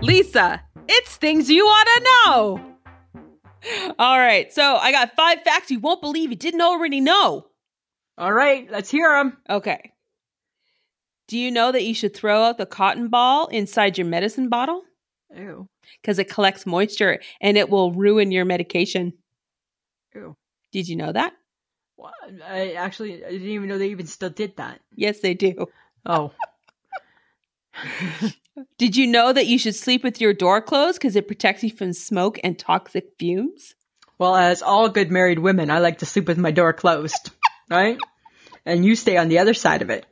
[SPEAKER 1] Lisa, it's things you want to know. All right. So I got five facts you won't believe you didn't already know.
[SPEAKER 2] All right, let's hear them.
[SPEAKER 1] Okay. Do you know that you should throw out the cotton ball inside your medicine bottle?
[SPEAKER 2] Ew.
[SPEAKER 1] because it collects moisture and it will ruin your medication.
[SPEAKER 2] Ew.
[SPEAKER 1] Did you know that?
[SPEAKER 2] Well, I actually I didn't even know they even still did that.
[SPEAKER 1] Yes, they do.
[SPEAKER 2] Oh.
[SPEAKER 1] Did you know that you should sleep with your door closed because it protects you from smoke and toxic fumes?
[SPEAKER 2] well, as all good married women, I like to sleep with my door closed, right? And you stay on the other side of it.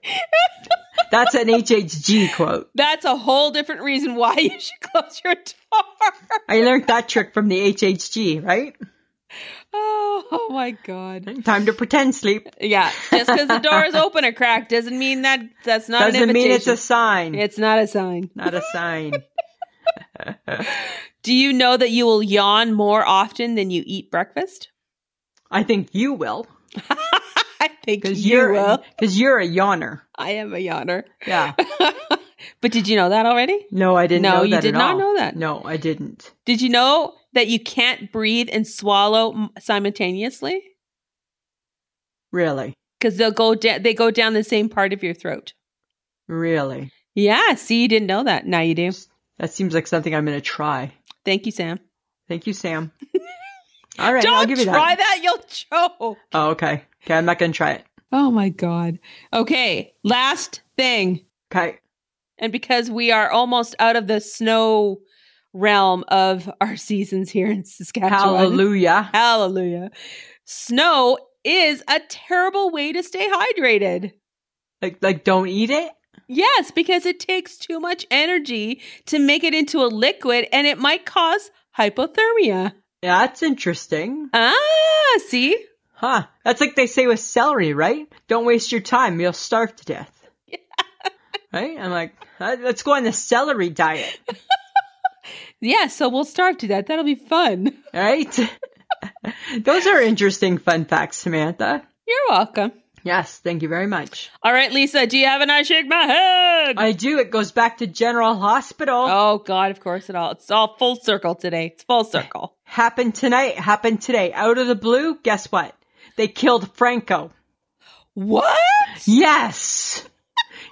[SPEAKER 2] That's an HHG quote.
[SPEAKER 1] That's a whole different reason why you should [LAUGHS] close your door. [LAUGHS]
[SPEAKER 2] I learned that trick from the HHG, right?
[SPEAKER 1] Oh, oh my God.
[SPEAKER 2] Time to pretend sleep.
[SPEAKER 1] Yeah, just because the door
[SPEAKER 2] [LAUGHS]
[SPEAKER 1] is open or cracked doesn't mean that that's not an
[SPEAKER 2] Doesn't
[SPEAKER 1] invitation.
[SPEAKER 2] mean it's a sign.
[SPEAKER 1] It's not a sign.
[SPEAKER 2] Not a sign.
[SPEAKER 1] Do you know that you will yawn more often than you eat breakfast? [LAUGHS]
[SPEAKER 2] I think you will.
[SPEAKER 1] I think
[SPEAKER 2] Because
[SPEAKER 1] you
[SPEAKER 2] you're
[SPEAKER 1] will.
[SPEAKER 2] because you're a yawner.
[SPEAKER 1] I am a yawner.
[SPEAKER 2] Yeah.
[SPEAKER 1] [LAUGHS] but did you know that already?
[SPEAKER 2] No, I didn't
[SPEAKER 1] No,
[SPEAKER 2] know that
[SPEAKER 1] you did
[SPEAKER 2] at
[SPEAKER 1] not
[SPEAKER 2] all.
[SPEAKER 1] know that.
[SPEAKER 2] No, I didn't.
[SPEAKER 1] Did you know that you can't breathe and swallow m- simultaneously?
[SPEAKER 2] Really.
[SPEAKER 1] Because they'll go da- they go down the same part of your throat.
[SPEAKER 2] Really.
[SPEAKER 1] Yeah. See, you didn't know that. Now you do.
[SPEAKER 2] That seems like something I'm gonna try.
[SPEAKER 1] Thank you, Sam.
[SPEAKER 2] Thank you, Sam.
[SPEAKER 1] [LAUGHS]
[SPEAKER 2] All right,
[SPEAKER 1] Don't
[SPEAKER 2] I'll give you
[SPEAKER 1] try
[SPEAKER 2] that.
[SPEAKER 1] that. You'll choke.
[SPEAKER 2] Oh, okay. Okay, I'm not gonna try it.
[SPEAKER 1] Oh my god. Okay. Last thing.
[SPEAKER 2] Okay.
[SPEAKER 1] And because we are almost out of the snow realm of our [LAUGHS] seasons here in Saskatchewan.
[SPEAKER 2] Hallelujah.
[SPEAKER 1] Hallelujah. Snow is a terrible way to stay hydrated.
[SPEAKER 2] Like like don't eat it?
[SPEAKER 1] Yes, because it takes too much energy to make it into a liquid and it might cause hypothermia.
[SPEAKER 2] Yeah, that's interesting.
[SPEAKER 1] Ah, see?
[SPEAKER 2] Huh. That's like they say with celery, right? Don't waste your time, you'll starve
[SPEAKER 1] [LAUGHS]
[SPEAKER 2] to death. Right? I'm like, uh, let's go on the celery diet.
[SPEAKER 1] Yeah, so we'll starve to death. That'll be fun. [LAUGHS]
[SPEAKER 2] All right. [LAUGHS] Those are interesting fun facts, Samantha.
[SPEAKER 1] You're welcome.
[SPEAKER 2] Yes, thank you very much.
[SPEAKER 1] All right, Lisa, do you have an I shake my head?
[SPEAKER 2] I do. It goes back to General Hospital.
[SPEAKER 1] Oh God, of course it all. It's all full circle today. It's full circle.
[SPEAKER 2] Happened tonight. Happened today. Out of the blue, guess what? They killed Franco.
[SPEAKER 1] What?
[SPEAKER 2] Yes.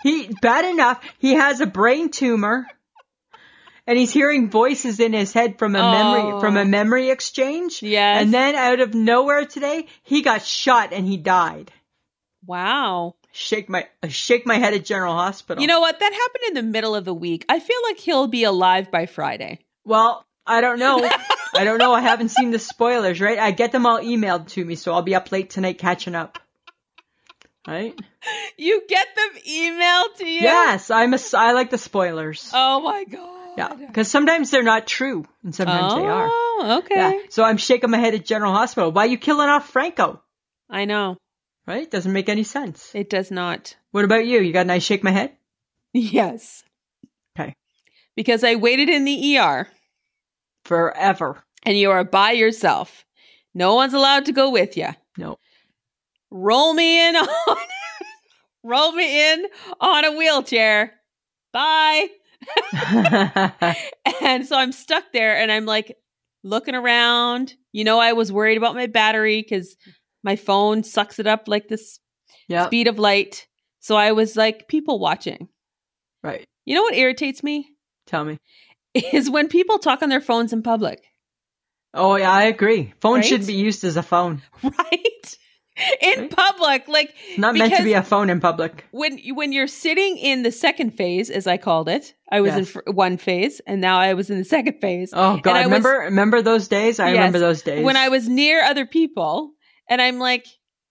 [SPEAKER 2] He bad enough. He has a brain tumor, and he's hearing voices in his head from a
[SPEAKER 1] Oh.
[SPEAKER 2] memory from a memory exchange.
[SPEAKER 1] Yes.
[SPEAKER 2] And then out of nowhere today, he got shot and he died.
[SPEAKER 1] Wow.
[SPEAKER 2] Shake my I shake my head at General Hospital.
[SPEAKER 1] You know what? That happened in the middle of the week. I feel like he'll be alive by Friday.
[SPEAKER 2] Well, I don't know.
[SPEAKER 1] [LAUGHS]
[SPEAKER 2] I don't know. I haven't seen the spoilers, right? I get them all emailed to me, so I'll be up late tonight catching up. Right?
[SPEAKER 1] You get them emailed to you?
[SPEAKER 2] Yes, I'm a. s- I like the spoilers.
[SPEAKER 1] Oh my god.
[SPEAKER 2] Yeah, because sometimes they're not true, and sometimes they are.
[SPEAKER 1] Oh, okay.
[SPEAKER 2] Yeah. So I'm shaking my head at General Hospital. Why are you killing off Franco?
[SPEAKER 1] I know.
[SPEAKER 2] Right? Doesn't make any sense.
[SPEAKER 1] It does not.
[SPEAKER 2] What about you? You got a nice shake my head?
[SPEAKER 1] Yes.
[SPEAKER 2] Okay.
[SPEAKER 1] Because I waited in the ER [LAUGHS]
[SPEAKER 2] Forever.
[SPEAKER 1] and you are by yourself. No one's allowed to go with you.
[SPEAKER 2] No.
[SPEAKER 1] roll me in [LAUGHS] on roll me in on a wheelchair bye and so i'm stuck there and i'm like looking around you know i was worried about my battery because my phone sucks it up like the s-
[SPEAKER 2] yeah.
[SPEAKER 1] speed of light so i was like people watching
[SPEAKER 2] Right.
[SPEAKER 1] you know what irritates me [LAUGHS]
[SPEAKER 2] Tell me.
[SPEAKER 1] is when people talk on their phones in
[SPEAKER 2] [LAUGHS]
[SPEAKER 1] public
[SPEAKER 2] Oh yeah, I agree. Phone
[SPEAKER 1] Right?
[SPEAKER 2] should be used as a phone.
[SPEAKER 1] right in
[SPEAKER 2] Right.
[SPEAKER 1] public like
[SPEAKER 2] It's not meant to
[SPEAKER 1] Because-
[SPEAKER 2] be a phone in public.
[SPEAKER 1] when you- when you're sitting in the second phase, as I called it, I was in
[SPEAKER 2] Yes.
[SPEAKER 1] fr- one phase, and now I was in the second phase.
[SPEAKER 2] Oh
[SPEAKER 1] I
[SPEAKER 2] God,
[SPEAKER 1] was-
[SPEAKER 2] remember remember those days? I
[SPEAKER 1] Yes.
[SPEAKER 2] remember those days.
[SPEAKER 1] When I was near other people, and I'm like,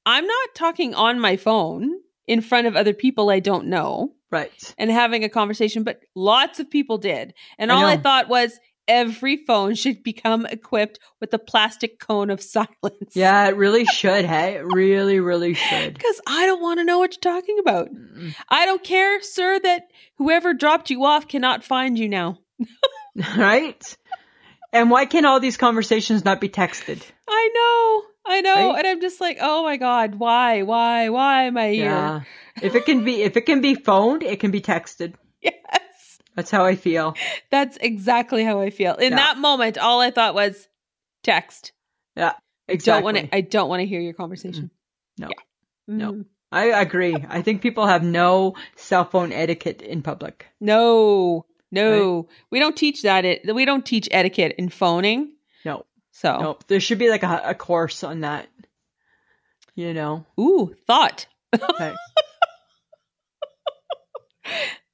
[SPEAKER 1] I'm not talking on my phone in front of other people I don't know
[SPEAKER 2] right,
[SPEAKER 1] and having a conversation, but lots of people did, and
[SPEAKER 2] I
[SPEAKER 1] all I
[SPEAKER 2] know.
[SPEAKER 1] thought was every phone should become equipped with a plastic cone of [LAUGHS] silence.
[SPEAKER 2] yeah, it really should. Hey, it really, really should. [LAUGHS]
[SPEAKER 1] Because I don't want to know what you're talking about. I don't care, sir, that whoever dropped you off cannot find you now.
[SPEAKER 2] right? And why can all these conversations not be texted?
[SPEAKER 1] I know, I know,
[SPEAKER 2] Right?
[SPEAKER 1] and I'm just like, oh my god, why, why, why my ear?
[SPEAKER 2] Yeah. If it can be if it can be phoned, it can be texted.
[SPEAKER 1] [LAUGHS] Yes,
[SPEAKER 2] That's how I feel.
[SPEAKER 1] that's exactly how I feel. In
[SPEAKER 2] Yeah.
[SPEAKER 1] that moment, all I thought was text.
[SPEAKER 2] Yeah.
[SPEAKER 1] Don't
[SPEAKER 2] Exactly.
[SPEAKER 1] want to. I don't want to hear your conversation.
[SPEAKER 2] No.
[SPEAKER 1] Yeah.
[SPEAKER 2] No.
[SPEAKER 1] Mm.
[SPEAKER 2] I agree. I think people have no cell phone etiquette in public.
[SPEAKER 1] no, No, we don't teach that. It we don't teach etiquette in phoning.
[SPEAKER 2] No.
[SPEAKER 1] So,
[SPEAKER 2] Nope. There should be like a, a course on that. You know.
[SPEAKER 1] ooh, thought.
[SPEAKER 2] Okay.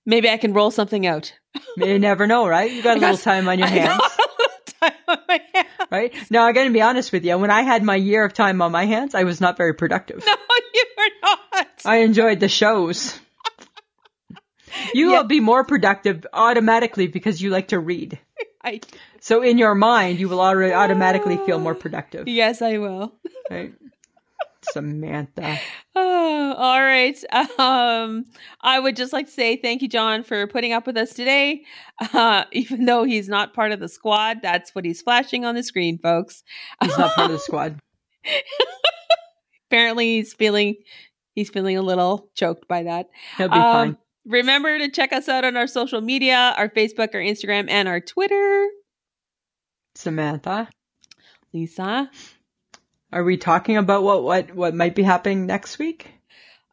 [SPEAKER 1] Maybe I can roll something out.
[SPEAKER 2] you never know, right? You got a
[SPEAKER 1] I got
[SPEAKER 2] little time on your
[SPEAKER 1] I got
[SPEAKER 2] hands,
[SPEAKER 1] [LAUGHS] time on my hands.
[SPEAKER 2] right? Now I got to be honest with you. When I had my year of time on my hands, I was not very productive.
[SPEAKER 1] [LAUGHS] No, you are not.
[SPEAKER 2] I enjoyed
[SPEAKER 1] [LAUGHS]
[SPEAKER 2] the shows. You
[SPEAKER 1] Yeah.
[SPEAKER 2] will be more productive automatically because you like to read.
[SPEAKER 1] I,
[SPEAKER 2] So in your mind, you will already automatically feel more productive.
[SPEAKER 1] yes, I will. [SIGHS]
[SPEAKER 2] Right? Samantha.
[SPEAKER 1] Oh, all right. Um, I would just like to say thank you, John, for putting up with us today. Uh, [LAUGHS] even though he's not part of the squad, that's what he's flashing on the screen, folks.
[SPEAKER 2] He's not part of the squad.
[SPEAKER 1] [LAUGHS] Apparently, he's feeling he's feeling a little choked by that.
[SPEAKER 2] He'll
[SPEAKER 1] [LAUGHS]
[SPEAKER 2] be
[SPEAKER 1] Um,
[SPEAKER 2] fine.
[SPEAKER 1] Remember to check us out on our social media, our Facebook, our Instagram, and our Twitter.
[SPEAKER 2] Samantha.
[SPEAKER 1] Lisa,
[SPEAKER 2] Are we talking about what what what might be happening next week,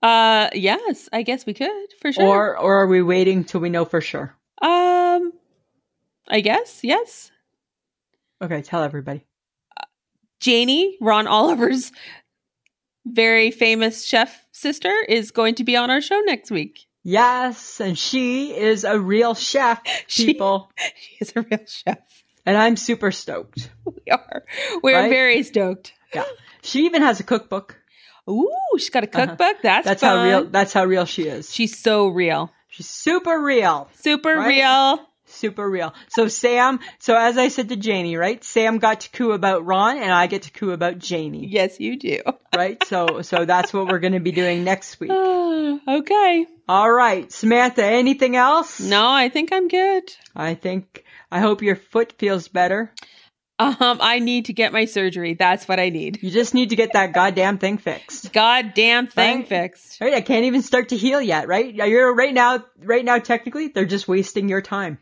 [SPEAKER 1] uh, yes, I guess we could for sure.
[SPEAKER 2] or or are we waiting till we know for sure?
[SPEAKER 1] um, I guess yes.
[SPEAKER 2] Okay, tell everybody.
[SPEAKER 1] Janie, Ron Oliver's very famous chef sister, is going to be on our show next week. [LAUGHS]
[SPEAKER 2] Yes, and she is a real chef,
[SPEAKER 1] She-
[SPEAKER 2] people,
[SPEAKER 1] She is a real chef.
[SPEAKER 2] and I'm super stoked.
[SPEAKER 1] We are. We're
[SPEAKER 2] Right?
[SPEAKER 1] very stoked.
[SPEAKER 2] She even has a cookbook.
[SPEAKER 1] Ooh, she's got a
[SPEAKER 2] Uh-huh.
[SPEAKER 1] cookbook. That's,
[SPEAKER 2] That's
[SPEAKER 1] fun.
[SPEAKER 2] how real. That's how real she is.
[SPEAKER 1] She's so real.
[SPEAKER 2] She's super real.
[SPEAKER 1] Super
[SPEAKER 2] Right?
[SPEAKER 1] real.
[SPEAKER 2] Super real. So Sam, so as I said to Janie, right? Sam got to coo about Ron and I get to coo about Janie,
[SPEAKER 1] Yes, you do.
[SPEAKER 2] right? So, so that's what we're going to be doing
[SPEAKER 1] [LAUGHS]
[SPEAKER 2] next week.
[SPEAKER 1] Ah, [SIGHS] okay.
[SPEAKER 2] All right. Samantha, anything else?
[SPEAKER 1] No, I think I'm good.
[SPEAKER 2] I think, I hope your foot feels better.
[SPEAKER 1] Um, I need to get my surgery. That's what I need.
[SPEAKER 2] You just need to get that goddamn thing fixed.
[SPEAKER 1] Goddamn thing
[SPEAKER 2] Right?
[SPEAKER 1] fixed.
[SPEAKER 2] Right? I can't even start to heal yet, right? You're right now, right now, technically, they're just wasting your time,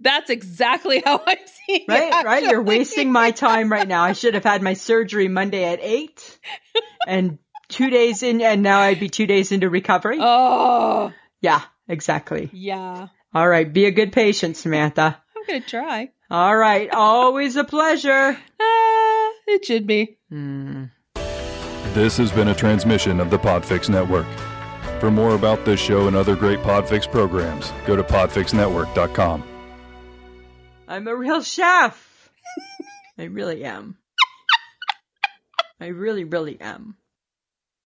[SPEAKER 1] That's exactly [LAUGHS] how I'm seeing
[SPEAKER 2] right?
[SPEAKER 1] it.
[SPEAKER 2] Right? You're
[SPEAKER 1] actually.
[SPEAKER 2] wasting my time right now. I should have had my surgery Monday at eight and two days in, and now I'd be two days into recovery.
[SPEAKER 1] Oh,
[SPEAKER 2] Yeah, exactly.
[SPEAKER 1] yeah.
[SPEAKER 2] All right. Be a good patient, Samantha.
[SPEAKER 1] I'm going to try.
[SPEAKER 2] All right. Always a pleasure.
[SPEAKER 1] Ah, it should be.
[SPEAKER 3] This has been a transmission of the Podfix Network. For more about this show and other great Podfix programs, go to podfixnetwork.com.
[SPEAKER 2] I'm a real chef. I really am. I really, really am.